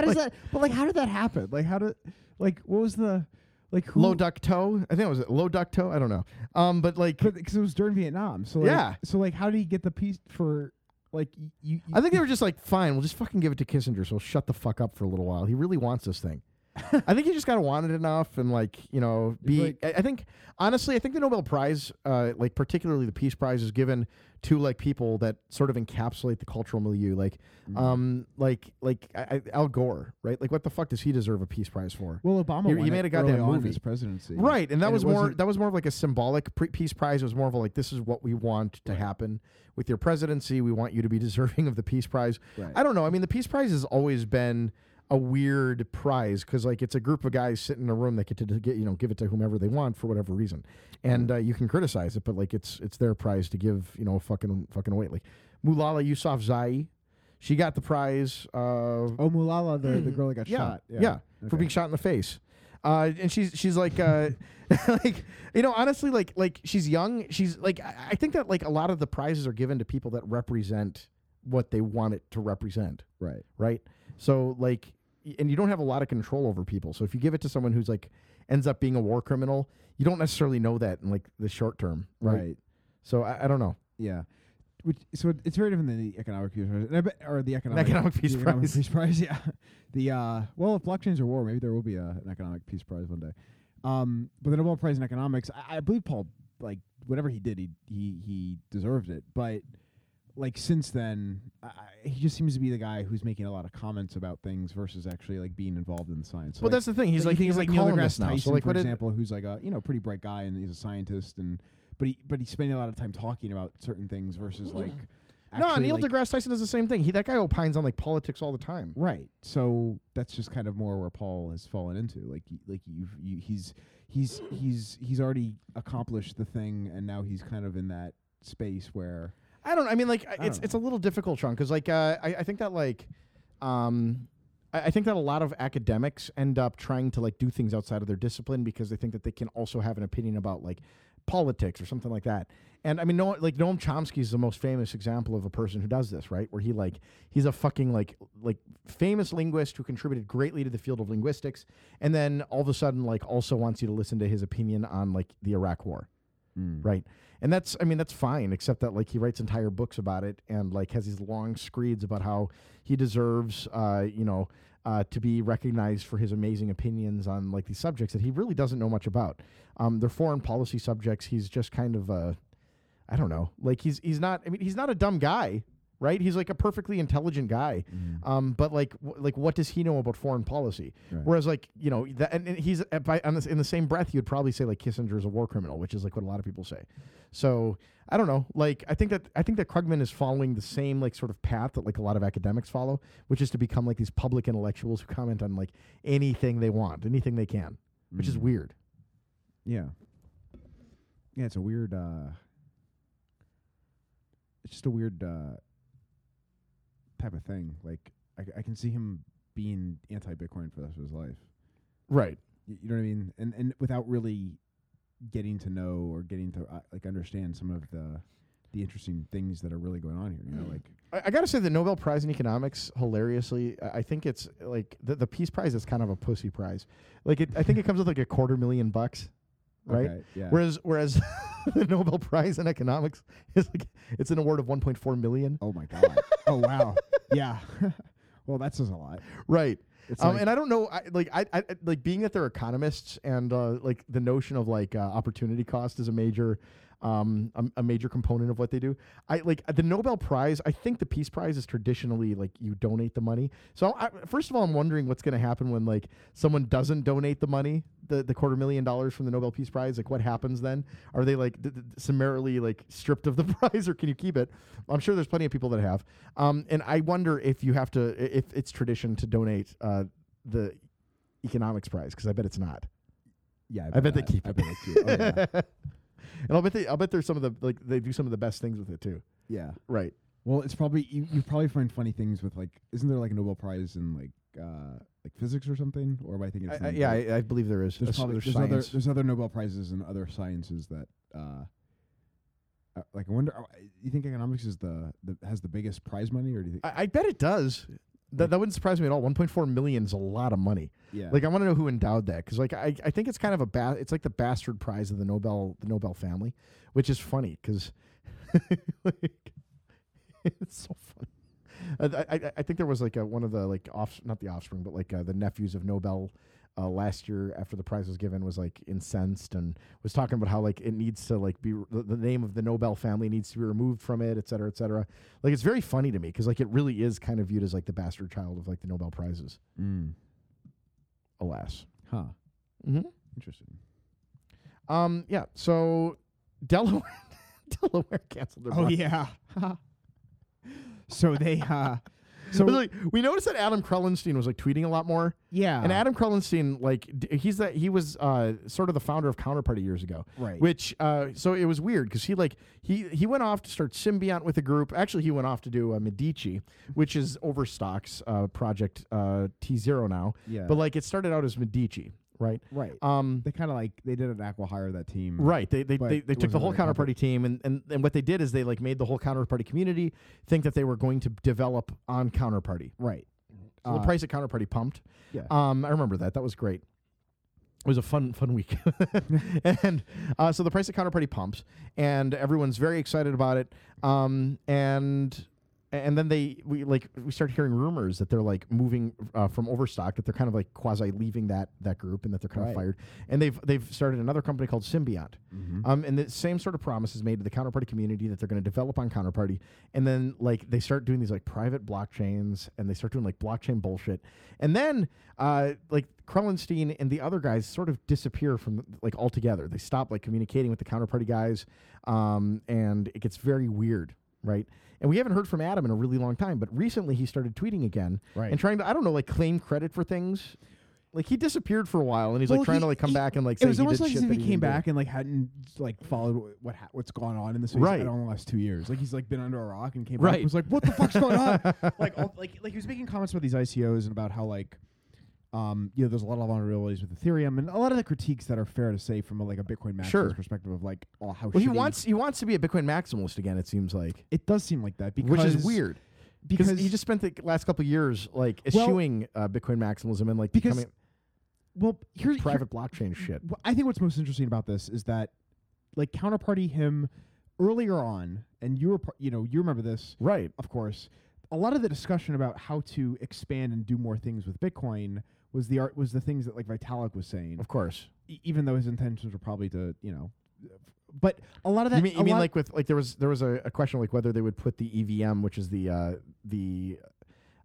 does that? But like, how did that happen? Like, how did? Like, what was the? Like, who?
Low Duck Toe, I think it was low Duck Toe. I don't know. Um, but like,
because it was during Vietnam. So like,
Yeah.
So like, how did he get the piece for? Like y- you,
I think they were just like, fine, we'll just fucking give it to Kissinger, so he'll shut the fuck up for a little while. He really wants this thing. I think he just gotta want it enough and like, you know, be
Like-
I, I think honestly, I think the Nobel Prize, uh, like particularly the Peace Prize is given to like people that sort of encapsulate the cultural milieu. Like
Mm.
um like like I, I- Al Gore, right? Like what the fuck does he deserve a Peace Prize for?
Well, Obama.
He-
won
he
it
made a goddamn
early on in
movie.
his presidency,
Right, and that
it
was more
wasn't-
that was more of like a symbolic pre- peace prize. It was more of a like this is what we want to happen with your presidency. We want you to be deserving of the peace prize.
Right.
I don't know. I mean, the peace prize has always been a weird prize because like it's a group of guys sitting in a room that get to to get you know give it to whomever they want for whatever reason, and uh, you can criticize it, but like it's it's their prize to give you know fucking fucking away. Like Mulala Yousafzai, she got the prize. Uh,
Oh, Mulala, the, the girl that got shot.
yeah, for being shot in the face. Uh, and she's she's like uh, like you know honestly like like she's young she's like I, I think that like a lot of the prizes are given to people that represent what they want it to represent
right.
right so like y- and you don't have a lot of control over people so if you give it to someone who's like ends up being a war criminal you don't necessarily know that in like the short term right,
Right.
so I, I don't know
Yeah. Which so it- it's very different than the economic peace prize, and I bet, or the economic,
economic
the
peace
economic
prize.
peace prize, yeah. The uh, well, if blockchains are war, maybe there will be a, an economic peace prize one day. Um, but the Nobel Prize in economics, I, I believe Paul, like whatever he did, he he he deserved it. But like since then, I, I- he just seems to be the guy who's making a lot of comments about things versus actually like being involved in science. So,
well
like,
that's the thing he's
if
like
you
he's like
think of
Neil
Neil
deGrasse
Tyson,
Tyson, so like
for
what did-
example, who's like a you know pretty bright guy and he's a scientist and but he but he's spending a lot of time talking about certain things versus like
no
actually,
Neil
like-
deGrasse Tyson does the same thing he that guy opines on like politics all the time
right. So that's just kind of more where Paul has fallen into like y- like you've you, he's he's he's he's already accomplished the thing and now he's kind of in that space where
I don't. I mean, like I- it's
don't
it's a little difficult, Sean, because like uh, I I think that like, um, I, I think that a lot of academics end up trying to like do things outside of their discipline because they think that they can also have an opinion about like politics or something like that. And I mean, no, like Noam Chomsky is the most famous example of a person who does this, right? Where he like he's a fucking like like famous linguist who contributed greatly to the field of linguistics, and then all of a sudden like also wants you to listen to his opinion on like the Iraq War right and that's i mean that's fine except that like he writes entire books about it and like has these long screeds about how he deserves uh you know uh, to be recognized for his amazing opinions on like these subjects that he really doesn't know much about um they're foreign policy subjects he's just kind of uh i don't know like he's he's not i mean he's not a dumb guy right he's like a perfectly intelligent guy um but like w- like what does he know about foreign policy
Right.
Whereas, like you know, that, and, and he's uh, by, on this, in the same breath, you'd probably say like Kissinger is a war criminal, which is like what a lot of people say. So I don't know. Like I think that I think that Krugman is following the same like sort of path that like a lot of academics follow, which is to become like these public intellectuals who comment on like anything they want, anything they can, which
Mm.
is weird.
Yeah. Yeah, it's a weird uh it's just a weird uh type of thing. Like I, c- I can see him being anti Bitcoin for the rest of his life.
Right.
Y- You know what I mean? And and without really getting to know or getting to uh, like understand some of the the interesting things that are really going on here, you
Mm.
know, like
I, I gotta say the Nobel Prize in Economics, hilariously, I, I think it's like the, the Peace Prize is kind of a pussy prize. Like it, I think it comes with like a quarter million bucks, right?
okay, yeah.
Whereas whereas the Nobel Prize in economics is like it's an award of 1.4 million.
oh my god. oh wow. Yeah. well, that says a lot.
Right.
It's
Um,
like-
and I don't know, I, like I, I I- like being that they're economists and uh, like the notion of like uh, opportunity cost is a major, um, a, a major component of what they do. I like the Nobel Prize. I think the Peace Prize is traditionally like you donate the money. So I, first of all, I'm wondering what's going to happen when like someone doesn't donate the money, the the quarter million dollars from the Nobel Peace Prize. Like what happens then? Are they like d- d- summarily like stripped of the prize, or can you keep it? I'm sure there's plenty of people that have. Um, and I wonder if you have to, i- if it's tradition to donate uh, the economics prize, because I bet it's not.
Yeah,
I bet they
not.
keep
I
it.
bet they keep. Oh, yeah.
and I'll bet they, I'll bet there's some of the like they do some of the best things with it too.
yeah.
Right.
Well, it's probably you. You probably find funny things with like, isn't there like a Nobel Prize in like uh, like physics or something, or am I thinking? of
I, I,
something
yeah,
different?
I, I believe there is.
there's
a-
probably
there's
there's other
science.
there's other Nobel prizes in other sciences that uh, uh, like I wonder. uh, You think economics is the, the has the biggest prize money, or do you think?
I, I bet it does. That, that wouldn't surprise me at all. 1.4 million is a lot of money.
yeah,
Like I want to know who endowed that because like I, I think it's kind of a ba- it's like the bastard prize of the Nobel the Nobel family, which is funny because like it's so funny. I, I- I, I think there was like a, one of the like off not the offspring but like uh, the nephews of Nobel uh, last year after the prize was given was like incensed and was talking about how like it needs to like be the, the name of the Nobel family needs to be removed from it et cetera et cetera. Like it's very funny to me because like it really is kind of viewed as like the bastard child of like the Nobel prizes.
Mm.
Alas.
huh?
Mm-hmm.
Interesting.
Um, yeah. So Delaware, Delaware canceled their.
Oh
bond.
yeah. so they uh, so
It was like, we noticed that Adam Krellenstein was like tweeting a lot more,
yeah,
and Adam Krellenstein like d- he's that he was uh, sort of the founder of Counterparty years ago,
Right.
Which uh, so it was weird because he like he he went off to start Symbiont with a group. Actually, he went off to do uh, Medici, which is Overstock's uh, project uh, T Zero now.
Yeah.
but like it started out as Medici, right?
right.
Um,
they kind of like they did an aqua hire that team.
Right. They they,
But
they, they
it
took the
wasn't
whole
really
counterparty
a
team and, and, and what they did is they like made the whole counterparty community think that they were going to develop on counterparty.
Right.
So the
Uh,
price of counterparty pumped.
Yeah.
Um I remember that. That was great. It was a fun fun week. and uh, so the price of counterparty pumps and everyone's very excited about it. Um and and then they we like we start hearing rumors that they're like moving uh, from Overstock that they're kind of like quasi leaving that that group and that they're kind of
Right.
fired and they've they've started another company called Symbiont,
Mm-hmm.
um, and the same sort of promise is made to the counterparty community that they're going to develop on counterparty, and then like they start doing these like private blockchains and they start doing like blockchain bullshit, and then uh, like Krellenstein and the other guys sort of disappear from like altogether. They stop like communicating with the counterparty guys, um, and it gets very weird right? And we haven't heard from Adam in a really long time, but recently he started tweeting again
Right.
and trying to I don't know like claim credit for things. Like he disappeared for a while and he's
Well,
like trying
he-
to like come
he-
back and like
it
say
was
he
almost
did
like
shit
as if
that
he
he
came
didn't do.
back and like hadn't like followed wh- what ha- what's gone on in the space
Right.
in the last two years. Like he's like been under a rock and came back
Right.
and was like, what the fuck's going on? Like all, like like he was making comments about these ICOs and about how like. Um, you know, there's a lot of vulnerabilities with Ethereum, and a lot of the critiques that are fair to say from a, like a Bitcoin maximalist
Sure.
perspective of like, oh, how
Well, he
shitty-
wants he wants to be a Bitcoin maximalist again. It seems like,
It does seem like that because
which is weird because
because
he just spent the last couple years like
Well-
eschewing uh, Bitcoin maximalism and like
Because
becoming
well here's here-
private blockchain shit.
Wh- I think what's most interesting about this is that, like, counterparty him earlier on, and you were, par- you know, you remember this,
Right.
of course. A lot of the discussion about how to expand and do more things with Bitcoin was the art was the things that like Vitalik was saying,
Of course.
e- even though his intentions were probably to, you know, but a lot of that.
you mean,
a
you mean
lot-
like with like there was there was a, a question like whether they would put the EVM, which is the uh, the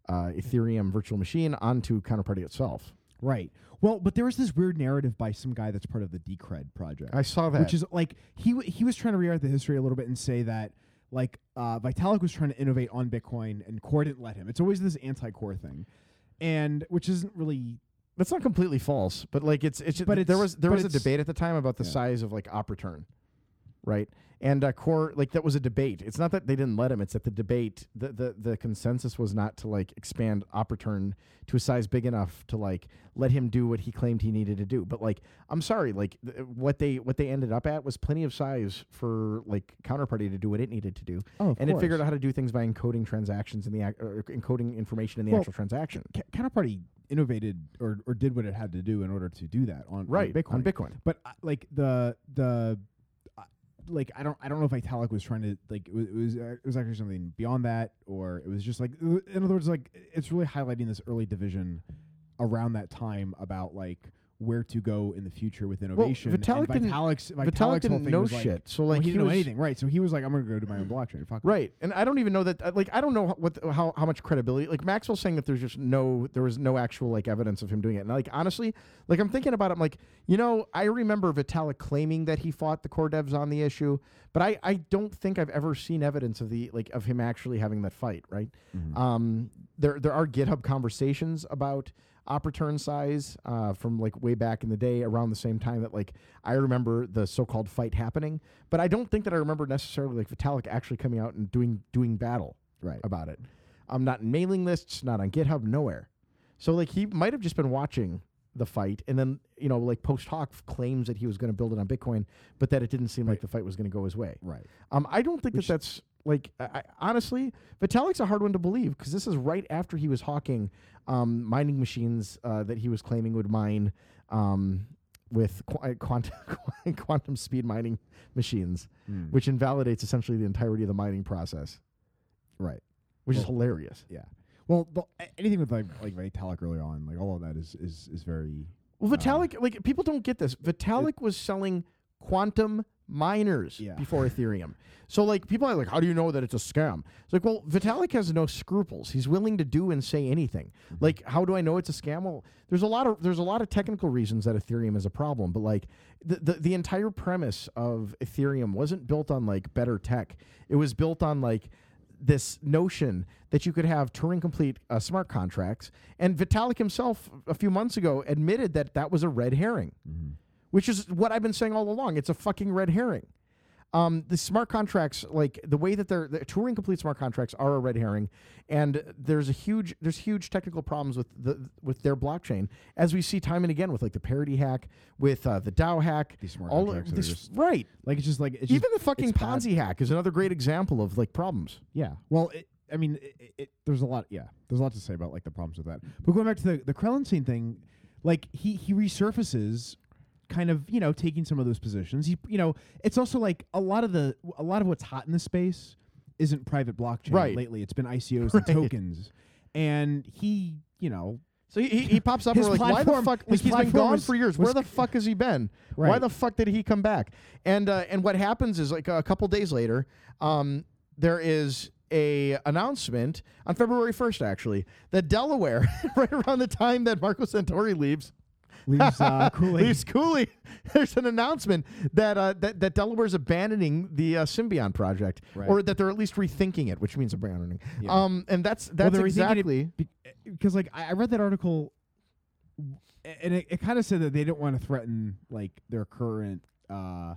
uh, Ethereum virtual machine, onto counterparty itself.
right? Well, but there was this weird narrative by some guy that's part of the Decred project.
I saw that.
Which is like he w- he was trying to rewrite the history a little bit and say that like uh, Vitalik was trying to innovate on Bitcoin and Core didn't let him. It's always this anti-Core thing, and which isn't really
that's not completely false, but like it's it's.
But
But there
it's-
was there
but
was a
it's-
debate at the time about the
yeah.
size of like op return, right? And uh, core like that was a debate. It's not that they didn't let him. It's that the debate the the, the consensus was not to like expand op return to a size big enough to like let him do what he claimed he needed to do. But like I'm sorry, like th- what they what they ended up at was plenty of size for like counterparty to do what it needed to do.
Oh, of
and it figured
course.
out how to do things by encoding transactions in the ac- or encoding information in the
Well,
actual transaction.
ca- counterparty innovated or or did what it had to do in order to do that on
Right
on Bitcoin.
on Bitcoin.
but uh, like the the uh, like I don't I don't know if Italic was trying to like it was it was, uh, it was actually something beyond that or it was just like in other words like it's really highlighting this early division around that time about like where to go in the future with innovation. and
Vitalik didn't-
Vitalik's,
Vitalik
Vitalik's whole
didn't
thing
know
was, like-
shit, so,
well,
like,
he
he
didn't know
was-
anything, right? So he was like, I'm gonna go do my own blockchain. Fuck it.
Right, and I don't even know that. uh, Like, I don't know what the, how how much credibility. Like Maxwell's saying that there's just no, there was no actual like evidence of him doing it. And like honestly, like I'm thinking about it. I'm like, you know, I remember Vitalik claiming that he fought the core devs on the issue, but I I don't think I've ever seen evidence of the like of him actually having that fight. Right. Um. There there are GitHub conversations about op return size uh, from like way back in the day around the same time that like i remember the so-called fight happening but i don't think that i remember necessarily like vitalik actually coming out and doing doing battle
Right.
about it i'm not in mailing lists not on github nowhere So like he might have just been watching the fight, and then you know like post hoc claims that he was going to build it on Bitcoin, but that it didn't seem like the fight was going to go his way.
Right.
Um, I don't think that that's like I, I, honestly, Vitalik's a hard one to believe because this is right after he was hawking um, mining machines uh, that he was claiming would mine um, with qu- uh, quantum quantum speed mining machines,
Hmm.
which invalidates essentially the entirety of the mining process,
Right.
which is hilarious.
Yeah. Well, the, a- anything with like like Vitalik earlier on, like all of that is is is very
Well, Vitalik, like people don't get this. Vitalik was selling quantum miners
Yeah.
before Ethereum. So like people are like, how do you know that it's a scam? It's like, well, Vitalik has no scruples. He's willing to do and say anything. Like, how do I know it's a scam? Well, there's a lot of there's a lot of technical reasons that Ethereum is a problem, but like the the, the entire premise of Ethereum wasn't built on like better tech. It was built on like this notion that you could have Turing complete uh, smart contracts. And Vitalik himself, a few months ago, admitted that that was a red herring, which is what I've been saying all along. It's a fucking red herring. Um, the smart contracts, like the way that they're the Turing complete smart contracts, are a red herring, and there's a huge there's huge technical problems with the with their blockchain, as we see time and again with like the parity hack, with uh, the DAO hack,
These smart
all of
contracts are
this-
just-
right.
like it's just like it's
Even
just,
the fucking
it's bad.
Ponzi hack is another great example of like problems.
Yeah. Well, it, I mean, it, it, it, there's a lot. Yeah, there's a lot to say about like the problems with that. But going back to the the Krellenstein thing, like he he resurfaces, kind of you know taking some of those positions. He you know it's also like a lot of the a lot of what's hot in the space isn't private blockchain
Right.
lately. It's been ICOs
Right.
and tokens, and he you know
So he, he, he pops up and
His
we're like, why the
platform-
fuck? Like,
his
he's been
platform
gone
was-
for years. Where
was-
the fuck has he been? Why
Right.
the fuck did he come back? And uh, and what happens is like a couple days later, um, there is a announcement on February first, actually, that Delaware, right around the time that Marco Santori leaves,
leaves uh, Kool-Aid.
leaves Cooley. There's an announcement that uh, that that Delaware's abandoning the uh, Symbion project,
Right.
or that they're at least rethinking it, which means abandoning.
Yeah.
Um, and that's that's
they're rethinking it
exactly.
be- because like I, I read that article, w- a- and it, it kind of said that they didn't want to threaten like their current. Uh,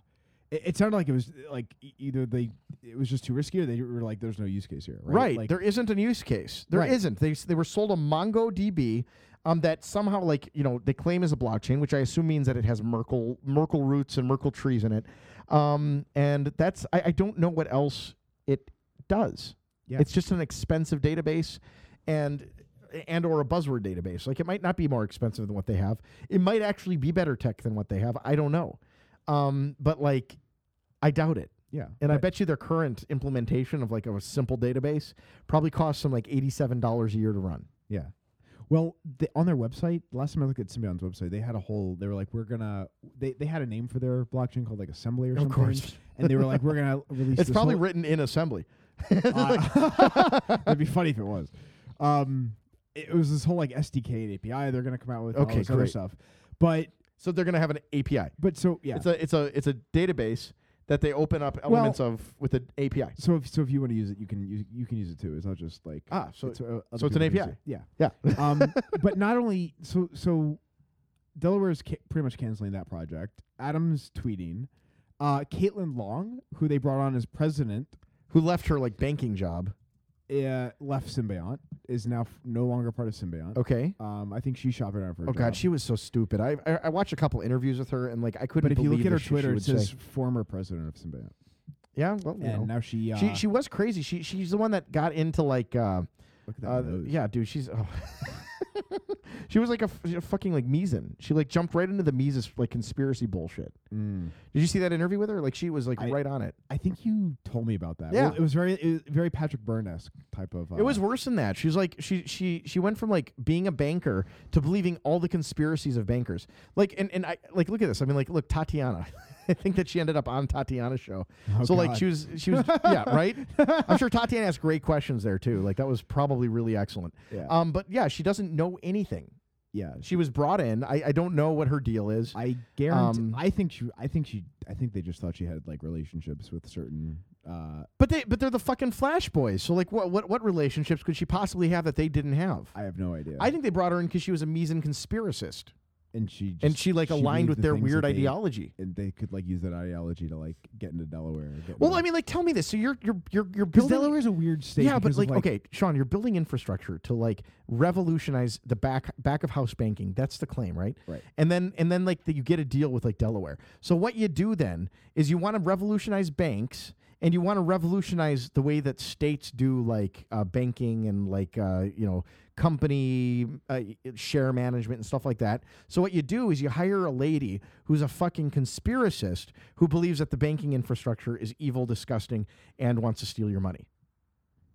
it, it sounded like it was like e- either they it was just too risky or they were like there's no use case here. Right.
Right.
Like,
there isn't a use case. There
Right.
not They, s- they were sold a MongoDB um, that somehow, like, you know, they claim is a blockchain, which I assume means that it has Merkle, Merkle roots and Merkle trees in it. Um, and that's, I, I don't know what else it does.
Yeah.
It's just an expensive database and and or a buzzword database. Like it might not be more expensive than what they have. It might actually be better tech than what they have. I don't know. Um, but like I doubt it.
yeah.
And I
right.
bet you their current implementation of like a simple database probably costs them like eighty-seven dollars a year to run.
Yeah. Well, the, on their website, last time I looked at Symbion's website, they had a whole. They were like, "We're gonna." They, they had a name for their blockchain called like Assembly or something.
course.
And they were like, "We're gonna release."
It's
this
probably
whole-
written in assembly.
Uh, That'd be funny if it was. Um, it was this whole like SDK and API they're gonna come out with and all
Okay,
this other
great.
stuff. But
So they're gonna have an API.
but so yeah.
It's a it's a it's a database that they open up elements of with an API.
so if so if you want to use it, you can use you can use it too. It's not just like
Ah, so
it's, uh, other
so it's an
people can
API.
use it.
Yeah.
Yeah. Um, but not only so so Delaware is ca- pretty much canceling that project. Adams tweeting. Uh, Caitlin Long, who they brought on as president,
Who left her like banking job?
uh, left Symbiont, is now f- no longer part of Symbiont.
Okay.
Um, I think she's shopping around for. A
Oh
job.
god, she was so stupid. I, I I watched a couple interviews with her and like I couldn't.
But if you look
believe
at
the
her
shit she
Twitter, it
would
says
say.
former president of Symbiote.
yeah, well, you know.
And now she, uh,
she she was crazy. She she's the one that got into like. Uh,
look at that
Uh,
nose.
yeah, dude, she's. Oh. she was like a, f- a fucking like Mises. She like jumped right into the Mises like conspiracy bullshit.
Mm.
Did you see that interview with her? Like she was like
I-
right on it.
I think you told me about that.
Yeah.
Well, it was very, it was very Patrick Byrne esque type of. Uh,
It was worse than that. She's like she she she went from like being a banker to believing all the conspiracies of bankers. Like and and I like look at this. I mean like look Tatiana. I think that she ended up on Tatiana's show.
Oh,
so like
God.
she was she was yeah, right? I'm sure Tatiana asked great questions there too. Like that was probably really excellent.
Yeah.
Um but yeah, she doesn't know anything.
yeah.
She was brought in. I, I don't know what her deal is.
I guarantee.
Um,
I think she. I think she. I think they just thought she had like relationships with certain. Uh,
But they but they're the fucking Flash Boys. So like what what what relationships could she possibly have that they didn't have?
I have no idea.
I think they brought her in because she was a Miesen conspiracist.
and she just,
and she like aligned
believes
with
the
their
things
weird
that they-
ideology.
and they could like use that ideology to like get into Delaware. and get
Well,
rid
I
of-
mean, like, tell me this. So you're you're you're you're
'Cause
building
Delaware's a weird state.
Yeah, but
because of,
like, okay, Sean, you're building infrastructure to like revolutionize the back back of house banking. That's the claim, right?
Right.
And then and then like that you get a deal with like Delaware. So what you do then is you want to revolutionize banks and you want to revolutionize the way that states do like uh, banking and like uh, you know company uh, share management and stuff like that. So what you do is you hire a lady who's a fucking conspiracist who believes that the banking infrastructure is evil, disgusting, and wants to steal your money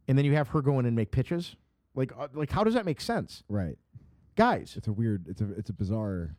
and then you have her go in and make pitches. Like, uh, like how does that make sense,
right?
guys?
It's a weird. It's a it's a bizarre.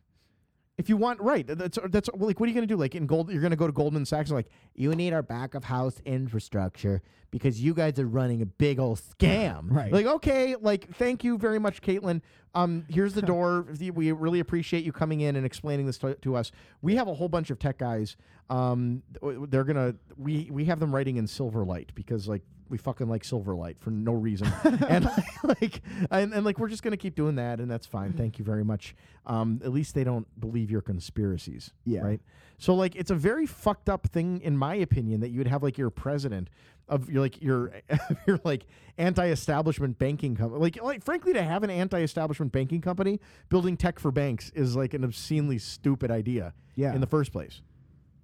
If you want, right? th- That's that's well, like, what are you gonna do? Like in gold, you're gonna go to Goldman Sachs and like, you need our back of house infrastructure because you guys are running a big old scam.
Right.
Like, okay, like, thank you very much, Caitlin. Um, here's the door. The- We really appreciate you coming in and explaining this to, to us. We have a whole bunch of tech guys. Um, th- w- they're gonna we we have them writing in Silverlight because like we fucking like Silverlight for no reason, and like and, and like we're just gonna keep doing that, and that's fine. Thank you very much. Um, at least they don't believe your conspiracies.
Yeah.
Right. So like it's a very fucked up thing in my opinion that you would have like your president of your like your your like anti-establishment banking company like like frankly to have an anti-establishment banking company building tech for banks is like an obscenely stupid idea
Yeah.
in the first place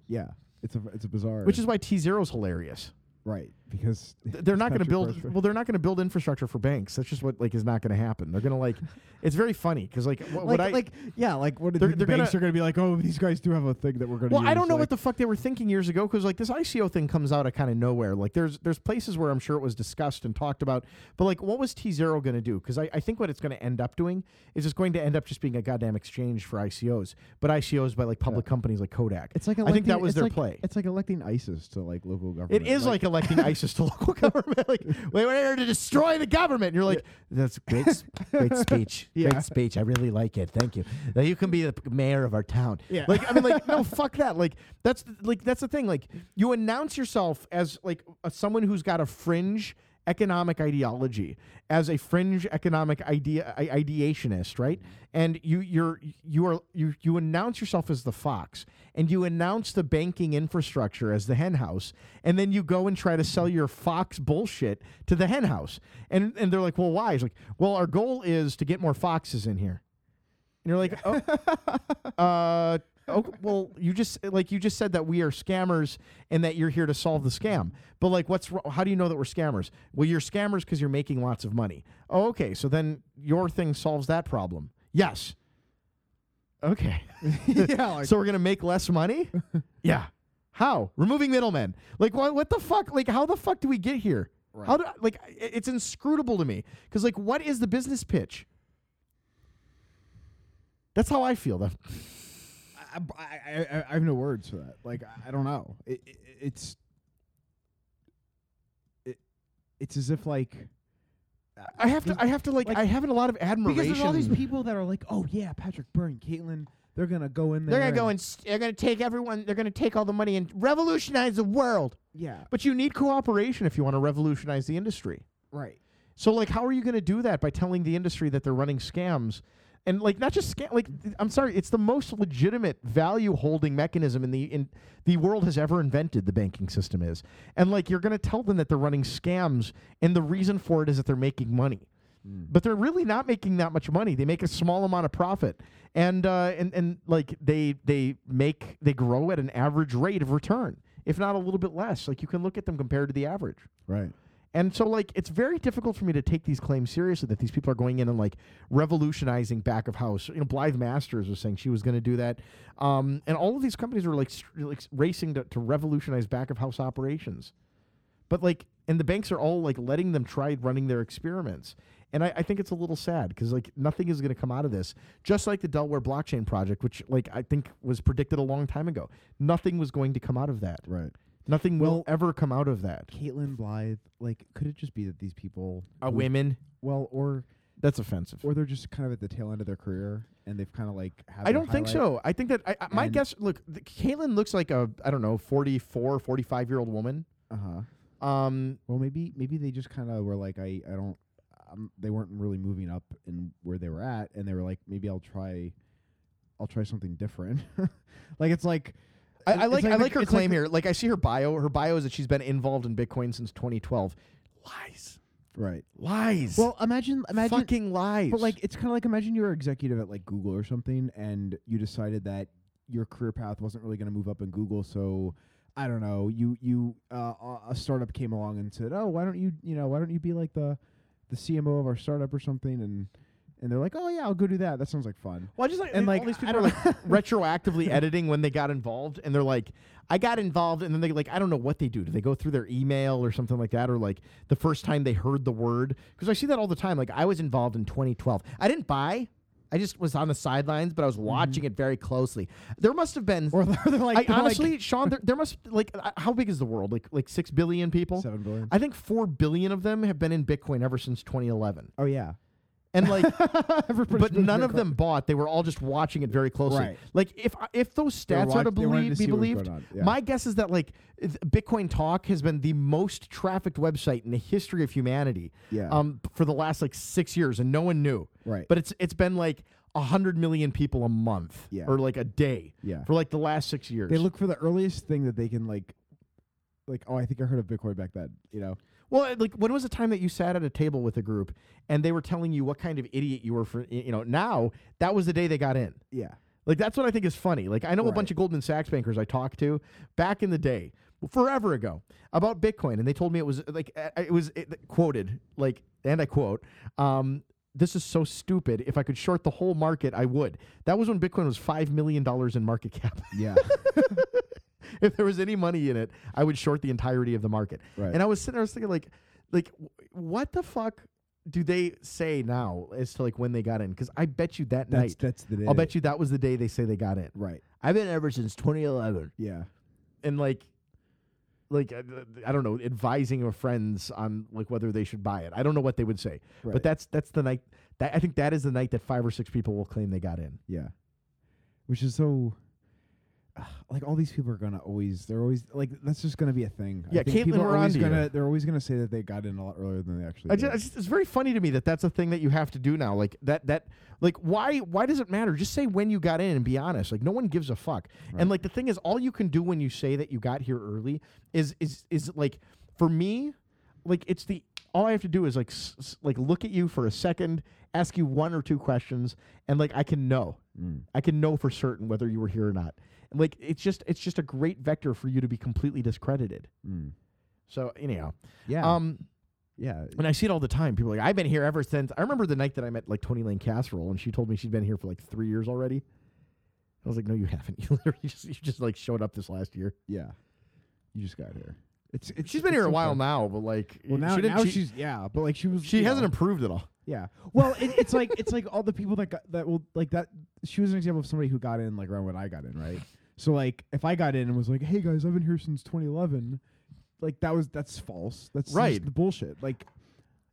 Yeah, it's a it's a bizarre.
which is why T0's hilarious
right because
Th- they're
it's
not going to
your
build
first-
well they're not going to build infrastructure for banks that's just what like is not going to happen they're going to like it's very funny cuz like what,
like,
what I
like yeah, like what
They're-
the
they're
banks
gonna-
are going to be like? Oh, these guys do have a thing that we're going to.
Well, I don't know what the fuck they were thinking years ago because like this ICO thing comes out of kind of nowhere. Like there's there's places where I'm sure it was discussed and talked about, but like what was T Zero going to do? Because I, I think what it's going to end up doing is it's going to end up just being a goddamn exchange for ICOs, but ICOs by like public companies like Kodak.
It's like
I think that was their play.
It's like electing ISIS to like local government.
It is like, electing ISIS to local government. Like we we're here to destroy the government. And you're like, that's great, s- great speech,
Yeah.
great speech. I really like it. Thank you. Now you can be the p- mayor of our town.
Yeah.
Like I mean, like no, fuck that. Like that's th- like that's the thing. Like you announce yourself as like a, someone who's got a fringe economic ideology as a fringe economic idea i- ideationist right and you you're you are you you announce yourself as the fox and you announce the banking infrastructure as the hen house and then you go and try to sell your fox bullshit to the hen house and and they're like well why it's like well our goal is to get more foxes in here and you're like oh uh, oh, well, you just like you just said that we are scammers and that you're here to solve the scam. But like, what's wr- how do you know that we're scammers? Well, you're scammers because you're making lots of money. Oh, okay, so then your thing solves that problem. Yes. Okay.
yeah, like,
so we're gonna make less money. yeah. How removing middlemen? Like what? What the fuck? Like how the fuck do we get here? How do like i- it's inscrutable to me because like what is the business pitch? That's how I feel though.
I, I, I, I have no words for that. Like I, I don't know. It, it, it's it, it's as if like
I have to. I have to like.
Like-
I have a lot of admiration.
because there's all these people that are like, oh yeah, Patrick Byrne, Caitlin, they're gonna go in there.
They're gonna go and s- they're gonna take everyone. They're gonna take all the money and revolutionize the world.
yeah,
But you need cooperation if you want to revolutionize the industry.
right.
So like, how are you gonna do that by telling the industry that they're running scams? And like not just scam, like th- I'm sorry, it's the most legitimate value holding mechanism in the in the world has ever invented. The banking system is, and like you're gonna tell them that they're running scams, and the reason for it is that they're making money. but they're really not making that much money. They make a small amount of profit, and uh, and and like they they make they grow at an average rate of return, if not a little bit less. Like you can look at them compared to the average.
Right.
And so, like, it's very difficult for me to take these claims seriously that these people are going in and like revolutionizing back of house. You know, Blythe Masters was saying she was going to do that, um, and all of these companies are like, str- like s- racing to, to revolutionize back of house operations. But like, and the banks are all like letting them try running their experiments, and I, I think it's a little sad because like nothing is going to come out of this. Just like the Delaware blockchain project, which like I think was predicted a long time ago, nothing was going to come out of that.
Right.
Nothing will
Well-
ever come out of that.
Caitlin Blythe, like, could it just be that these people
Uh,
who-
women.
Well, or
That's offensive.
or they're just kind of at the tail end of their career and they've kind of like. had
I
their
don't think
highlight-
so. I think that I, I, my
And-
guess. Look, the, Caitlin looks like a I don't know 44, 45 year old woman.
Uh huh.
Um,
Well, maybe maybe they just kind of were like, I I don't. Um, they weren't really moving up in where they were at, and they were like, maybe I'll try I'll try something different. like it's like
I,
it-
I
it's
like, I
the-
like her
it's like
claim
the-
here. Like I see her bio. Her bio is that she's been involved in Bitcoin since 2012. Lies,
Right.
lies.
Well, imagine imagine
fucking lies.
But like, it's kind of like imagine you're an executive at like Google or something, and you decided that your career path wasn't really going to move up in Google, so. I don't know. You you uh, a- a startup came along and said, "Oh, why don't you you know why don't you be like the the CMO of our startup or something?" And and they're like, "Oh yeah, I'll go do that. That sounds like fun."
Well, I just like
And,
and
like,
all these
I
people are
don't
like retroactively editing when they got involved, and they're like, "I got involved," and then they like, I don't know what they do. Do they go through their email or something like that, or like the first time they heard the word? Because I see that all the time. Like I was involved in 2012. I didn't buy. I just was on the sidelines, but I was watching it very closely. There must have been,
Mm-hmm. Or they're like-
I
they're like-
honestly, Sean, there, there must like, uh, how big is the world? Like, like six billion people.
Seven billion.
I think four billion of them have been in Bitcoin ever since 2011,
Oh yeah,
and like.
Everybody's
but
been
none
very
of them bought. They were all just watching it very closely.
Right.
Like if I- if those
were
stats
watch-
are to
they wanted to
believe, be
see what was
believed,
going on, yeah.
my guess is that like th- Bitcoin Talk has been the most trafficked website in the history of humanity.
Yeah.
Um, p- for the last like six years, and no one knew.
Right.
But it's it's been like hundred million people a month.
Yeah.
Or like a day.
Yeah.
For like the last six years.
They look for the earliest thing that they can like, like oh, I think I heard of Bitcoin back then. You know,
Well, like when was the time that you sat at a table with a group and they were telling you what kind of idiot you were for? y- You know, now that was the day they got in.
yeah,
Like that's what I think is funny. Like I know a
Right.
bunch of Goldman Sachs bankers I talked to back in the day, forever ago, about Bitcoin, and they told me it was like uh, it was it, quoted like, and I quote, um, "This is so stupid. If I could short the whole market, I would." That was when Bitcoin was five million dollars in market cap.
yeah,
if there was any money in it, I would short the entirety of the market.
Right.
And I was sitting there, I was thinking like, like w- what the fuck do they say now as to like when they got in? Because I bet you that
that's
night.
that's the. Day
I'll bet you that was the day they say they got in.
Right.
I've been ever since 2011,
Yeah.
and like, like uh, I don't know, advising our friends on like whether they should buy it. I don't know what they would say,
Right.
but that's that's the night. That I think that is the night that five or six people will claim they got in.
Yeah. Which is so like all these people are gonna always they're always like that's just gonna be a thing. I
Yeah,
think
Caitlin,
people are
we're
always
onto you.
gonna they're always gonna say that they got in a lot earlier than they actually
I
did.
just, I just, it's very funny to me that that's a thing that you have to do now. Like that, that, like why, why does it matter? Just say when you got in and be honest. Like no one gives a fuck. And like the thing is, all you can do when you say that you got here early is, is, is like for me, like it's the all I have to do is like, s- s- like look at you for a second, ask you one or two questions, and like I can know,
Mm,
I can know for certain whether you were here or not. Like it's just, it's just a great vector for you to be completely discredited.
Mm.
So anyhow,
Yeah.
um.
yeah.
And I see it all the time. People are like, I've been here ever since. I remember the night that I met like Tony Lane Casserole, and she told me she'd been here for like three years already. I was like, No, you haven't. You literally just, you just like showed up this last year.
Yeah. You just got here. It's, it's
She's been
it's
here a
so
while
fun.
now, but like,
Well now,
she didn't-
now
she,
she's yeah, but like she was
she
you
hasn't
know,
improved at all.
Yeah. Well, it, it's like it's like all the people that got that will like that. She was an example of somebody who got in like around when I got in, right? So like, if I got in and was like, "Hey guys, I've been here since 2011," like that was that's false. That's just
Right.
bullshit. Like,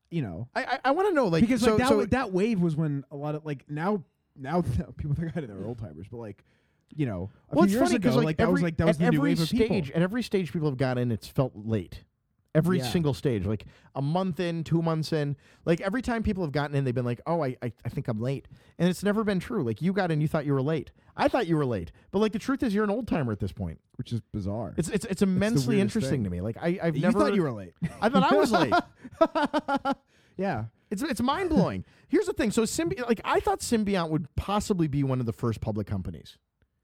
you know,
I I, I want to know like
because
so,
like that
so
wa- that wave was when a lot of like now now people that got in are old timers, but like. You know, a
well,
few
it's
years
funny
ago,
because
like, that was
every-
like that was
at
the
every
new wave of
stage, eh,
people.
At every stage people have got in, it's felt late. Every
Yeah.
single stage, like a month in, two months in, like every time people have gotten in, they've been like, "Oh, I, I, I think I'm late," and it's never been true. Like you got in, you thought you were late. I thought you were late, but like the truth is, you're an old timer at this point.
which is bizarre.
It's it's it's immensely
weirdest
interesting
thing.
to me. Like I I've
you
never
thought you were late.
I thought I was late.
yeah,
It's it's mind blowing. Here's the thing. So Symbi- like I thought Symbiont would possibly be one of the first public companies,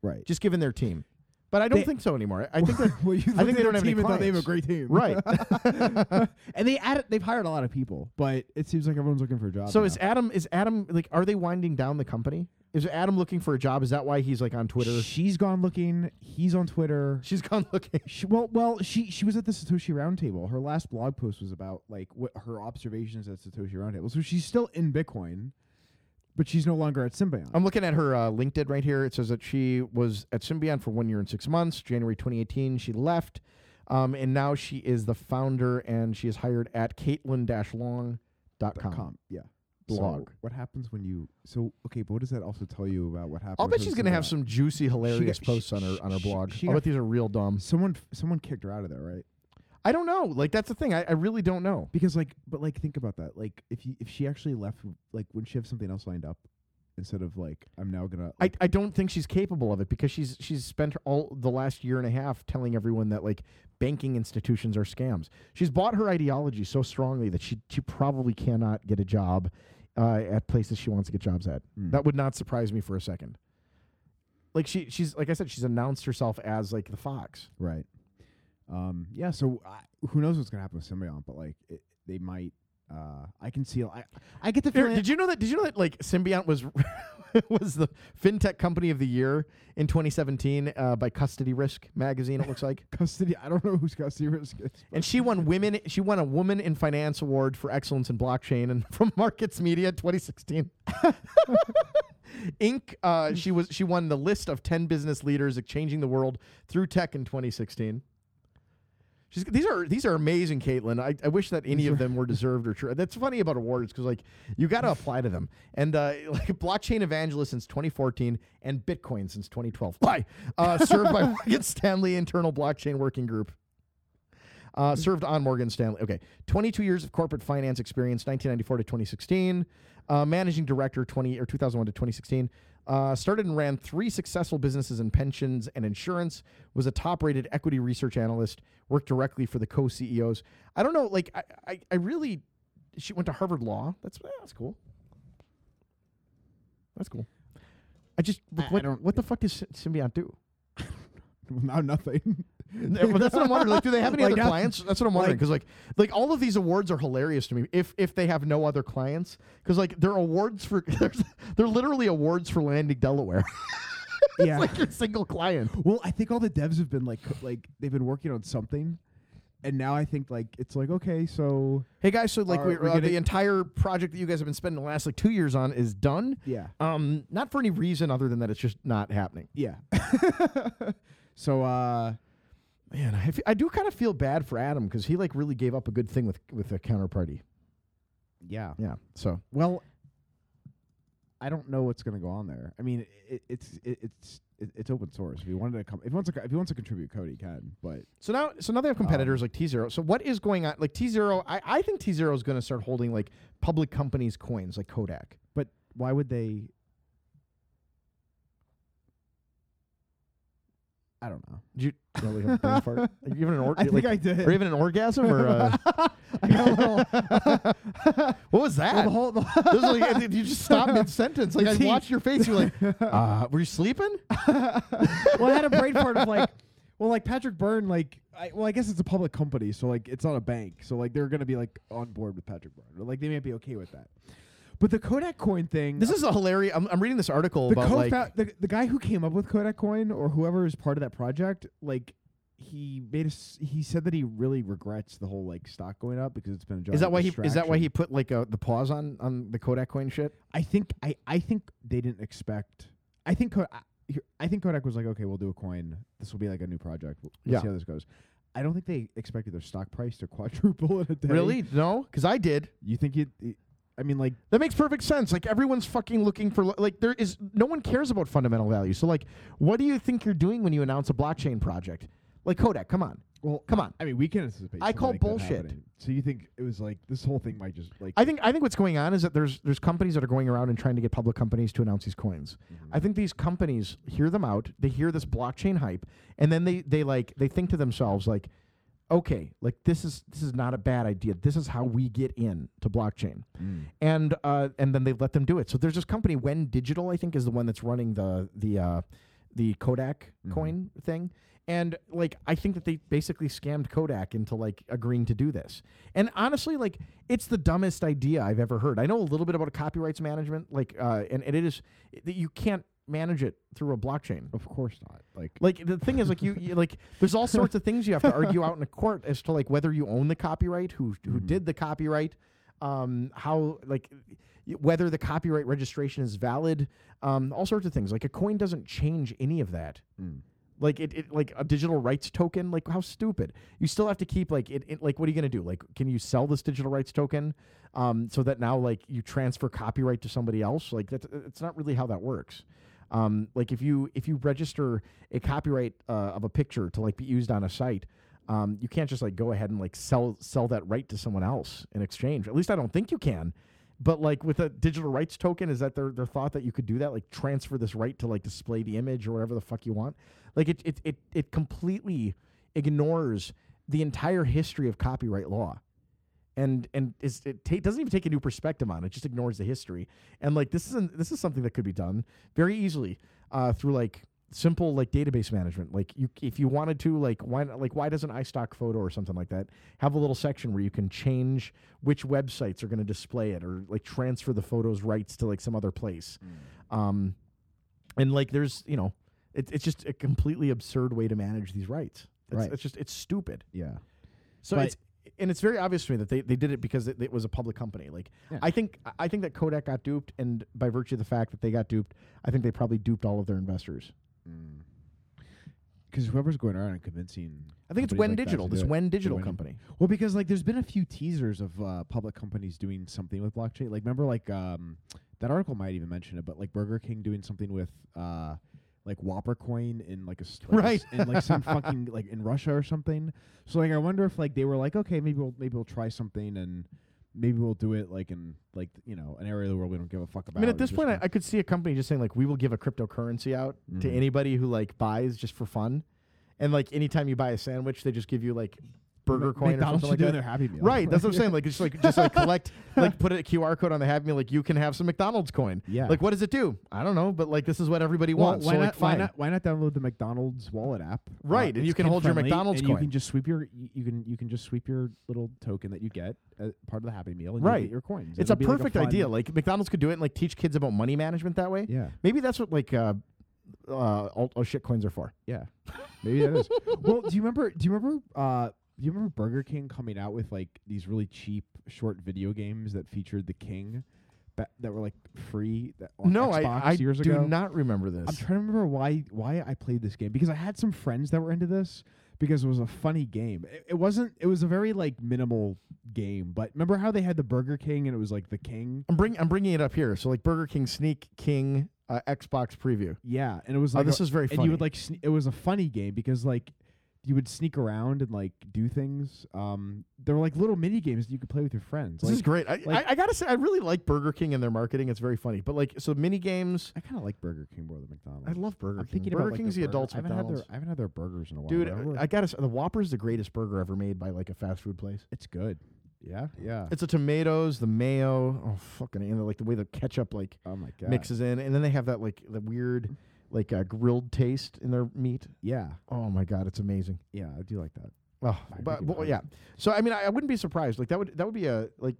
right.
just given their team, but I don't
They-
think so anymore. I I think that
well, you
I think they
looked
don't
at
have
the
any
team and thought they have a
clients.
great team,
Right.
and they added, they've hired a lot of people, but it seems like everyone's looking for a job.
So
now.
is Adam is Adam like are they winding down the company? Is Adam looking for a job? Is that why he's like on Twitter?
she's gone looking. He's on Twitter.
She's gone looking.
She, well, well, she she was at the Satoshi Roundtable. Her last blog post was about like what her observations at Satoshi Roundtable. So she's still in Bitcoin, but she's no longer at Symbian.
I'm looking at her uh, LinkedIn right here. It says that she was at Symbian for one year and six months, January 2018. She left, um, and now she is the founder, and she is hired at Caitlin-Long.com.
Com, yeah.
Um, Blog.
So what happens when you? So okay, but what does that also tell you about what happened?
I'll
with
bet
her
she's
at
gonna have
Symbian?
some juicy, hilarious
sh-
posts on her on her
sh-
blog.
she
I
got-
bet these are real dumb.
Someone someone kicked her out of there, right?
I don't know. Like that's the thing. I, I really don't know.
Because like, but like, think about that. Like, if you if she actually left, like, wouldn't she have something else lined up? instead of like I'm now gonna.
I,
Like,
I don't think she's capable of it because she's she's spent her- all the last year and a half telling everyone that like banking institutions are scams. She's bought her ideology so strongly that she she probably cannot get a job uh, at places she wants to get jobs at. That would not surprise me for a second. Like she she's like I said she's announced herself as like the fox.
right. Um. Yeah. So I, who knows what's gonna happen with Symbiont? But like it, they might. Uh. I can see. I I get the
Eric,
feeling.
did you know that? Did you know that like Symbiont was was the fintech company of the year in 2017 uh, by Custody Risk magazine? It looks like,
custody? I don't know whose custody risk is.
and she won women. She won a Woman in Finance Award for excellence in blockchain and from Markets Media 2016. Inc. Uh, she was she won the list of 10 business leaders changing the world through tech in 2016. She's, these are these are amazing, Caitlin. I, I wish that any of them were deserved or true. That's funny about awards because like you got to apply to them. And uh, like blockchain evangelist since 2014 and Bitcoin since 2012. Why? Uh, served by Morgan Stanley Internal Blockchain Working Group. Uh, served on Morgan Stanley. Okay, 22 years of corporate finance experience, 1994 to 2016. Uh, managing director, 20 or 2001 to 2016. Uh, started and ran three successful businesses in pensions and insurance. Was a top-rated equity research analyst. Worked directly for the co-CEOs. I don't know. Like I, I, I really. She went to Harvard Law. That's yeah, that's cool. That's cool. I just
I
what,
don't-
what the fuck does Sy- Symbiont do?
Well, now nothing.
Well, that's what I'm wondering. Like, do they have any
Like,
other
that's-
clients? That's what I'm wondering. Because like, like all of these awards are hilarious to me. If if they have no other clients, because like they're awards for they're, they're literally awards for landing Delaware.
yeah.
like your single client.
Well, I think all the devs have been like co- like they've been working on something, and now I think like it's like okay, so
Hey guys, so like
Are
we,
we
uh,
gonna-
the entire project that you guys have been spending the last like two years on is done.
Yeah.
Um, not for any reason other than that it's just not happening.
yeah. so uh
Man, I, f- I do kind of feel bad for Adam because he like really gave up a good thing with with a counterparty.
yeah.
Yeah. So
Well, I don't know what's gonna go on there. I mean, it, it's it, it's it, it's open source. If he wanted to come, if he wants to, co- if he wants to contribute code, he can. But
So now, so now they have competitors like T Zero. So what is going on? Like T Zero, I, I think T Zero is going to start holding like public companies' coins, like Kodak.
but why would they? I don't know.
Did you really have a brain fart? Are you even an or-
I think
like-
I did.
Or even an orgasm? Or uh,
I got a little-
what was that?
well, the whole, the
This is like- you just stopped mid sentence. Like I
See?
watched your face. You're like, uh, were you sleeping?
well, I had a brain fart of like, well, like Patrick Byrne, like, I, well, I guess it's a public company, so like, it's not a bank, so like, they're gonna be like on board with Patrick Byrne, or, like, they might be okay with that. But the Kodak coin thing,
This is a hilarious. I'm, I'm reading this article
the
about like
co-fou- the, the guy who came up with Kodak coin or whoever is part of that project, like. He made us. He said that he really regrets the whole like stock going up because it's been a giant
is that why he is that why
distraction.
he put like a, the pause on on the Kodak coin shit?
I think I, I think they didn't expect. I think Ko- I, here- I think Kodak was like, okay, we'll do a coin. This will be like a new project. We'll let's
Yeah.
see how this goes. I don't think they expected their stock price to quadruple in a day.
Really? No, because I did.
You think it? I mean, like,
That makes perfect sense. Like everyone's fucking looking for like there is no one cares about fundamental value. So like, what do you think you're doing when you announce a blockchain project? Like Kodak, come on,
well,
come on.
I mean, we can anticipate.
I
something
call
like that
bullshit.
happening. So you think it was like this whole thing might just like?
I think I think what's going on is that there's there's companies that are going around and trying to get public companies to announce these coins. I think these companies hear them out, they hear this blockchain hype, and then they they like they think to themselves like, okay, like this is this is not a bad idea. This is how we get in to blockchain, and uh, and then they let them do it. So there's this company When Digital, I think, is the one that's running the the uh, the Kodak coin thing. And like I think that they basically scammed Kodak into like agreeing to do this. And honestly, like it's the dumbest idea I've ever heard. I know a little bit about copyrights management, like uh, and, and it is that you can't manage it through a blockchain.
of course not. Like,
Like the thing is, like you, you like there's all sorts of things you have to argue out in a court as to like whether you own the copyright, who who did the copyright, um, how like y- whether the copyright registration is valid, um, all sorts of things. Like a coin doesn't change any of that. Like it, it, like a digital rights token. Like how stupid! You still have to keep like it, it. Like what are you gonna do? Like can you sell this digital rights token, um, so that now like you transfer copyright to somebody else? Like that's it's not really how that works. Um, like if you if you register a copyright uh, of a picture to like be used on a site, um, you can't just like go ahead and like sell sell that right to someone else in exchange. At least I don't think you can. But like with a digital rights token, is that their their thought that you could do that, like transfer this right to like display the image or whatever the fuck you want? Like it it it, it completely ignores the entire history of copyright law and and is, it ta- doesn't even take a new perspective on it. Just ignores the history. And like this is an, this is something that could be done very easily uh, through like simple like database management. Like you if you wanted to like why not- like why doesn't iStock Photo or something like that have a little section where you can change which websites are going to display it or like transfer the photos rights to like some other place. Um, and like there's you know it, it's just a completely absurd way to manage these rights. It's,
Right.
it's just it's stupid.
Yeah.
So
But-
it's and it's very obvious to me that they, they did it because it, it was a public company. Like
Yeah.
I think I think that Kodak got duped, and by virtue of the fact that they got duped, I think they probably duped all of their investors.
Because whoever's going around and convincing,
I think it's
companies
Wen
like that
Digital,
to
this
do it,
Wen
to
Digital
win.
company.
Well, because like there's been a few teasers of uh, public companies doing something with blockchain. Like remember, like um, that article might even mention it, but like Burger King doing something with uh, like Whopper Coin in like a s- like a s- in like some fucking like in Russia or something. So like I wonder if like they were like, okay, maybe we'll maybe we'll try something and maybe we'll do it like in like you know an area of the world we don't give a fuck
I
about.
mean, at
and
this
just
point, I,
gonna-
I could see a company just saying like, "We will give a cryptocurrency out to
Mm-hmm.
anybody who like buys just for fun," and like anytime you buy a sandwich, they just give you like burger coin
McDonald's
or something
should do
like
their
that.
Happy Meal.
Right, that's what I'm saying. Like, it's just like just like collect, like put a QR code on the Happy Meal. Like, you can have some McDonald's coin.
Yeah.
Like, what does it do? I don't know, but like this is what everybody
Well,
wants.
why
so
not?
like,
why
fine.
not? Why not download the McDonald's wallet app? Uh,
Right, and
it's
you can hold your
kid-friendly,
McDonald's
and You
coin.
can just sweep your. You you can you can just sweep your little token that you get as part of the Happy Meal. And you'll
Right.
get your coins.
It's
It'll
a
be like
perfect
fun-
idea. Like McDonald's could do it and like teach kids about money management that way.
Yeah.
Maybe that's what like uh, uh, all, all shit coins are for.
Yeah, maybe that is. Well, do you remember? Do you remember? Uh, do you remember Burger King coming out with like these really cheap short video games that featured the king, that that were like free? That on
no,
Xbox
I, I
years
do
ago?
not remember this.
I'm trying to remember why why I played this game because I had some friends that were into this because it was a funny game. It, it wasn't. It was a very like minimal game, but remember how they had the Burger King and it was like the King.
I'm bring I'm bringing it up here. So like Burger King Sneak King uh, Xbox preview.
Yeah, and it was
Oh,
like
this
a-
is very
And you would
funny.
like sne- it was a funny game because like you would sneak around and like do things. Um, there were like little mini games that you could play with your friends.
This
like,
is great. I,
like-
I, I gotta say I really like Burger King and their marketing. It's very funny. But like so mini games.
I kind of like Burger King more than McDonald's.
I love Burger
I'm
King.
thinking
Burger
about, like,
King's
their
the
burger-
adults
I haven't, had their,
McDonald's.
I haven't had their burgers in a while,
Dude,
but I
I,
really-
I gotta say the Whopper's the greatest burger ever made by like a fast food place.
it's good. Yeah, yeah.
It's the tomatoes, the mayo, oh fucking, and like the way the ketchup like
oh my god.
mixes in, and then they have that like the weird, like uh, grilled taste in their meat.
Yeah,
Oh my god, it's amazing.
yeah. I do like that.
Oh,
I
but,
think
but
about
yeah. So I mean, I, I wouldn't be surprised. Like that would that would be a like.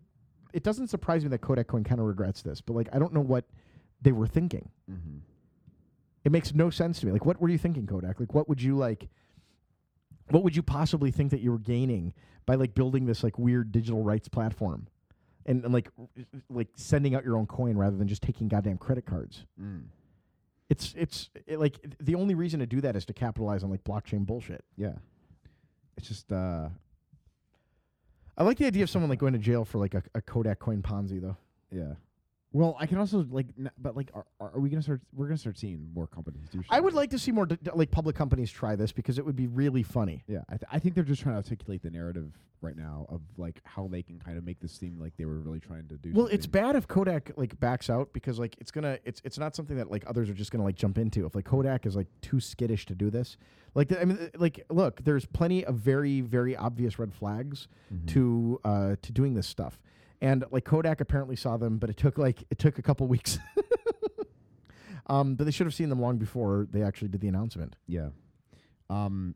It doesn't surprise me that Kodak Coin kind of regrets this, but like I don't know what they were thinking.
Mm-hmm.
It makes no sense to me. Like, what were you thinking, Kodak? Like, what would you like? What would you possibly think that you were gaining by like building this like weird digital rights platform, and, and like r- like sending out your own coin rather than just taking goddamn credit cards?
Mm.
It's it's it, like the only reason to do that is to capitalize on like blockchain bullshit.
Yeah. It's just uh
I like the idea of someone like going to jail for like a, a Kodak coin Ponzi though.
yeah. Well, I can also like, n- but like, are, are are we gonna start? We're gonna start seeing more companies do. Shit
I would
like.
like to see more d- d- like public companies try this because it would be really funny.
Yeah, I, th- I think they're just trying to articulate the narrative right now of like how they can kind of make this seem like they were really trying to do.
Well, it's
something.
bad if Kodak like backs out because like it's gonna it's it's not something that like others are just gonna like jump into. If like Kodak is like too skittish to do this, like th- I mean, uh, like look, there's plenty of very very obvious red flags
Mm-hmm.
to uh to doing this stuff, and like Kodak apparently saw them, but it took like it took a couple weeks. um, but they should have seen them long before they actually did the announcement.
Yeah, um,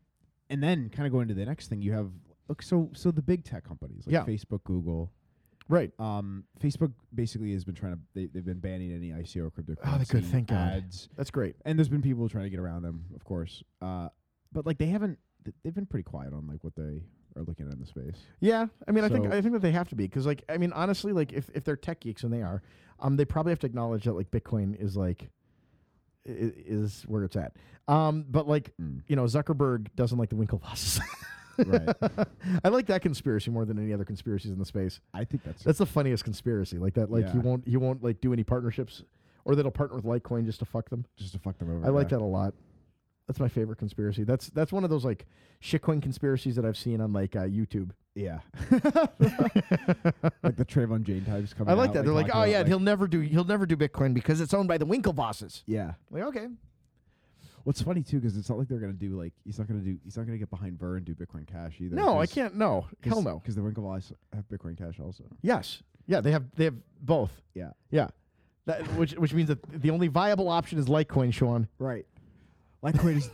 and then kind of going to the next thing, you have look so so the big tech companies like
Yeah.
Facebook, Google.
Right.
Um, Facebook basically has been trying to they, they've been banning any ICO cryptocurrency
Oh, they could, thank God.
ads,
That's great.
and there's been people trying to get around them, of course. Uh, but like they haven't th- they've been pretty quiet on like what they are looking at in the space.
Yeah, I mean, I think
So-
I think that they have to be because, like, I mean, honestly, like, if, if they're tech geeks and they are, um, they probably have to acknowledge that like Bitcoin is like i- i- is where it's at. Um, but like,
Mm.
you know, Zuckerberg doesn't like the Winklevoss.
right.
I like that conspiracy more than any other conspiracies in the space.
I think that's
That's the funniest conspiracy. Like that, like he
Yeah.
won't he won't like do any partnerships, or that'll partner with Litecoin just to fuck them.
just to fuck them over.
I like
yeah.
that a lot. That's my favorite conspiracy. That's that's one of those like shitcoin conspiracies that I've seen on like uh, YouTube.
Yeah. like the Trayvon Jane types coming.
I like
out,
that. They're like,
talking
oh
about,
yeah, he'll never do he'll never do Bitcoin because it's owned by the Winklevosses.
yeah.
Like, okay.
What's funny too, because it's not like they're gonna do like he's not gonna do he's not gonna get behind Burr and do Bitcoin Cash either.
No, I
'cause-
can't. No, hell no.
Because the Winklevoss have Bitcoin Cash also.
Yes. Yeah, they have they have both.
Yeah.
Yeah. That, which which means that the only viable option is Litecoin, Sean.
Right. Litecoin is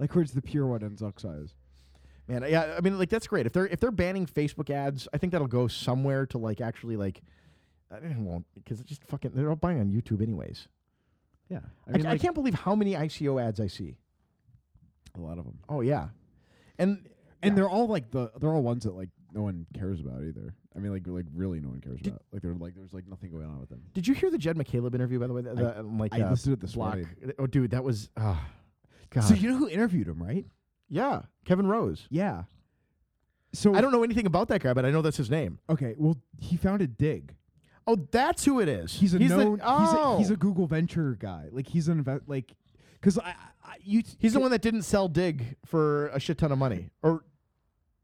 Litecoin is the pure one and Zuxi is.
Man, yeah, I mean, like that's great. If they're if they're banning Facebook ads, I think that'll go somewhere to like actually like, I it won't because it's just fucking they're all buying on YouTube anyways.
Yeah.
I, ca- I can't believe how many ICO ads I see.
a lot of them.
Oh yeah, and
And they're all like the they're all ones that like no one cares about either. I mean like like really no one cares about. Like they're like there's like nothing going on with them.
did you hear the Jed McCaleb interview by the way? The, the, um, like
I
uh,
listened to this
block.
morning.
Oh dude, that was uh, God.
So you know who interviewed him, right?
yeah, Kevin Rose.
Yeah. So
I don't know anything about that guy, but I know that's his name.
Okay, well he founded Dig.
Oh, that's who it is.
He's a
the-
known he's, a,
oh.
he's a Google venture guy. Like he's an invest like because I, I you
He's the one that didn't sell Dig for a shit ton of money. Or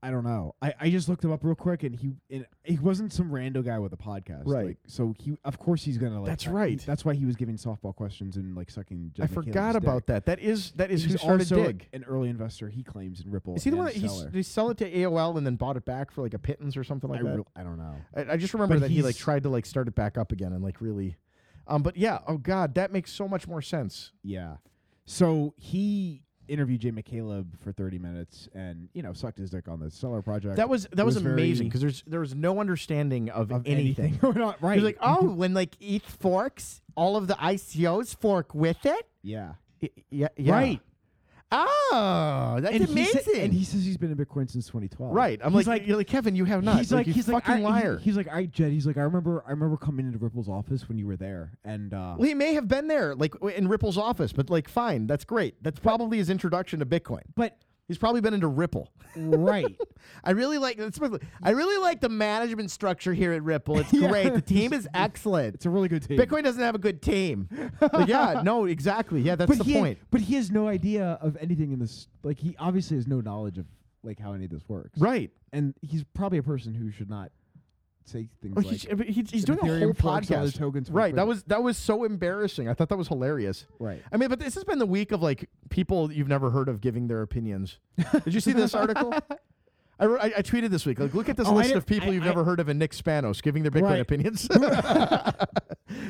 I don't know. I, I just looked him up real quick, and he and he wasn't some rando guy with a podcast,
Right.
Like, so he, of course, he's gonna like.
That's
uh,
right.
that's why he was giving softball questions and like sucking. Jed
I
McCaleb's
forgot about
dick.
that. That is that is
He's
who started
also
Dig.
an early investor. He claims in Ripple.
Is he the
and
one that he, s-
Stellar.
he sell it to AOL and then bought it back for like a pittance or something
I,
like that?
real- I don't know.
I, I just remember
But
that he like
he's-
tried to like start it back up again and like really, um. But yeah, oh god, that makes so much more sense.
Yeah. So he interviewed Jay McCaleb for thirty minutes, and you know sucked his dick on the Stellar project.
That was that
It
was,
very-
amazing because there's there was no understanding of,
of
anything.
going on. Right.
He's like, oh, when like ETH forks, all of the ICOs fork with it.
yeah.
Y- Yeah, yeah.
Right.
Oh, that's
and
amazing.
He sa- and he says he's been in Bitcoin since 2012.
right. I'm
He's
like, you're like Kevin, you have not.
He's like,
you
he's
fucking
like, I- he-
liar.
he's like, I Jed. He's like, I remember, I remember coming into Ripple's office when you were there, and uh,
well, he may have been there, like w- in Ripple's office, but like, fine, that's great. That's probably his introduction to Bitcoin.
but
He's probably been into Ripple.
right,
I really like. It's, I really like the management structure here at Ripple. It's
Yeah.
great. The team is excellent.
it's a really good team.
Bitcoin doesn't have a good team. Like, yeah, no, exactly. Yeah, that's
but
the
he,
point.
but he has no idea of anything in this. Like, he obviously has no knowledge of like how any of this works,
Right.
And he's probably a person who should not say things
Well,
like.
he's, but he's, he's doing a
Ethereum
whole
forks all the
podcast.
tokens for
right. That
free.
was that was so embarrassing. I thought that was hilarious.
Right.
I mean, but this has been the week of like people you've never heard of giving their opinions. Did you see this article? I, wrote, I, I tweeted this week. Like, look at this
Oh, I
list
didn't-
of people
I-
you've
I-
never heard of, and Nick Spanos giving their Bitcoin
Right.
opinions.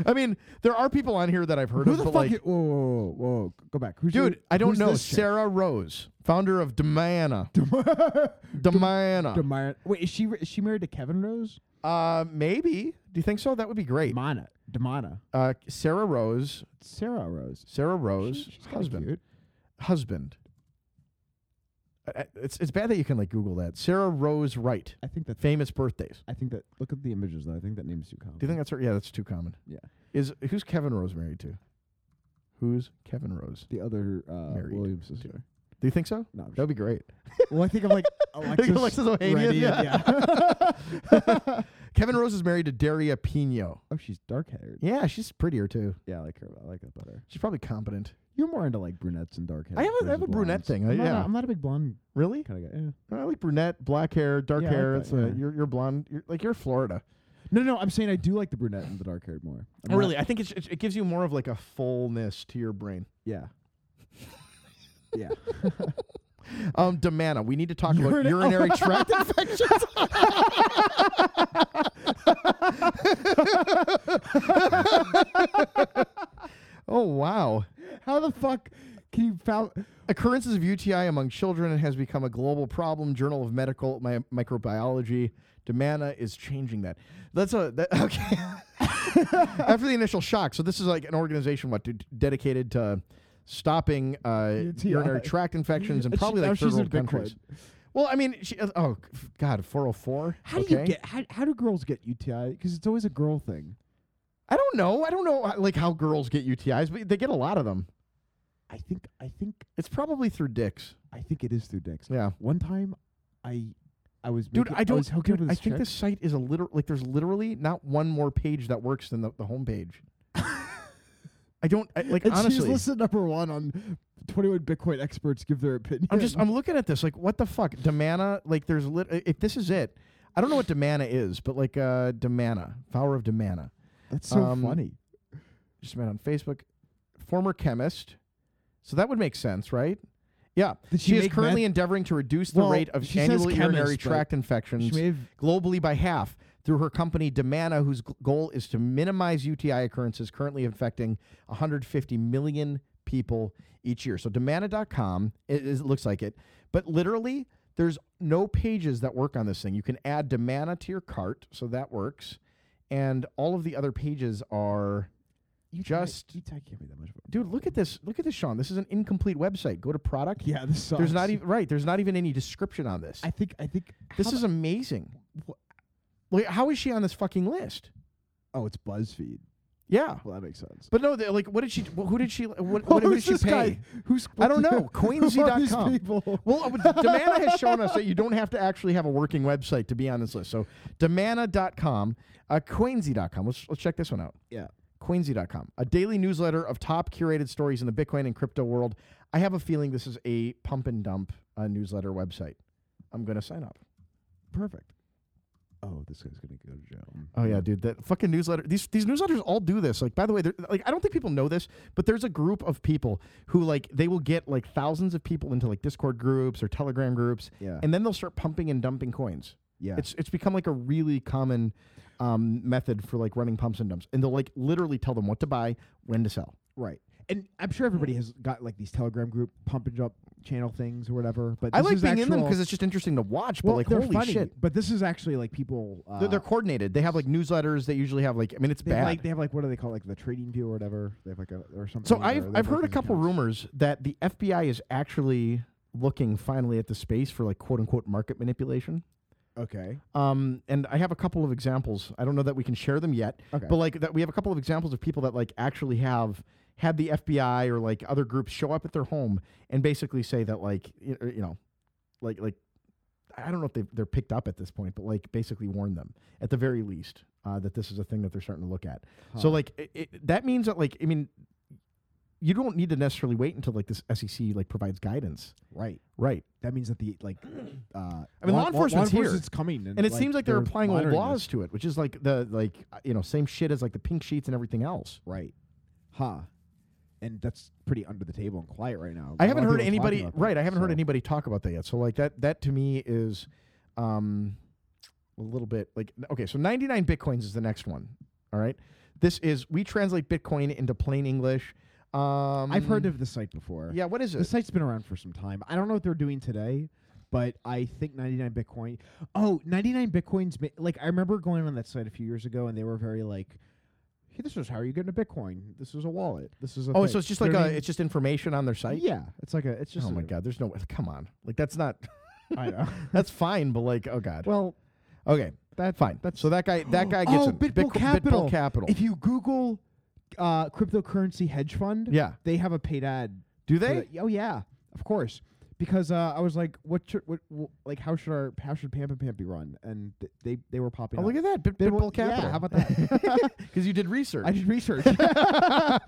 I mean, there are people on here that I've heard
Who
of,
the
but
fuck?
like,
i- whoa, whoa, whoa, whoa, go back. Who's
dude,
your-
I don't
who's
know.
this chick?
Sarah Rose, founder of Demana. Demana.
Demar- Wait, is she is she married to Kevin Rose?
uh, maybe. Do you think so? That would be great.
Mana, Demana,
Uh, Sarah Rose,
Sarah Rose.
Sarah Rose,
She- she's kinda
husband,
cute.
husband. I- I- It's it's bad that you can like Google that. Sarah Rose Wright,
I think that
famous birthdays.
I think that look at the images though. I think that name's too common.
Do you think that's her? Yeah, that's too common.
Mm-hmm. Yeah.
Is who's Kevin Rose married to? Who's Kevin Rose?
the other uh,
Married
Williams sister?
Do you think so?
No. I'm
That'd be great.
sure. well, I think of like Alexis,
Alexis Ohanian,
Reddy,
yeah.
yeah.
Kevin Rose is married to Daria Pino.
oh, she's dark haired. Yeah.
Yeah, she's prettier too.
I like her. I like that better.
She's probably competent.
You're more into like brunettes and dark hair.
I have a- I have a brunette thing, I-
I'm not,
yeah.
a- I'm not a big blonde
Really?
kind of guy. Yeah.
I like brunette, black hair, dark
Yeah, I like
hair.
that,
it's a,
yeah.
you're you're blonde. You're, like you're Florida.
No, no, I'm saying I do like the brunette and the dark haired more. I'm
Oh,
not-
really, I think it's, it's, it gives you more of like a fullness to your brain.
yeah. yeah.
Um, Demana, we need to talk about
Urina-
urinary tract infections. oh wow!
How the fuck can you found?
Occurrences of UTI among children has become a global problem. Journal of Medical Mi- Microbiology. Demana is changing that. That's a that, okay. After the initial shock, so this is like an organization what d- dedicated to stopping uh,
UTI.
urinary tract infections and
And she-
probably
now
like third
she's in
world countries. Well, I mean, she, uh, oh f- God, four hundred four.
How do you get? How, how do girls get UTI? Because it's always a girl thing.
I don't know. I don't know uh, like how girls get UTIs, but they get a lot of them.
I think. I think.
It's probably through dicks.
I think it is through dicks.
Yeah,
One time, I, I was
dude,
making-
I don't.
was hooking up
dude,
with
I
this
think
chick.
this site is a literal like. There's literally not one more page that works than the, the homepage. I don't I, like
and she's
honestly.
listed number one on 21 Bitcoin experts give their opinion.
I'm just I'm looking at this like what the fuck Demana like there's lit- uh, if this is it I don't know what Demana is but like uh Demana power of Demana
That's so
um,
funny.
just met on Facebook former chemist so that would make sense right yeah
Did she
she, is
make
currently
meth?
endeavoring to reduce the
Well,
rate of
she says
annual urinary
chemist, but
tract infections
She may have-
globally by half through her company Demana, whose g- goal is to minimize UTI occurrences, currently infecting 150 million people each year. So Demana.com, it, is- it looks like it, but literally there's no pages that work on this thing. You can add Demana to your cart, so that works, and all of the other pages are.
you
just-
you can't be that much. of a-
Dude, look at this! Look at this, Sean. This is an incomplete website. Go to product.
Yeah, this sucks.
There's not even right. There's not even any description on this.
I think. I think.
this
how
is
the-
amazing. Like, how is she on this fucking list?
oh, it's BuzzFeed.
Yeah.
Well, that makes sense.
But no, they- like, what did she? wh- Who did she? What, what, who did she pay?
Who's
I don't know.
Coinsy.com.
Coinsy.com.
people?
Well, uh, Demana has shown us that you don't have to actually have a working website to be on this list. So, Demana.com, uh, Coinsy.com. Let's, let's check this one out.
Yeah.
Coinsy.com, a daily newsletter of top curated stories in the Bitcoin and crypto world. I have a feeling this is a pump and dump uh, newsletter website. I'm going to sign up.
Perfect. Oh, this guy's gonna go to jail.
Oh yeah, dude, that fucking newsletter. These these newsletters all do this. Like, by the way, they're- like I don't think people know this, but there's a group of people who like they will get like thousands of people into like Discord groups or Telegram groups,
Yeah.
and then they'll start pumping and dumping coins.
Yeah.
It's it's become like a really common um, method for like running pumps and dumps, and they'll like literally tell them what to buy, when to sell.
Right. And I'm sure everybody has got like these Telegram group pump and jump channel things or whatever. But
I
this
like
is
being in them
actual-
because it's just interesting to watch.
well,
but like,
they're
holy
funny,
shit,
But this is actually like people. Uh,
they're, they're coordinated. They have like newsletters. They usually have like I mean, it's
they
bad.
have, like they have like what do they call it, like the trading view or whatever. They have like a or something.
So
or
I've,
they
I've
have, like,
heard a
these
couple
accounts.
rumors that the FBI is actually looking finally at the space for like quote unquote market manipulation.
Okay.
Um, and I have a couple of examples. I don't know that we can share them yet,
Okay.
but like that we have a couple of examples of people that like actually have had the FBI or like other groups show up at their home and basically say that like y- uh, you know, like like I don't know if they they're picked up at this point, but like basically warn them at the very least uh, that this is a thing that they're starting to look at. So
Huh.
like it, it, that means that like I mean, you don't need to necessarily wait until like this SEC like provides guidance,
Right.
right?
That means that the like. Uh,
mean, law enforcement's here.
enforcement's coming, and,
and it seems like they're applying old
monitoring
laws
this.
to it, which is like the like uh, you know same shit as like the pink sheets and everything else.
Right. Huh. And that's pretty under the table and quiet right now.
I
Not a lot
haven't
of
heard
people talking
anybody
about that,
right. I haven't heard
so-
anybody talk about that yet. So like that that to me is um, a little bit like okay. So ninety nine bitcoins is the next one. All right, this is we translate Bitcoin into plain English. Um,
I've heard of the site before.
Yeah, what is
The
it?
site's been around for some time. I don't know what they're doing today, but I think 99 Bitcoin. Oh, 99 Bitcoins. ma- Like, I remember going on that site a few years ago, and they were very like, hey, this is how you get into Bitcoin. This is a wallet. This is a.
Oh,
thing."
so it's just
You
like
know what I
a,
mean?
it's just information on their site.
yeah, it's like a. It's just.
oh
a-
my god, there's no way. Come on, like that's not.
I know.
that's fine, but like, oh god.
well,
okay,
that
fine.
That's
so that guy, that guy gets
oh,
it.
Bitbull
Bitco-
Capital.
Bitbull Capital.
If you Google uh, cryptocurrency hedge fund,
Yeah.
they have a paid ad.
Do
for
they?
that. Oh yeah, of course. Because uh, I was like, what, should, what, what, like, how should our, how should Pampa Pampi run? And th- they, they were popping.
Oh,
up.
look at that, Bit-
They
Bitbull
won't- yeah,
Capital.
how about that?
Because you did research.
I did research.
uh,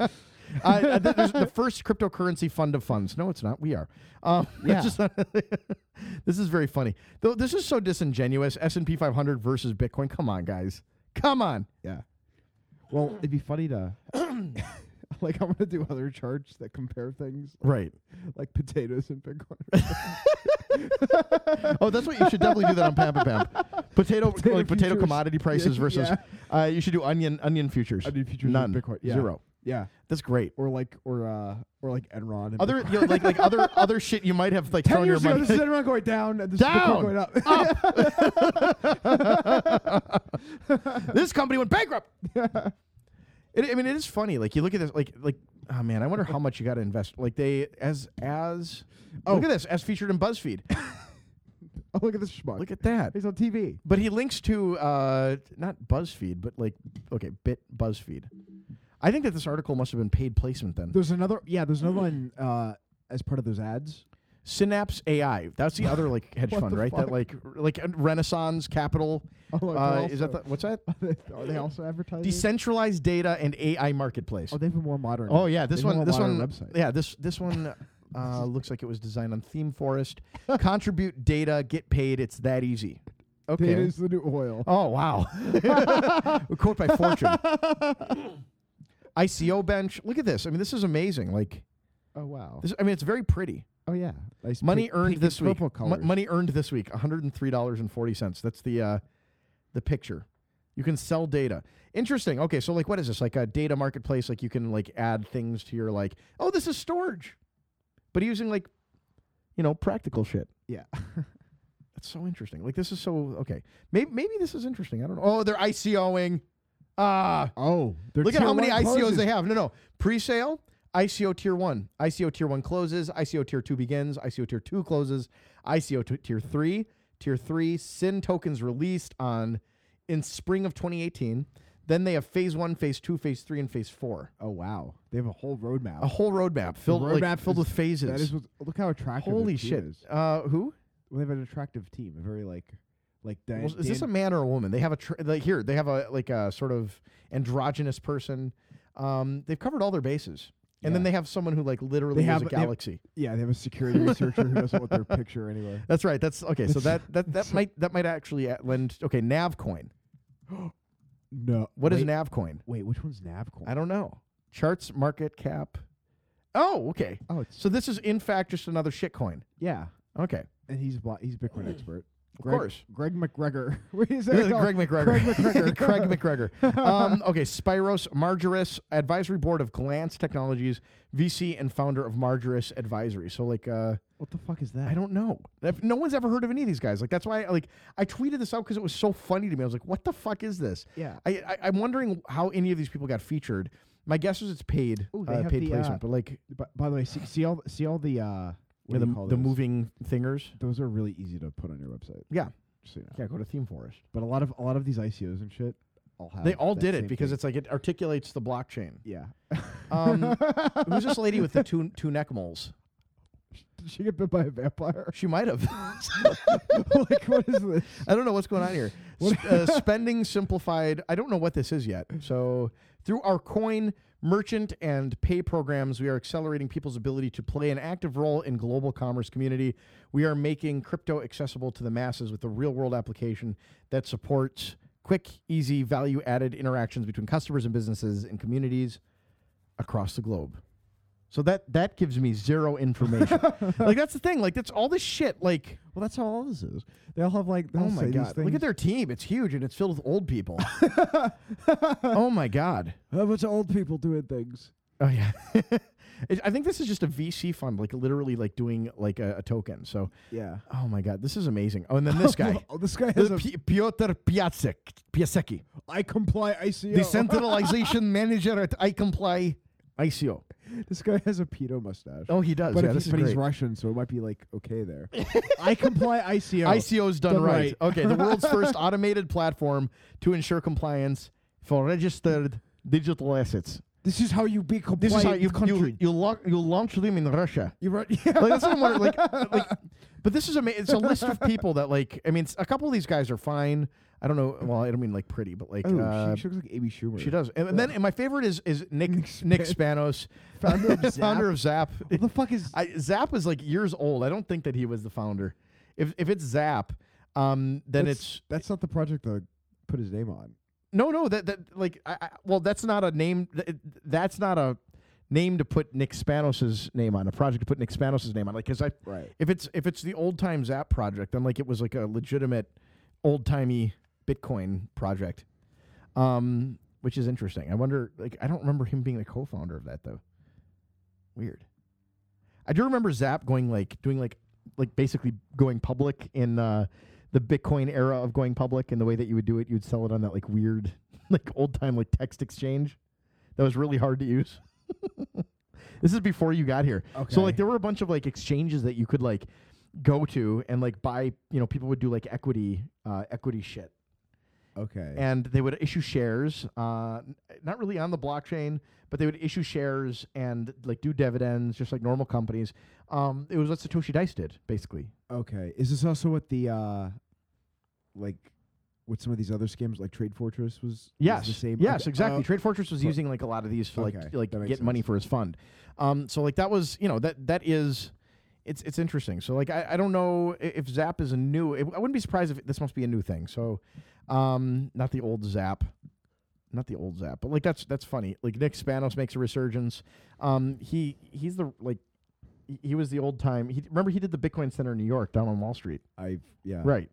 th- there's the first cryptocurrency fund of funds. No, it's not. We are. Um,
Yeah.
just not- this is very funny. Though this is so disingenuous. S and P 500 versus Bitcoin. Come on, guys. Come on.
yeah. Well, it'd be funny to, like, I want to do other charts that compare things
Right.
like potatoes and Bitcoin.
Oh, that's what you should definitely do that on Pampa Pamp. Potato,
Potato
like potato
futures.
commodity prices
Yeah.
versus. Uh, you should do onion onion futures.
I do futures
None.
and Bitcoin. Yeah.
Zero.
Yeah.
That's great.
Or like, or uh, or like Enron. And
Other you know, like like other other shit you might have like
Ten
thrown your
years ago,
money.
this is everyone going down, and this
Down!
is Bitcoin going up.
this company went bankrupt. It, I mean, it is funny. Like you look at this, like like oh man, I wonder how much you got to invest. Like they as as oh. look at this as featured in BuzzFeed.
oh, look at this schmuck.
look at that.
He's on TV.
But he links to uh not BuzzFeed, but like okay, bit BuzzFeed. I think that this article must have been paid placement then.
There's another. Yeah, there's another one uh, as part of those ads.
Synapse AI. That's the other like hedge
What
fund,
the
right? That
fuck?
like like uh, Renaissance Capital.
Oh, look,
uh,
they're
is that the,
also-
what's that?
Are they also advertising?
Decentralized data and AI marketplace.
oh, they have a more modern.
Oh yeah, this
they have a
one.
more
This
modern
one.
website.
Yeah, this this one. Uh, looks like it was designed on Theme Forest. Contribute data, get paid. It's that easy. Okay.
Data is the new oil.
Oh wow! A quote by Fortune. ICO bench. Look at this. I mean, this is amazing. Like,
Oh wow.
this, I mean, it's very pretty.
Oh yeah. Nice
Money
pink-
earned
pink and
this week.
purple
Mo-
colors.
money earned this week. One hundred and three dollars and forty cents. That's the uh, the picture. You can sell data. Interesting. Okay, so like, what is this? Like a data marketplace? Like you can like add things to your like. Oh, this is storage, but using like, you know, practical shit.
Yeah.
That's so interesting. Like this is so okay. Maybe maybe this is interesting. I don't know. Oh, they're ICOing. Ah,
oh, they're
Look at how
tier
many
one
ICOs
closes.
they have. No, no. Pre sale, ICO tier one. ICO tier one closes. ICO tier two begins. ICO tier two closes. ICO t- tier three. Tier three, SIN tokens released on in spring of 2018. Then they have phase one, phase two, phase three, and phase four.
Oh wow. They have a whole roadmap.
A whole roadmap filled, like,
roadmap
filled
is-
with phases.
That is what, look how attractive. their
Holy
team
shit.
Is.
Uh, who?
Well, they have an attractive team, a very like, like. Dan,
Well, is this a
Dan-
man or a woman? They have a tr- like here. They have a like a sort of androgynous person. Um, they've covered all their bases, and then
Yeah.
they have someone who like literally
have-
is a
they have-
galaxy.
yeah, they have a security researcher who doesn't want their picture anywhere.
That's right. That's okay. So that that that might that might actually a- lend. Okay, Navcoin.
No.
What is
wait,
Navcoin?
Wait, which one's Navcoin?
I don't know. Charts market cap. Oh, okay.
oh, it's
So this is in fact just another shitcoin.
yeah,
Okay.
and he's blo- he's Bitcoin expert.
Mm. Of
Greg,
course.
Greg McGregor. Wait, is that
This is
called?
Greg McGregor.
McGregor.
Craig McGregor. Um, okay, Spyros Margaris, advisory board of Glance Technologies, VC and founder of Margaris Advisory. So like, uh,
What the fuck is that?
I don't know. If- No one's ever heard of any of these guys. Like that's why, like, I tweeted this out because it was so funny to me. I was like, what the fuck is this?
Yeah.
I, I I'm wondering how any of these people got featured. My guess is it's paid,
Ooh, they
uh,
have
paid
the, uh,
placement, but like
But by the way, see, see all see all the uh, what
the,
do you call
the
those?
moving thingers.
Those are really easy to put on your website.
Yeah,
Just so you know.
yeah. Go to Theme Forest.
But a lot of a lot of these ICOs and shit, all have.
They all
Uh, that
did
same
it because
thing.
it's like it articulates the blockchain.
yeah.
Um, who's this lady with the two two neck moles?
Did she get bit by a vampire?
She might have.
like what is this?
I don't know what's going on here. Sp- uh, spending simplified. I don't know what this is yet. So through our coin merchant and pay programs, we are accelerating people's ability to play an active role in global commerce community. We are making crypto accessible to the masses with a real world application that supports quick, easy, value added interactions between customers and businesses and communities across the globe. So that that gives me zero information. like that's the thing. Like that's all this shit. Like
Well, that's how all this is. They all have like. They
Oh
all
my
say
god!
These
Look at
things.
their team; it's huge and it's filled with old people. oh my god!
a bunch of old people doing things.
Oh yeah. It- I think this is just a VC fund, like literally, like doing like a, a token. So,
Yeah.
oh my god, this is amazing. Oh, and then this guy,
oh, this guy has
This
a.
Pi- Piotr Piasek, Piasecki,
I comply ICO.
the centralization manager at iComply ICO.
this guy has a pedo mustache.
Oh, he does.
but
yeah,
if
this
he-
is
but he's
great.
Russian, so it might be like okay there. I comply ICO.
ICO's done,
Done
right.
right.
Okay, the world's first automated platform to ensure compliance for registered digital assets.
This is how you be compliant.
This is how you
with country.
you, you, lo- you launch them in Russia.
You run, yeah.
like that's what I'm wondering. Like, like, but this is a it's a list of people that like. I mean, it's- a couple of these guys are fine. I don't know. Well, I don't mean like pretty, but like
Oh,
uh,
she, she looks like Amy Schumer.
she does. And, and then and my favorite is is Nick Nick Spanos,
Founder of
founder of Zap.
What the fuck is?
I, Zap is like years old. I don't think that he was the founder. If if it's Zap, um, then
that's,
it's
that's not the project that put his name on.
no, no. That that like I, I, well, that's not a name. th- That's not a name to put Nick Spanos's name on. A project to put Nick Spanos's name on. Like, cause I
Right.
if it's if it's the old time Zap project, then like it was like a legitimate old timey Bitcoin project, um, which is interesting. I wonder. Like, I don't remember him being the co-founder of that though. Weird. I do remember Zap going like doing like like basically going public in uh, the Bitcoin era of going public, and the way that you would do it, you'd sell it on that like weird like old time like text exchange that was really hard to use. this is before you got here. So like
Okay.
there were a bunch of like exchanges that you could like go to and like buy, you know, people would do like equity uh equity shit.
Okay.
And they would issue shares, uh n- not really on the blockchain, but they would issue shares and like do dividends just like normal companies. Um it was what Satoshi Dice did basically.
okay. Is this also what the uh, like, with some of these other scams, like Trade Fortress was was
Yes.
the same.
Yes,
Okay.
exactly.
Uh,
Trade Fortress was using like a lot of these to like
Okay,
like
that
get
makes
money
sense.
for his fund. Um, so like that was you know that that is. It's, it's interesting. So like I, I don't know i- if Zap is a new. I wouldn't be surprised if this must be a new thing. So, um, not the old Zap, not the old Zap, but like that's that's funny. Like Nick Spanos makes a resurgence. Um, he he's the like he- he was the old time. He remember he did the Bitcoin Center in New York down on Wall Street,
I yeah.
right?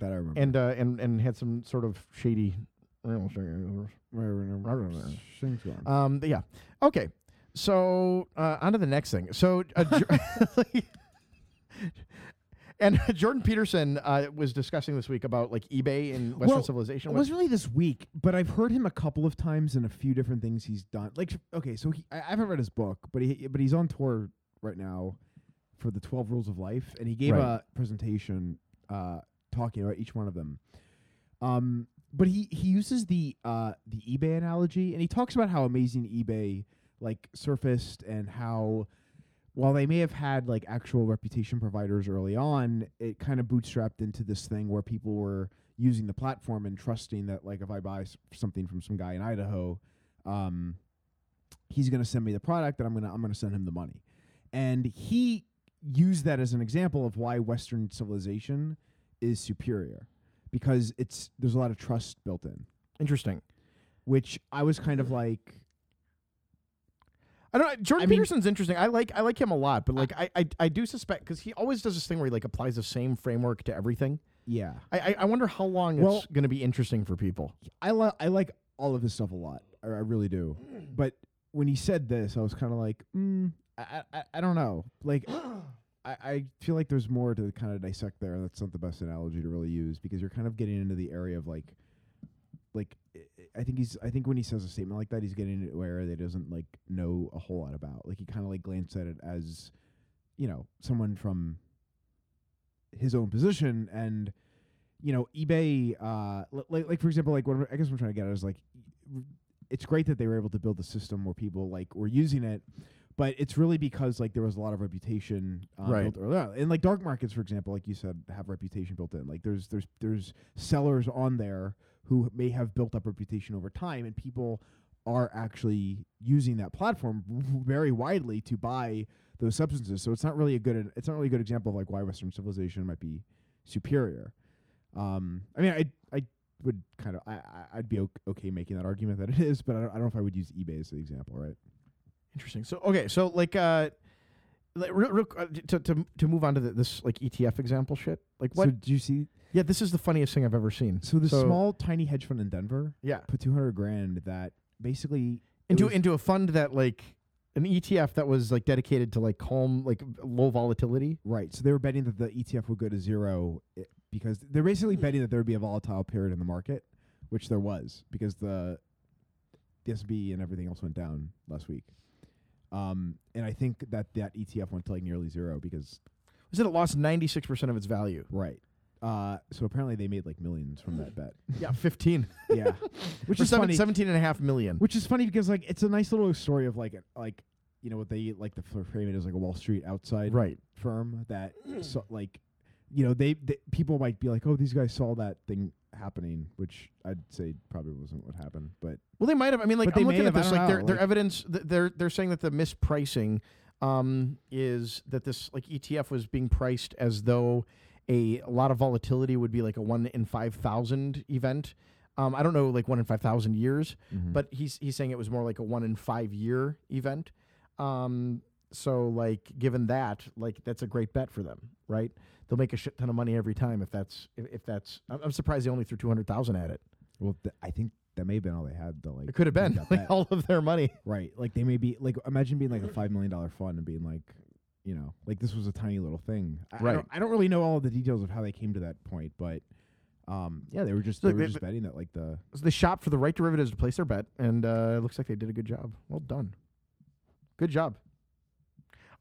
That I remember.
And uh, and and had some sort of shady.
I remember.
I remember.
Things gone.
Um, but yeah. Okay. So uh, on to the next thing. So uh, Jor- and Jordan Peterson uh, was discussing this week about like eBay and Western
Well,
civilization.
It
What-
wasn't really this week, but I've heard him a couple of times in a few different things he's done. Like, okay, so he, I I haven't read his book, but he, but he's on tour right now for the Twelve Rules of Life, and he gave
Right.
a presentation uh, talking about each one of them. Um, but he he uses the uh, the eBay analogy, and he talks about how amazing eBay like surfaced and how while they may have had like actual reputation providers early on, it kind of bootstrapped into this thing where people were using the platform and trusting that like if I buy s- something from some guy in Idaho, um, he's going to send me the product and I'm going to I'm going to send him the money. And he used that as an example of why Western civilization is superior because it's there's a lot of trust built in,
Interesting.
which I was kind of like.
I don't know. Jordan
I mean-
Peterson's interesting. I like I like him a lot, but like I I, I do suspect because he always does this thing where he like applies the same framework to everything.
Yeah,
I I, I wonder how long
Well-
it's going to be interesting for people.
I li- I like all of his stuff a lot. I, I really do. But when he said this, I was kind of like, mm, I, I I don't know. Like, I, I feel like there's more to kind of dissect there. That's not the best analogy to really use because you're kind of getting into the area of like, like I- I think he's I think when he says a statement like that, he's getting into an area that he doesn't like know a whole lot about. Like he kind of like glanced at it as, you know, someone from his own position and you know, eBay, uh, li- like, like for example, like what I'm- I guess what I'm trying to get at is like, it's great that they were able to build a system where people like were using it, but it's really because like there was a lot of reputation uh,
Right.
built early on. And like dark markets, for example, like you said, have reputation built in. Like there's there's there's sellers on there who may have built up reputation over time, and people are actually using that platform very widely to buy those substances. So it's not really a good it's not really a good example of like why Western civilization might be superior. Um, I mean, I I would kind of I I- I'd be ok- okay making that argument that it is, but I don't, I don't know if I would use eBay as the example, right?
Interesting. So okay, so like uh, like, real, real, uh, to to to move on to the, this like ETF example shit. Like what?
So do you see?
yeah, this is the funniest thing I've ever seen.
So the small tiny hedge fund in Denver
yeah
put two hundred grand that basically it
into
was-
into a fund that like an ETF that was like dedicated to like calm like low volatility.
right. So they were betting that the ETF would go to zero i- because they're basically
Hmm.
betting that there would be a volatile period in the market, which there was because the the S B and everything else went down last week. Um, and I think that that ETF went to like nearly zero because
Is it it lost ninety six percent of its value?
Right. Uh, so apparently they made like millions from that bet.
Yeah, fifteen.
yeah. Which
Or
is
seven,
funny.
17 and a half million.
Which is funny because like it's a nice little story of like like you know what they like the fr- frame it is like a Wall Street outside
Right.
firm that so, like you know they, they people might be like oh these guys saw that thing happening which I'd say probably wasn't what happened but
Well, they might have. I mean, like
But they
I'm
may
looking at
have, I
this.
don't
Like their
know,
their
like-
evidence. th- They're they're saying that the mispricing um, is that this like ETF was being priced as though a, a lot of volatility would be like a one in five thousand event. Um, I don't know, like one in five thousand years, but he's he's saying it was more like a one in five year event. Um, so like, given that, like that's a great bet for them, right? They'll make a shit ton of money every time if that's if, if that's. I'm I'm surprised they only threw two hundred thousand at it.
well th- I think that may have been all they had though like
It could have
make
been
that
like
bet.
all of their money.
right like they may be like imagine being like a five million dollar fund and being like you know like this was a tiny little thing I, I,
Right.
don't, I don't really know all the details of how they came to that point but um yeah they were just they
Look,
were
they-
just betting that like the
So they shop for the right derivatives to place their bet, and uh, it looks like they did a good job. Well done, good job.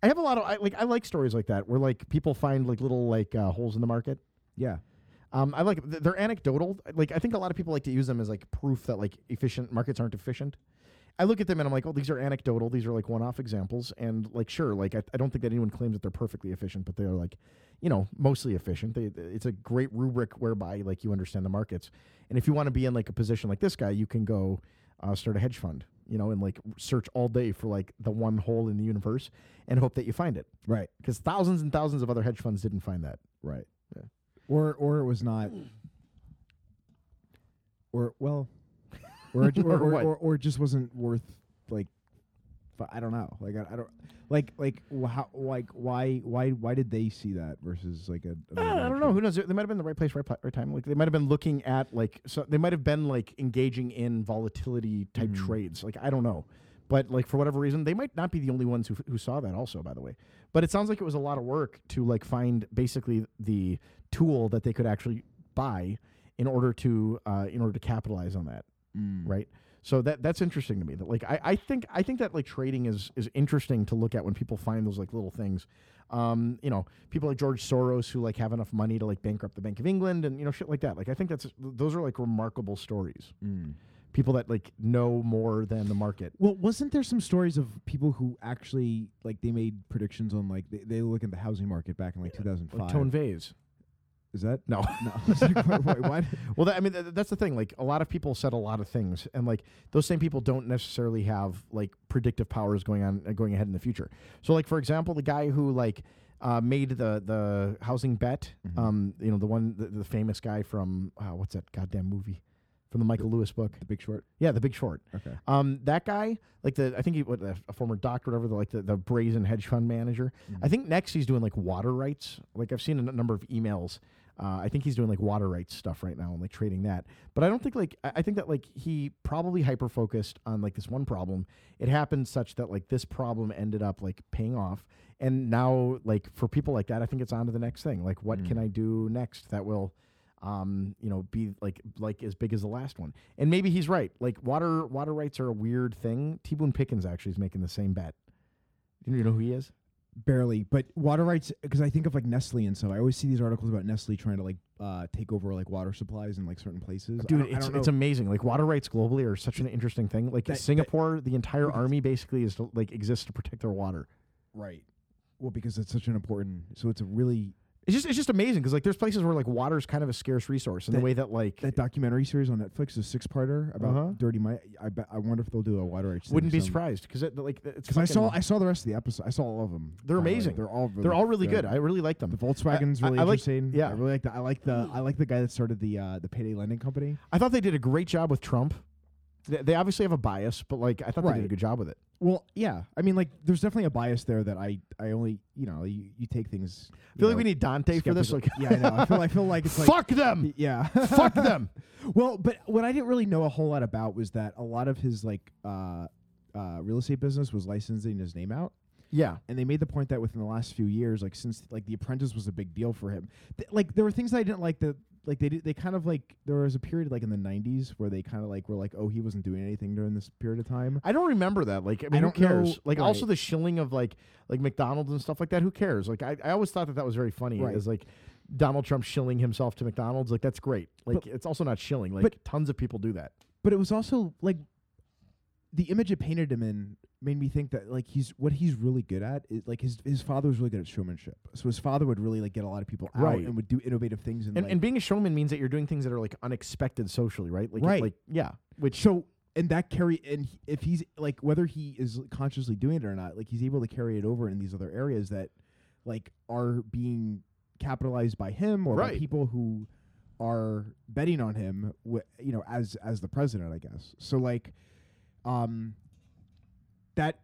I have a lot of I, like I like stories like that where like people find like little like uh, holes in the market.
yeah
Um, I like th- they're anecdotal. Like I think a lot of people like to use them as like proof that like efficient markets aren't efficient. I look at them and I'm like, oh, these are anecdotal. These are like one-off examples, and like, sure, like I, I don't think that anyone claims that they're perfectly efficient, but they are like, you know, mostly efficient. They, it's a great rubric whereby like you understand the markets, and if you want to be in like a position like this guy, you can go uh, start a hedge fund, you know, and like search all day for like the one hole in the universe and hope that you find it,
Right.
because thousands and thousands of other hedge funds didn't find that.
Right.
Yeah.
Or or it was not. Or well, or it- or
Or
or,
what?
or, or it just wasn't worth like. But I don't know. Like I, I don't like like wh- how like why why why did they see that versus like a. another
I don't
option?
know. Who knows? They might have been the right place, right, pla- right time. Like they might have been looking at like so they might have been like engaging in volatility type trades. Like I don't know, but like for whatever reason, they might not be the only ones who f- who saw that. Also, by the way, but it sounds like it was a lot of work to like find basically the tool that they could actually buy in order to uh, in order to capitalize on that
Mm.
right? So that that's interesting to me. That like I, I think I think that like trading is is interesting to look at when people find those like little things. Um, you know, people like George Soros who like have enough money to like bankrupt the Bank of England and you know shit like that. Like I think that's those are like remarkable stories. People that like know more than the market.
Well, wasn't there some stories of people who actually like they made predictions on like they, they look at the housing market back in like 2005?
Like Tone Vase.
Is that
No.
no? Why- why- why did-
Well, that, I mean, th- that's the thing. Like, a lot of people said a lot of things, and like those same people don't necessarily have like predictive powers going on uh, going ahead in the future. So, like for example, the guy who like uh, made the the housing bet, um, you know, the one the, the famous guy from uh, what's that goddamn movie from the Michael Lewis book?
The Big Short.
Yeah, The Big Short.
Okay.
Um, that guy, like the, I think he was a former doc, or whatever, the, like the, the brazen hedge fund manager. I think next he's doing like water rights. Like I've seen a n- number of emails. Uh, I think he's doing like water rights stuff right now and like trading that. But I don't think like I I think that like he probably hyper focused on like this one problem. It happened such that like this problem ended up like paying off. And now like for people like that, I think it's on to the next thing. Like what can I do next that will um, you know, be like like as big as the last one. And maybe he's right. Like water water rights are a weird thing. T Boone Pickens actually is making the same bet. Do you know who he is?
Barely, but water rights because I think of like Nestle and stuff. I always see these articles about Nestle trying to like uh, take over like water supplies in like certain places. I
Dude,
don't- I
it's
don't
it's
know.
amazing. Like water rights globally are such an interesting thing. Like
That- that-
Singapore, the entire army basically is to, like exists to protect their water.
right. Well, because it's such an important, so it's a really
It's just it's just amazing because like there's places where like water is kind of a scarce resource in the
That-
way that like
that documentary series on Netflix, a six parter about
Uh-huh.
Dirty Mike. I bet I wonder if they'll do a water rights.
wouldn't be surprised because it, like it's
because I saw
fucking-
I saw the rest of the episode. I saw all of them.
they're
by the way.
amazing.
They're all really,
they're all really good.
I
I really like them.
the Volkswagen's
I-
really
I like-
interesting.
yeah.
I really like the I like the I like the guy that started the uh, the payday lending company.
I thought they did a great job with Trump. They, they obviously have a bias, but like I thought they did a
Right.
good job with it.
Well, yeah. I mean, like, there's definitely a bias there that I, I only, you know, you, you take things.
I feel like we need Dante for this. Like,
yeah, I know. I feel, I feel like it's like,
fuck them,
yeah,
fuck them.
well, but what I didn't really know a whole lot about was that a lot of his like, uh, uh, real estate business was licensing his name out,
Yeah,
and they made the point that within the last few years, like since like The Apprentice was a big deal for him, Th- like there were things that I didn't like that. Like they did, they kind of like there was a period like in the '90s where they kind of like were like, oh, he wasn't doing anything during this period of time.
I don't remember that. Like, I mean,
don't
who cares?
know-
like, also
right.
the shilling of like like McDonald's and stuff like that. Who cares? Like, I, I always thought that that was very funny.
Right.
Is like Donald Trump shilling himself to McDonald's. Like, that's great. Like, it's also not shilling. Like,
but-
tons of people do that.
but it was also like the image it painted him in made me think that like he's what he's really good at is like his his father was really good at showmanship. So his father would really like get a lot of people out
Right.
and would do innovative things and,
And
like,
and being a showman means that you're doing things that are like unexpected socially, right? Like, it-
Right.
Like, yeah. Which
so and that carry and he- if he's like whether he is consciously doing it or not, like he's able to carry it over in these other areas that like are being capitalized by him or by
Right.
people who are betting on him wi- you know as as the president i guess so like um that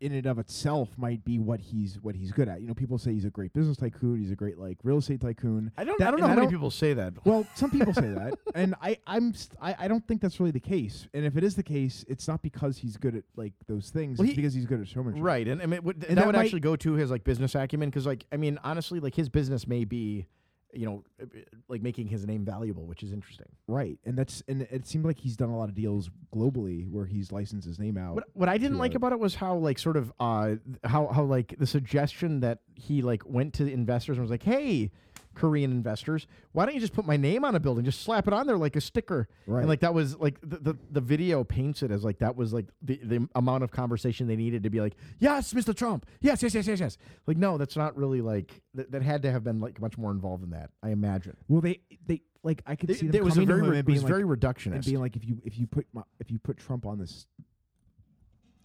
in and of itself might be what he's what he's good at you know people say he's a great business tycoon he's a great like real estate tycoon
I don't
That-
I don't
and
know
I
how many
don't-
people say that.
well some people say that and i i'm st- I, I don't think that's really the case and if it is the case it's not because he's good at like those things
Well,
it's
he-
because he's good at showmanship
Right, and, I mean, would, that,
that
would
might-
actually go to his like business acumen because, like, I mean, honestly, like his business may be, you know, uh, like making his name valuable, which is interesting.
right and that's and it seemed like he's done a lot of deals globally where he's licensed his name out
What what I didn't
to
like
it.
about it was how like sort of uh th- how how like the suggestion that he like went to the investors and was like, hey, Korean investors. Why don't you just put my name on a building? Just slap it on there like a sticker.
Right.
And like that was like the, the, the video paints it as like that was like the, the amount of conversation they needed to be like, yes, Mr. Trump. Yes, yes, yes, yes, yes. Like, no, that's not really like that, that had to have been like much more involved than that, I imagine.
Well, they they like I could
They-
see them
there was a
coming to
very
him
re-
and
it
being
was
like,
very
and
reductionist.
being like, if you if you put my, if you put Trump on this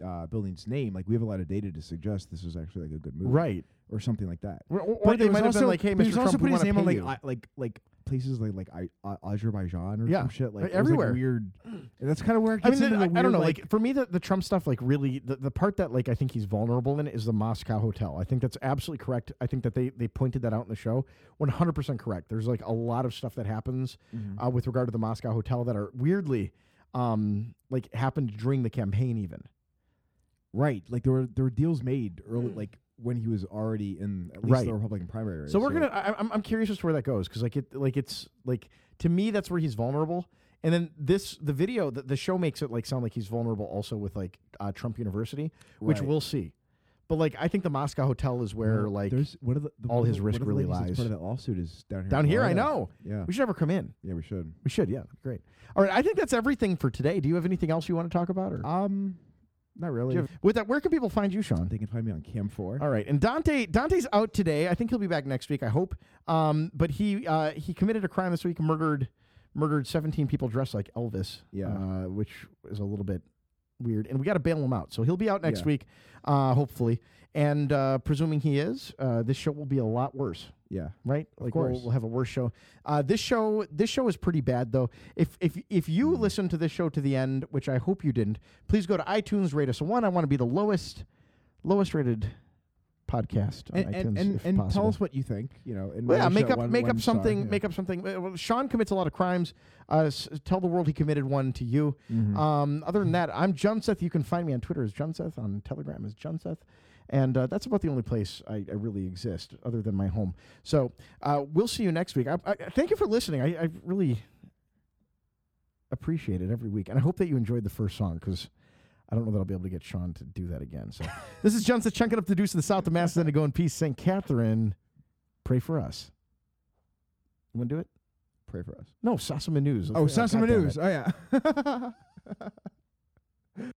uh, building's name, like we have a lot of data to suggest this is actually like a good move,
right.
or something like that.
Or, or
But
they
it was
might have been
also-
like, hey,
but he
Mr.
was also
Trump, we
putting his
wanna
name on
pay
like
you.
I- like like places like like I, uh, Azerbaijan or
Yeah.
some shit, like
Like,
it was,
everywhere.
weird, and that's kind of where it
I
gets
mean,
into
the, I,
the
I
weird,
don't know.
like,
Like, for me, the, the Trump stuff, like really, the, the part that like I think he's vulnerable in is the Moscow hotel. I think that's absolutely correct. I think that they they pointed that out in the show, one hundred percent correct. There's like a lot of stuff that happens
Mm-hmm.
uh, with regard to the Moscow hotel that are weirdly um like happened during the campaign even
right, like there were there were deals made early, like when he was already in at least
Mm. Right.
the Republican primary.
so we're gonna I, I'm, I'm curious as to where that goes because like it like it's like to me that's where he's vulnerable and then this the video the, the show makes it like sound like he's vulnerable also with like uh, trump university which
Right.
we'll see but like i think the moscow hotel is where
Well,
like
there's what are the, the
all
one of
his
the-
risk
one of
really
the ladies that's
lies.
Part of that lawsuit is down here. in
down here i
Florida.
know
Yeah,
we should have her come in
yeah, we should.
we should yeah that'd be great all right i think that's everything for today do you have anything else you want to talk about or
Um, not
do
really.
you have- Uh, with that where can people find you sean
They can find me on Cam Four.
All right, and Dante Dante's out today. I think he'll be back next week. I hope. Um, but he uh, he committed a crime this week, murdered murdered seventeen people dressed like Elvis.
Yeah.
uh, which is a little bit weird. And we got to bail him out, so he'll be out next
Yeah.
week, uh, hopefully. And uh, presuming he is, uh, this show will be a lot worse
Yeah.
right? Like
course.
We'll, we'll have a worse show. Uh, this show, this show is pretty bad though. If if if you
Mm-hmm.
listen to this show to the end, which I hope you didn't, please go to iTunes, rate us a one. I want to be the lowest, lowest rated podcast on
And,
iTunes
and, and,
if
and
possible.
tell us what you think. You know, and
Well, yeah,
rate
make
us
up
at one-
make up
one star,
something.
yeah.
Make up something. Uh, well, Sean commits a lot of crimes. Uh, s- tell the world he committed one to you.
Mm-hmm. Mm.
Um, other than that, I'm John Seth. You can find me on Twitter as John Seth, on Telegram as John Seth, and uh, that's about the only place I, I really exist other than my home. So uh, we'll see you next week. I, I, thank you for listening. I, I really appreciate it every week, and I hope that you enjoyed the first song because. I don't know that I'll be able to get Sean to do that again. So, this is John Seth chunking up the deuce of the south of Macedon to go in peace. St. Catherine, pray for us. You want to do it?
Pray for us.
No, Sasama News.
Oh,
God damn
Sesame
it.
News. Oh yeah.